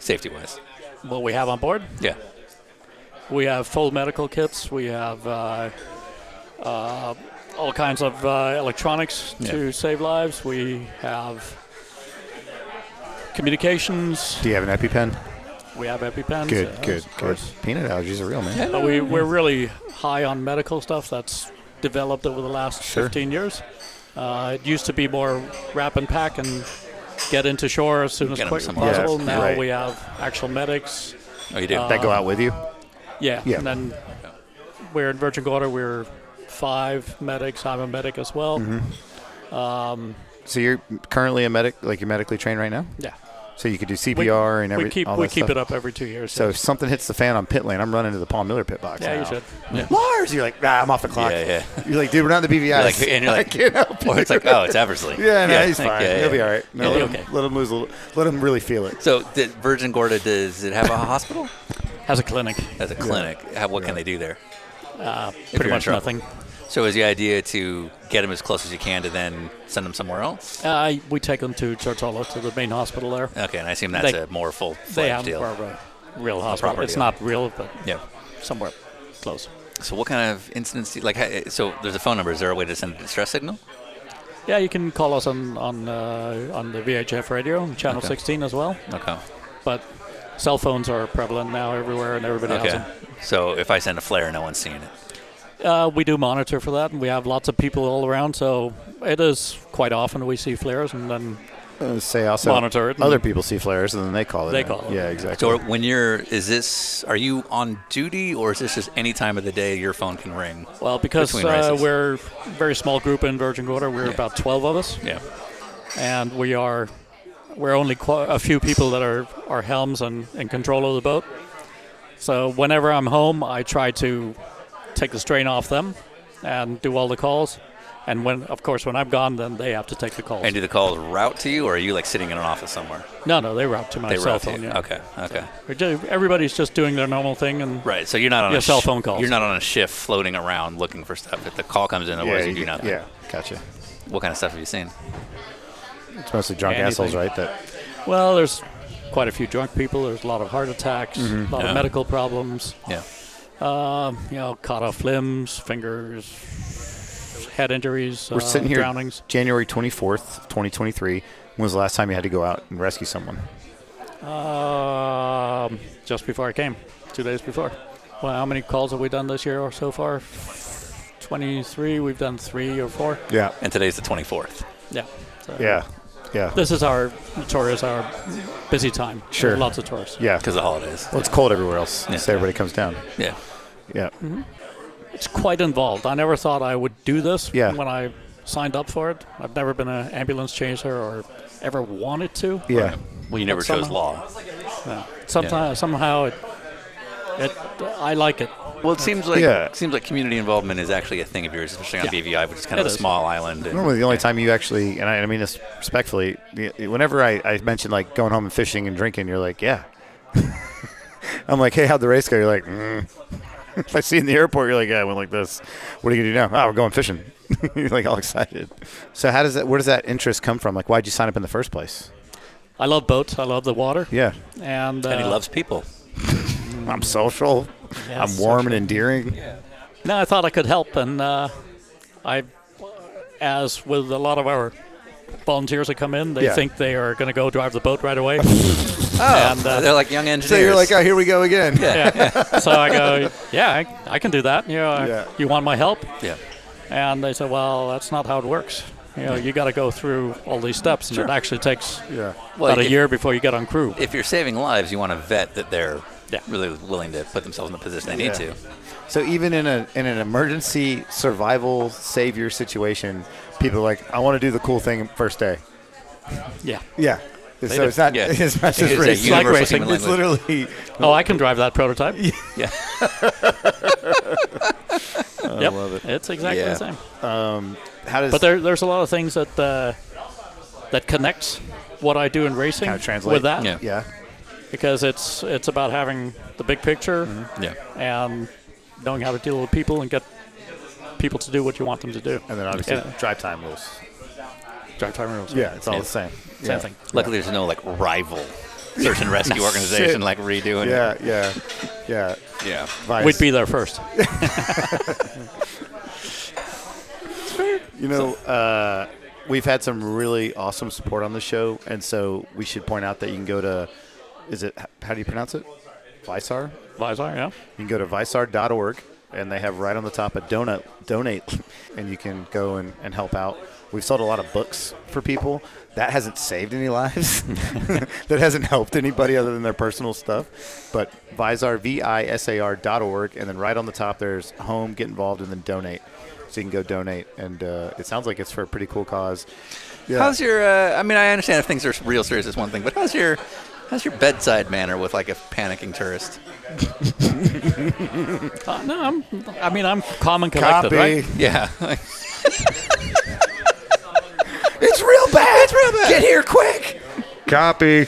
A: Safety wise.
C: What we have on board?
A: Yeah.
C: We have full medical kits. We have uh, uh, all kinds of uh, electronics
A: Yeah.
C: to save lives. We have communications.
B: Do you have an EpiPen?
C: We have EpiPens.
B: Good,
C: uh,
B: good, good.
C: of course.
B: Peanut allergies are real, man.
C: But we, we're really high on medical stuff that's developed over the last 15 years. Uh, it used to be more wrap and pack and get into shore as soon as
A: Get 'em
C: quick as
A: somewhere. Yeah,
C: possible. now
B: right.
C: we have actual medics.
A: Oh, you do.
B: Uh, That go out with you?
C: Yeah.
B: Yeah.
C: And then we're in Virgin Gorda. We're five medics. I'm a medic as well.
B: So you're currently a medic, like you're medically trained right now?
C: Yeah.
B: So you could do CPR
C: We,
B: E and everything.
C: we keep we keep it up every two years.
B: So
C: yes.
B: if something hits the fan on pit lane, I'm running to the Paul Miller pit box.
C: yeah, you
B: now.
C: should.
B: Lars, you're like, nah, I'm off the clock.
A: Yeah, yeah.
B: You're like, dude, we're not in the BVI.
A: You're like- and you're
B: I
A: like-
B: can't help
A: Or
B: you.
A: it's like, oh, it's Eversley.
B: yeah, no, he's fine.
A: yeah,
B: He'll be
A: yeah.
B: all right. No,
A: He'll
B: let,
A: be
B: him,
A: okay.
B: let him lose a little. Let him really feel it.
A: So, the Virgin Gorda does it have a hospital
C: Has a clinic.
A: as a clinic? How, what can they do there?
C: Pretty
A: you're in
C: much
A: trouble.
C: nothing.
A: So, is the idea to get them as close as you can to then send them somewhere else?
C: Uh, we take them to Tortola to the main hospital there.
A: Okay, and I assume that's
C: They-
A: a more full
C: They
A: fledged
C: have a
A: deal.
C: proper real hospital.
A: proper
C: It's
A: deal.
C: not real, but
A: Yeah.
C: somewhere close.
A: So, what kind of incidents? Do you, like, ha- so there's a phone number. Is there a way to send a distress signal?
C: Yeah, you can call us on on uh, on the VHF radio, on channel
A: Okay.
C: 16 as well.
A: Okay.
C: But cell phones are prevalent now everywhere, and everybody has
A: Okay.
C: them.
A: So, if I send a flare, no one's seeing it.
C: Uh, we do monitor for that, and we have lots of people all around. So it is quite often we see flares, and then
B: Uh, say also
C: Monitor it and-
B: Other people see flares and then they call it.
C: They
B: in.
C: call it.
B: Yeah, exactly.
A: So, when you're, is this, are you on duty or is this just any time of the day your phone can ring?
C: well, because
A: Between
C: uh,
A: races.
C: we're a very small group in Virgin Gorda, we're about 12 of us,
A: Yeah.
C: and we are we're only qu- a few people that are are helms and in control of the boat. So whenever I'm home, I try to take the strain off them and do all the calls. And when, of course, when I'm gone, then they have to take the calls.
A: And do the calls route to you, or are you like sitting in an office somewhere?
C: no, no, they route to my
A: They
C: cell
A: route to
C: phone.
A: you.
C: Yeah.
A: Okay, okay.
C: We're ju- Everybody's just doing their normal thing, and
A: Right. So you're not on
C: Yeah,
A: a
C: cell phone calls.
A: You're not on a shift floating around looking for stuff. If the call comes in,
B: yeah,
A: otherwise you do nothing.
B: yeah, gotcha.
A: What kind of stuff have you seen?
B: It's mostly drunk
C: Anything.
B: assholes, right? That
C: Well, there's quite a few drunk people. There's a lot of heart attacks,
B: Mm-hmm.
C: a lot
A: Yeah.
C: of medical problems.
A: Yeah.
C: Um, you know, cut off limbs, fingers, head injuries.
B: we're sitting here.
C: Uh, Drownings.
B: January 24th, 2023. When was the last time you had to go out and rescue someone?
C: Um, just before I came, two days before. Well, how many calls have we done this year or so far? Twenty-three. We've done three or four.
B: Yeah,
A: And today's the 24th.
C: Yeah. So
B: yeah, yeah,
C: This is our tour is our busy time. There's
B: Sure.
C: Lots of tours.
B: yeah.
A: Because the holidays.
B: Well, it's cold everywhere else,
A: Yeah.
B: so everybody comes down.
A: Yeah.
B: Yeah,
C: It's quite involved. I never thought I would do this
B: Yeah.
C: when I signed up for it. I've never been an ambulance chaser or ever wanted to.
B: yeah.
A: Well, you never
C: But
A: chose
C: somehow-
A: law.
C: Sometimes somehow it, it I like it.
A: Well, it seems like
B: Yeah.
A: it seems like community involvement is actually a thing of yours, especially on
C: Yeah.
A: BVI, which is kind of
C: It
A: a
C: is.
A: small island. and-
B: Normally, the only time you actually, and I, I mean this respectfully, the- whenever I, I mention like going home and fishing and drinking, you're like, yeah. I'm like, hey, how'd the race go? You're like, mm. if I see you in the airport, you're like, yeah, I went like this. What are you gonna do now? Oh, we're going fishing. you're like all excited. So how does that? Where does that interest come from? Like, why'd you sign up in the first place?
C: I love boats. I love the water.
B: Yeah,
C: And, uh,
A: And he loves people.
B: I'm social.
C: yeah,
B: I'm
C: so-
B: warm and endearing.
C: No, I thought I could help, and uh, I, as with a lot of our volunteers that come in, they
B: Yeah. Oh.
C: think they are going to go drive the boat right away. and, uh,
A: They're like young engineers.
B: So you're like, oh, here we go again. Yeah.
C: yeah. So I go, yeah, I, I can do that. You know, I-
B: Yeah.
C: you want my help?
A: yeah.
C: And they said, well, that's not how it works. You know, you got to go through all these steps, and it actually takes
B: Yeah.
A: Well,
C: about a
A: if-
C: year before you get on crew.
A: If you're saving lives, you want to vet that they're
C: Yeah.
A: really willing to put themselves in the position they need
B: Yeah.
A: to.
B: So even in a in an emergency survival savior situation, people are like, I want to do the cool thing first day.
C: yeah.
B: Yeah. So
C: do.
B: it's not
A: Yeah.
B: it's not
A: It's
B: just
A: a
B: racing.
A: universal
B: It's
A: human
B: It's
A: language.
B: literally
C: Oh, I can drive that prototype.
A: Yeah.
C: yep. It's exactly
A: Yeah.
C: the same.
B: how does
C: But there, there's a lot of things that uh, that connects what I do in racing
B: Kinda translate.
C: with that
A: Yeah.
B: yeah
C: because it's it's about having the big picture
A: Yeah.
C: and knowing how to deal with people and get people to do what you want them to do.
B: and then obviously
C: Yeah.
B: drive time rules.
C: Drive time rules.
B: Yeah, it's all the same.
C: Same
B: yeah.
C: thing.
A: Luckily, there's no like rival search and rescue organization like redoing
B: Yeah, yeah, yeah.
A: it. Yeah.
B: Vice.
C: We'd be there first.
B: You know, uh, we've had some really awesome support on the show, and so we should point out that you can go to, is it, h- how do you pronounce it? Visar?
C: Visor, yeah.
B: You can go to visar.org, and they have right on the top a donut, donate, and you can go and, and help out. We've sold a lot of books for people. That hasn't saved any lives. that hasn't helped anybody other than their personal stuff. But Visar, V-I-S-A-R dot org, and then right on the top there's home, get involved, and then donate. So you can go donate, and uh, it sounds like it's for a pretty cool cause. Yeah.
A: How's your? Uh, I mean, I understand if things are real serious, it's one thing. But how's your? How's your bedside manner with like a panicking tourist?
C: Uh, no, I'm, I mean, I'm calm and collected, right?
A: Yeah.
B: It's real bad. It's real bad. Get here quick. Copy.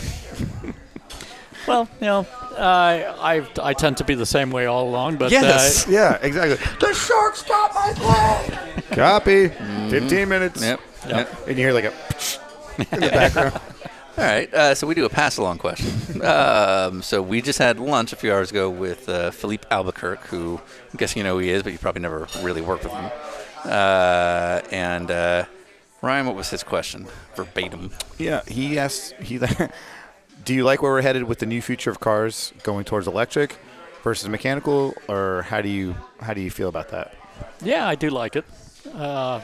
C: Well, you know, uh, I, I tend to be the same way all along, but
A: Yes.
C: uh,
B: Yeah, exactly. The shark stopped my plane. Copy. 15 minutes.
A: yep. yep.
B: And you hear like a.
A: All right, uh, so we do a pass along question. um, so we just had lunch a few hours ago with uh, Philippe Albuquerque, who I'm guessing you know who he is, but you probably never really worked with him. Uh, and uh, Ryan, what was his question? Verbatim.
B: Yeah, he asked. He, do you like where we're headed with the new future of cars going towards electric versus mechanical, or how do you how do you feel about that?
C: Yeah, I do like it. Uh,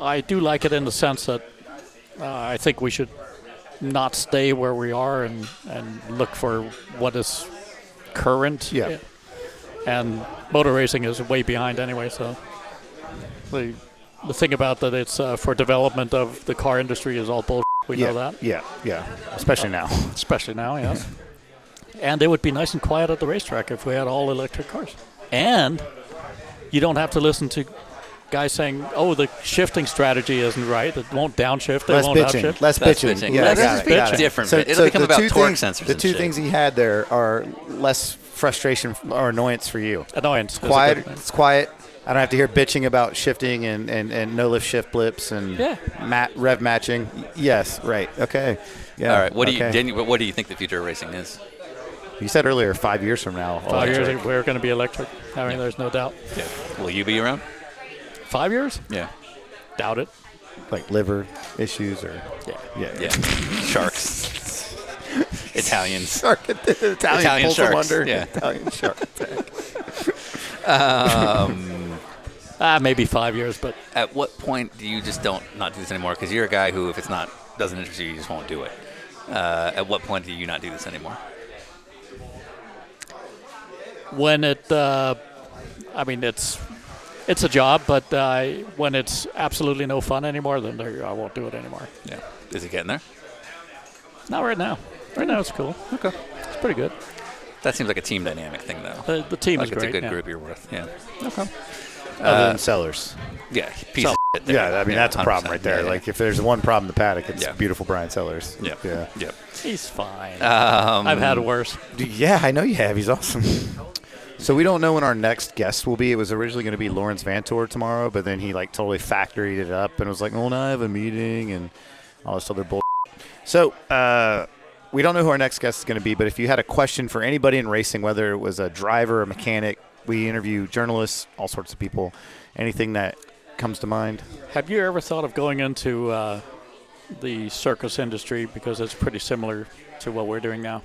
C: I do like it in the sense that uh, I think we should not stay where we are and, and look for what is current.
B: Yeah.
C: And motor racing is way behind anyway, so the, the thing about that it's uh, for development of the car industry is all bull. We
B: yeah,
C: know that,
B: Yeah, yeah. Especially now.
C: especially now, yes. and it would be nice and quiet at the racetrack if we had all electric cars. And you don't have to listen to guys saying, "Oh, the shifting strategy isn't right. It won't downshift. It
B: Less
C: won't
B: bitching.
C: upshift."
B: Less
A: That's
B: bitching.
A: bitching.
B: Yeah,
A: Less
B: got it, got
C: bitching.
B: it.
A: Different, but it'll become
B: the
A: about
B: two
A: torque
B: things-
A: sensors
B: The
A: and
B: two
A: shit.
B: things he had there are less frustration or annoyance for you.
C: Annoyance. is a good
B: quiet.
C: thing.
B: It's quiet. I don't have to hear bitching about shifting and, and, and no lift shift blips and
C: Yeah.
B: mat, rev matching. Y- Yes, right. Okay. Yeah.
A: All right, what do you
B: okay.
A: Daniel, what- what do you think the future of racing is?
B: You said earlier five years from now.
C: Five years,
B: electric.
C: we're going to be electric. I mean, there's no doubt.
A: Will you be around?
C: Five years?
A: Yeah.
C: Doubt it.
B: Like liver issues or. Yeah. Yeah.
A: Yeah. Sharks. Italians.
B: Shark, Italian,
A: Italian
B: pulls them
A: sharks,
B: under.
A: yeah.
B: Italian shark.
C: Ah, maybe five years, but
A: At what point do you just don't not do this anymore? Because you're a guy who, if it's not doesn't interest you, you just won't do it. Uh, at what point do you not do this anymore?
C: when it, uh, I mean, it's it's a job, but uh, when it's absolutely no fun anymore, then there, I won't do it anymore.
A: Yeah. Is it getting there?
C: Not right now. Right now, it's cool. Okay. It's pretty good.
A: That seems like a team dynamic thing, though.
C: The, the team
A: like
C: is
A: it's
C: great.
A: a good
C: yeah.
A: group you're with. Yeah.
C: Okay.
B: Other than sellers.
A: Uh, Yeah. Piece of shit there.
B: Yeah, I mean that's a problem
A: 100%.
B: right there.
A: Yeah,
B: Like if there's one problem in the paddock, it's
A: Yeah.
B: beautiful Brian Sellers.
A: yeah.
B: yeah,
A: Yeah. Um,
C: He's fine. I've had worse.
B: yeah. I know you have. He's awesome. So we don't know when our next guest will be. It was originally going to be Lawrence Vantor tomorrow, but then he like totally factoried it up and was like, "Well, now I have a meeting and all this other bull." So uh, we don't know who our next guest is going to be. But if you had a question for anybody in racing, whether it was a driver, a mechanic, we interview journalists, all sorts of people, anything that comes to mind.
C: Have you ever thought of going into uh, the circus industry because it's pretty similar to what we're doing now?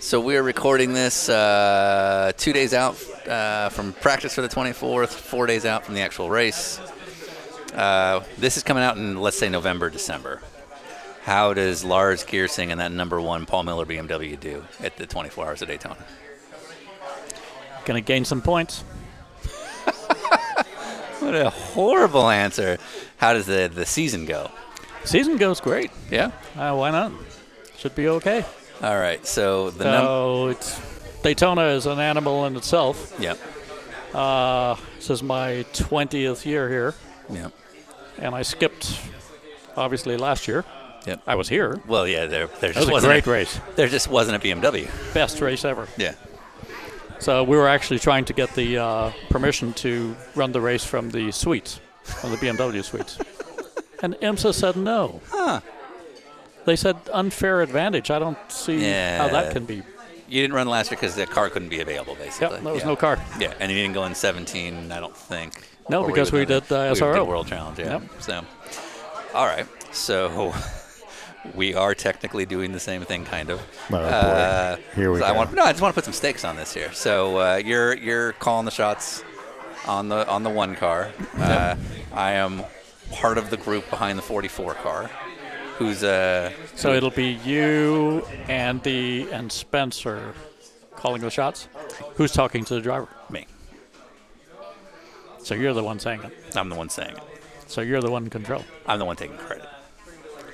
A: So we are recording this uh, two days out uh, from practice for the 24th, four days out from the actual race. Uh, this is coming out in, let's say, November, December. How does Lars Gearsing and that number one Paul Miller BMW do at the 24 Hours of Daytona?
C: Going to gain some points.
A: What a horrible answer. How does the, the season go?
C: Season goes great.
A: Yeah.
C: Uh, why not? Should be okay.
A: All right. So the number.
C: So it's Daytona is an animal in itself.
A: Yeah.
C: Uh, this is my 20th year here,
A: Yeah.
C: and I skipped obviously last year.
A: Yep.
C: I was here.
A: Well, yeah. There, there
C: That
A: just
C: was a
A: wasn't
C: great race.
A: There just wasn't a BMW.
C: Best race ever.
A: Yeah.
C: So we were actually trying to get the uh, permission to run the race from the suites, from the BMW suites. and IMSA said no. They said unfair advantage. I don't see how
A: Yeah.
C: that can be.
A: You didn't run last year because the car couldn't be available, basically.
C: Yep, there was
A: Yeah.
C: no car.
A: Yeah, and you didn't go in 17, I don't think.
C: No,
A: Or
C: because
A: were
C: we
A: you done
C: did, uh,
A: that? We
C: SRO.
A: did World Challenge, yeah.
C: Yep.
A: So, all right. So, we are technically doing the same thing, kind of. Uh,
B: Oh, boy. Here we
A: so I
B: go.
A: want, no, I just want to put some stakes on this here. So uh, you're you're calling the shots on the on the one car. Uh, I am part of the group behind the 44 car, who's uh,
C: So it'll be you, Andy, and Spencer calling the shots. Who's talking to the driver?
A: me.
C: So you're the one saying it.
A: I'm the one saying it.
C: So you're the one in control.
A: I'm the one taking credit.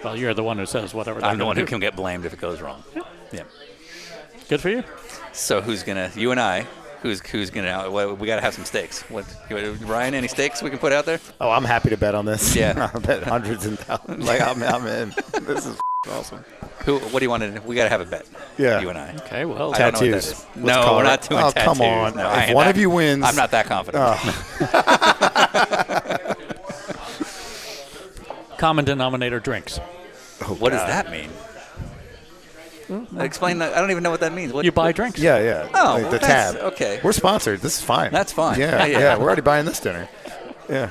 C: Well, you're the one who says whatever. they're
A: I'm the
C: gonna
A: one who
C: do.
A: can get blamed if it goes wrong. Yeah.
C: Good for you.
A: So who's gonna? You and I. Who's who's gonna? uh, well, We gotta have some stakes. What, Ryan? Any stakes we can put out there?
B: Oh, I'm happy to bet on this.
A: Yeah.
B: I bet hundreds and thousands. Like I'm, I'm in. This is awesome.
A: Who? What do you want to? We gotta have a bet.
B: Yeah.
A: You and I.
C: Okay. Well,
A: I don't know what that
B: Tattoos.
A: is.
B: Let's
A: No,
B: call
A: we're
B: it.
A: not doing
B: Oh,
A: tattoos.
B: come on.
A: No,
B: If
A: I am
B: one
A: not-
B: of you wins- oh.
A: I'm not that confident.
C: common denominator drinks.
A: what does that mean?
B: Mm.
A: Explain that. I don't even know what that means. What,
C: You buy
A: what-
C: drinks.
B: Yeah,
A: Oh,
B: yeah. Like the
A: well, that's-
B: tab.
A: okay.
B: We're sponsored. This is fine.
A: That's fine. Yeah,
B: Yeah, yeah.
A: yeah.
B: We're already buying this dinner. Yeah.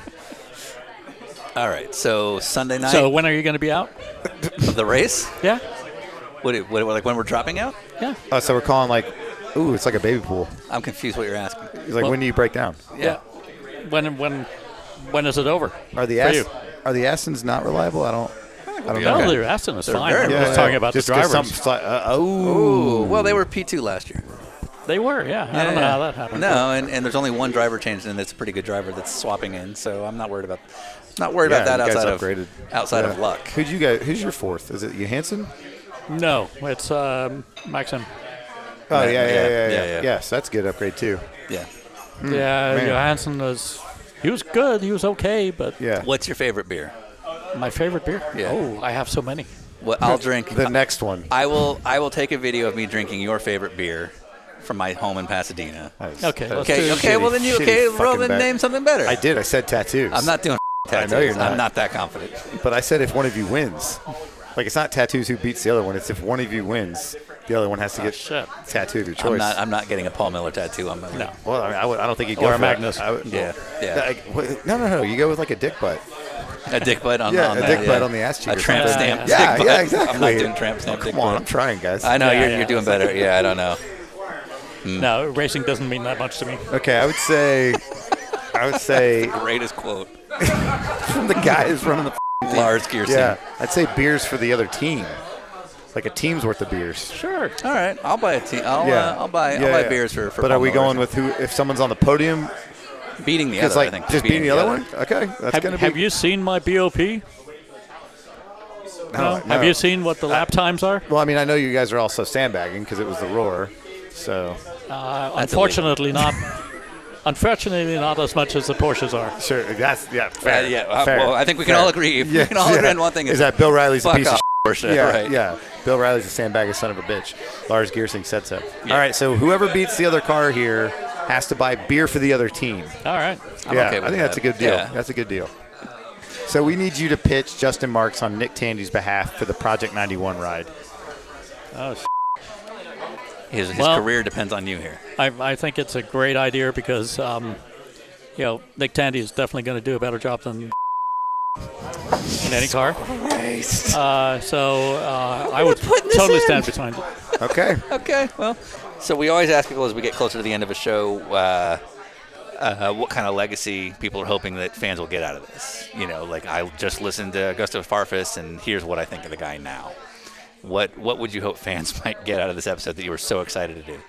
A: All right. So Sunday night
C: So when are you going to be out?
A: of the race.
C: Yeah.
A: What, it- what? Like when we're dropping out?
C: Yeah.
B: Uh, so we're calling like, ooh, it's like a baby pool.
A: I'm confused. What you're asking?
B: He's like,
C: Well-
B: when do you break down?
A: Yeah.
C: When when when is it over?
B: Are the
C: For
B: Ast-
C: you.
B: are the Astons not reliable? I don't. I don't
C: No,
B: know.
C: the Aston is fine.
A: very
C: I'm
A: Yeah,
C: just talking about
B: Just
C: the
B: 'cause
C: drivers.
B: some sli- uh, oh,
A: Ooh, well, they were P2 last year.
C: They were. Yeah. I don't know how that happened.
A: No, and, and there's only one driver change, and it's a pretty good driver that's swapping in. So I'm not worried about not worried
B: Yeah,
A: about that
B: you guys
A: outside of
B: upgraded.
A: outside of
B: Yeah.
A: luck. Uh,
B: Who'd you guys? Who's your fourth? Is it Johansson?
C: No, it's um, Maxim.
B: Oh yeah, yeah,
A: yeah,
B: yeah, yeah.
A: yeah, yeah.
B: Yes, that's a good upgrade too.
A: Yeah.
C: yeah,
B: Hmm. man.
C: Johansson was. He was good. He was okay, but
B: Yeah.
A: What's your favorite beer?
C: my favorite beer.
A: Yeah.
C: Oh, I have so many.
A: What I'll drink.
B: The next one.
A: I will. I will take a video of me drinking your favorite beer from my home in Pasadena.
B: Nice.
C: Okay,
B: That's
C: let's
A: Okay.
C: do-
A: Okay.
B: shitty,
A: well, then you.
B: shitty
A: Okay. Well,
B: fucking
A: then
B: bet.
A: name something better.
B: I did. I said tattoos.
A: I'm not doing.
B: I know
A: Tattoos.
B: you're not.
A: I'm not that confident.
B: But I said if one of you wins, like it's not tattoos who beats the other one. It's if one of you wins, the other one has to get
C: shit.
B: tattooed of your choice.
A: I'm not. I'm not getting a Paul Miller tattoo. I'm no.
B: well, I, mean, I, would, I don't think you go
C: Or a
B: for that.
C: Magnus.
B: I would-
A: Yeah, yeah.
B: Like, what- no, no, no. You go with like a dick butt.
A: A dick bite on.
B: Yeah,
A: on
B: a
A: that,
B: dick
A: yeah.
B: butt on the ass cheek
A: A
B: or
A: tramp
B: something.
A: stamp.
B: Yeah,
A: dick
B: yeah,
A: butt.
B: exactly. Oh,
A: I'm not doing tramp stamp.
B: Come
A: dick
B: on,
A: butt.
B: I'm trying, guys.
A: I know
C: Yeah,
A: you're,
C: yeah.
A: you're doing better. Yeah, I don't know.
B: Hmm.
C: No, racing doesn't mean that much to me.
B: Okay, I would say, I would say
A: Greatest quote.
B: from the guy who's running the.
A: Lars Gearson.
B: Yeah, I'd say beers for the other team, like a team's worth of beers.
C: Sure.
A: All right, I'll buy a team. I'll,
B: yeah,
A: uh, I'll buy.
B: Yeah,
A: I'll buy
B: yeah.
A: beers for. for
B: but are we
A: Palmer.
B: going with who? If someone's on the podium,
A: beating the
B: it's
A: other? I
B: like
A: think
B: just beating the other one. Okay, that's
C: Have,
B: gonna
C: have
B: be.
C: you seen my BOP? No.
B: Oh, no,
C: Have
B: no.
C: you seen what the lap times are?
B: Well, I mean, I know you guys are also sandbagging because it was the roar. So
C: Uh,
A: That's
C: unfortunately, not. Unfortunately, not as much as the Porsches are.
B: sure, that's yeah,
A: Uh,
B: fair.
A: yeah, uh,
B: fair.
A: well, I think we can
B: fair.
A: all agree. If
B: Yeah,
A: we can all
B: yeah.
A: agree on one thing:
B: is that Bill Riley's a
A: fuck
B: piece
A: off
B: of
A: Porsche,
B: shit. Yeah,
A: right?
B: yeah. Bill Riley's a sandbag son of a bitch. Lars Gearsing said so. All right, so whoever beats the other car here has to buy beer for the other team.
C: All right.
A: I'm
B: yeah,
A: okay with
B: I think that's
A: that.
B: a good deal.
A: Yeah.
B: That's a good deal. So we need you to pitch Justin Marks on Nick Tandy's behalf for the Project 91 ride.
C: Oh, sh-
A: His, his
C: Well-
A: career depends on you here.
C: I, I think it's a great idea because, um, you know, Nick Tandy is definitely going to do a better job than in any car. Uh, so uh, I would totally stand behind it.
B: Okay.
A: Okay, well, so we always ask people as we get closer to the end of a show, uh, uh, what kind of legacy people are hoping that fans will get out of this. You know, like I just listened to Gustav Farfus, and here's what I think of the guy now. What What would you hope fans might get out of this episode that you were so excited to do?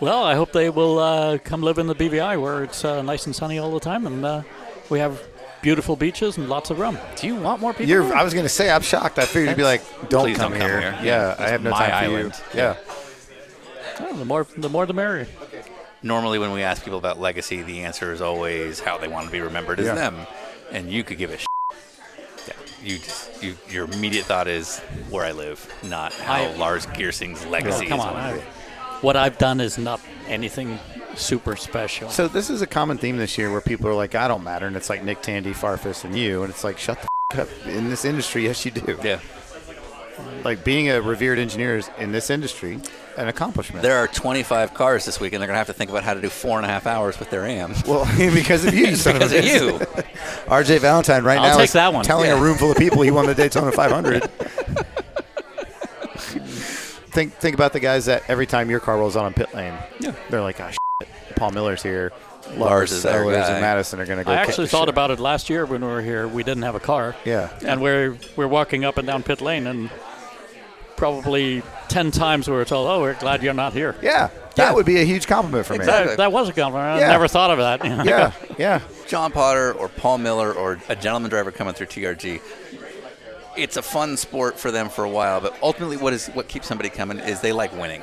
C: Well, I hope they will uh, come live in the BVI where it's uh, nice and sunny all the time and uh, we have beautiful beaches and lots of rum.
A: Do you want more people?
B: You're, I was going to say, I'm shocked. I figured you'd be like, don't,
A: Please
B: come,
A: don't come
B: here.
A: here.
B: Yeah,
A: Yeah,
B: I have no
A: it's my
B: time
A: island.
B: for you. Yeah.
C: Oh, the more, the more, the merrier.
A: Normally, when we ask people about legacy, the answer is always how they want to be remembered as
B: Yeah.
A: them, and you could give a. Sh- yeah, you just you your immediate thought is where I live, not how
C: I-
A: Lars Gearsing's
C: Oh,
A: legacy
C: come
A: is
C: on.
A: going to be.
C: I- what I've done is not anything super special.
B: So this is a common theme this year where people are like, I don't matter. And it's like Nick Tandy, Farfus, and you. And it's like, shut the f- up. In this industry, yes, you do.
A: Yeah.
B: Like being a revered engineer is, in this industry, an accomplishment.
A: There are 25 cars this week, and they're going to have to think about how to do four and a half hours with their AM.
B: well, because of you, you son
A: Because
B: of
A: of
B: a bitch.
A: you.
B: RJ Valentine right
C: I'll
B: now
C: take
B: is
C: that one.
B: telling
A: Yeah.
B: a room full of people he won the Daytona 500. think think about the guys that every time your car rolls on a pit lane,
A: Yeah.
B: they're like, oh, shit, Paul Miller's here.
A: Lars is our
B: Sellers
A: guy."
B: and Madison are going to go.
C: I
B: kick
C: actually
B: the
C: thought
B: shit.
C: about it last year when we were here. We didn't have a car.
B: Yeah.
C: And we're, we're walking up and down pit lane, and probably 10 times we were told, oh, we're glad you're not here.
B: Yeah, that
A: Yeah.
B: would be a huge compliment for me.
A: Exactly.
C: That, that was a compliment.
B: Yeah.
C: I never thought of that. you know.
B: Yeah, yeah.
A: John Potter or Paul Miller or a gentleman driver coming through TRG. It's a fun sport for them for a while, but ultimately, what is what keeps somebody coming is they like winning.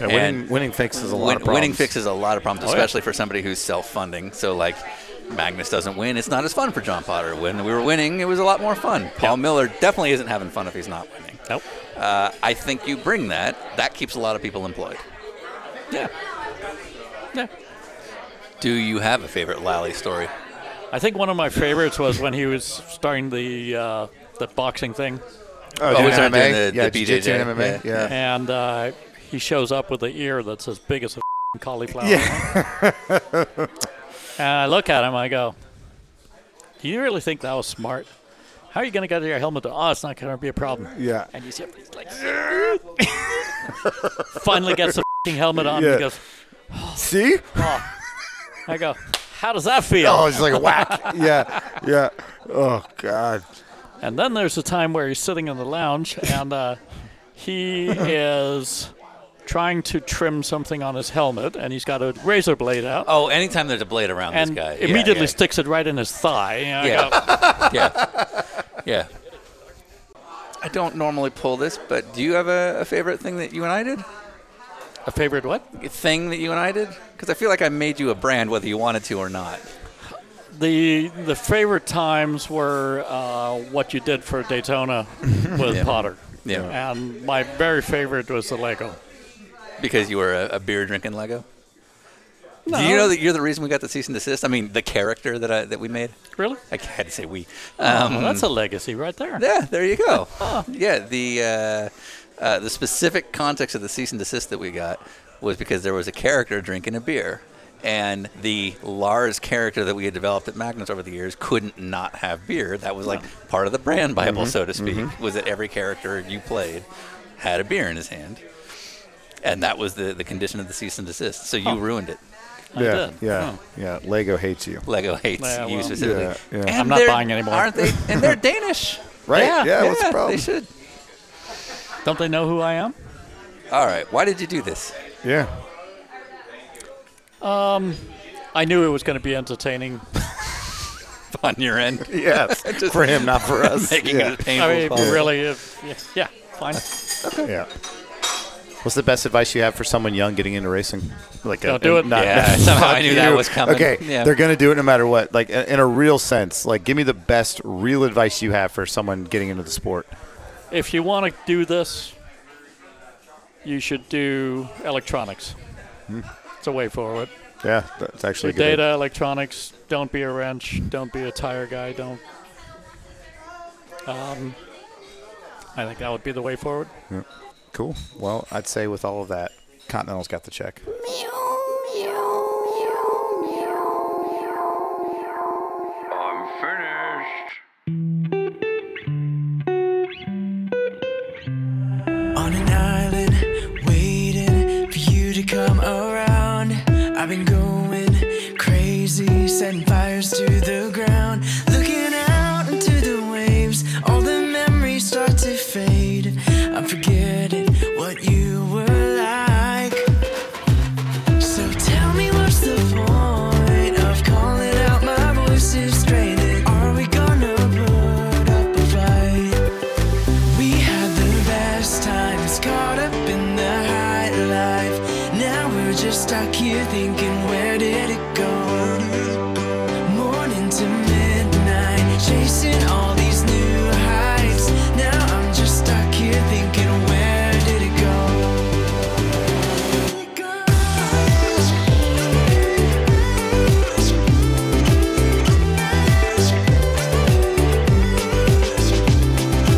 B: winning, winning fixes a lot of
A: Win- winning
B: problems.
A: fixes a lot of problems,
C: yeah.
A: especially for somebody who's self-funding. So like, Magnus doesn't win; it's not as fun for John Potter. When we were winning, it was a lot more fun. Paul Miller definitely isn't having fun if he's not winning.
C: Nope.
A: Uh, I think you bring that. That keeps a lot of people employed.
C: Yeah. Yeah.
A: Do you have a favorite Lally story?
C: I think one of my favorites was when he was starting the uh, the boxing thing,
B: Oh,
A: Oh,
B: doing
A: we started
B: MMA?
A: doing the-
B: yeah,
A: the
B: jiu-jitsu
A: BJJ.
B: and MMA.
A: Yeah.
B: Yeah.
C: and uh, he shows up with an ear that's as big as a cauliflower. and I look at him, I go, "Do you really think that was smart? How are you going to get your helmet to? Oh, it's not going to be a problem."
B: Yeah.
C: And you see him, he's like, finally gets the helmet on.
B: Yeah.
C: And he goes, "Oh,
B: See?
C: "I go, how does that feel?"
B: Oh, it's like a whack. yeah, yeah. Oh God.
C: And then there's a time where he's sitting in the lounge and uh, he is trying to trim something on his helmet and he's got a razor blade out.
A: Oh, anytime there's a blade around
C: and
A: this guy, Yeah,
C: immediately
A: yeah.
C: sticks it right in his thigh. And I
A: Yeah.
C: go,
A: yeah. Yeah. I don't normally pull this, but do you have a, a favorite thing that you and I did?
C: a favorite what?
A: A thing that you and I did? Because I feel like I made you a brand whether you wanted to or not.
C: The the favorite times were uh, what you did for Daytona with
A: Yeah.
C: Potter.
A: Yeah.
C: And my very favorite was the Lego.
A: Because you were a, a beer drinking Lego.
C: No.
A: Do you know that you're the reason we got the cease and desist? I mean, the character that I, that we made.
C: Really?
A: I had to say we. Um,
C: Well, that's a legacy right there.
A: Yeah, there you go. Yeah, the uh, uh, the specific context of the cease and desist that we got was because there was a character drinking a beer, and the Lars character that we had developed at Magnus over the years couldn't not have beer. That was like part of the brand bible,
C: Mm-hmm.
A: so to speak, was that every character you played had a beer in his hand, and that was the the condition of the cease and desist. So you ruined it.
B: Yeah,
C: did.
B: yeah, yeah. Lego hates you,
A: Lego hates
C: Yeah,
A: you
C: well.
A: specifically.
B: Yeah, yeah.
A: And
C: I'm not
A: they're-
C: buying anymore.
A: Aren't they? And they're Danish.
B: right? Yeah. what's the
A: yeah,
B: problem?
A: They should.
C: Don't they know who I am?
A: All right. Why did you do this?
B: Yeah.
C: I knew it was going to be entertaining.
A: on your end,
B: Yes.
A: Just-
B: for him, not for us.
A: making
B: yeah.
A: it as painful
C: I
A: as
C: mean,
A: possible.
C: really, if, yeah, yeah, fine.
B: Yeah. What's the best advice you have for someone young getting into racing? Like,
C: Don't do it.
A: Yeah, somehow I knew that
B: you.
A: was coming.
B: Okay,
A: Yeah.
B: they're gonna do it no matter what. Like in in a real sense. Like, give me the best real advice you have for someone getting into the sport.
C: if you want to do this, you should do electronics. It's a way forward.
B: Yeah, that's actually
C: The
B: a good.
C: data, electronics. Don't be a wrench. Don't be a tire guy. Don't. Um, I think that would be the way forward.
B: Cool. Well, I'd say with all of that, Continental's got the check.
F: I'm finished.
G: On an island, waiting for you to come around. I've been going crazy, setting fires to the ground. Looking out into the waves, all the memories start to fade. I'm forgetting what you were like. So tell me what's the point of calling out my voice is straining? Are we gonna put up a fight? We had the best times, caught up in the high life. Now we're just stuck here thinking, where did it go? Morning to midnight, chasing all these new heights. Now I'm just stuck here thinking, where did it go?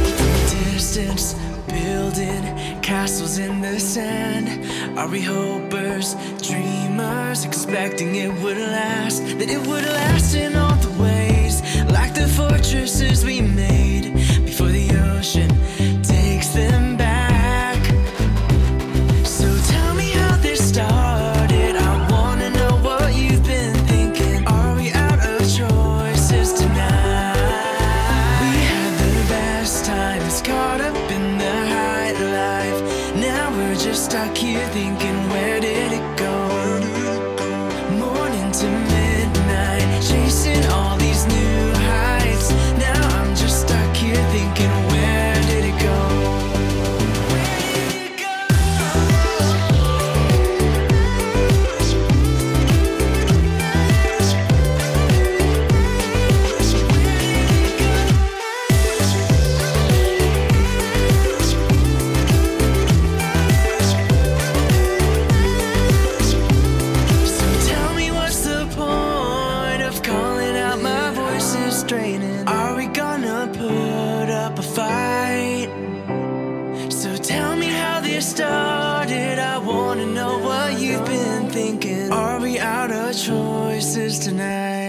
G: distance, building castles in the sand. Are we hopers, dreamers, expecting it would last? That it would last in all the ways, like the fortresses we made before the ocean takes them back. So tell me how this started. I wanna know what you've been thinking. Are we out of choices tonight? We had the best times, caught up in the high life. Now we're just stuck here thinking, where did it go? Morning to midnight, chasing all these new heights. Now I'm just stuck here thinking, where did it go? Where did it go? So tell me what's the point of calling out my voice is straining? Are we gonna put up a fight? So tell me how this started. I wanna know what you've been thinking. Are we out of choices tonight?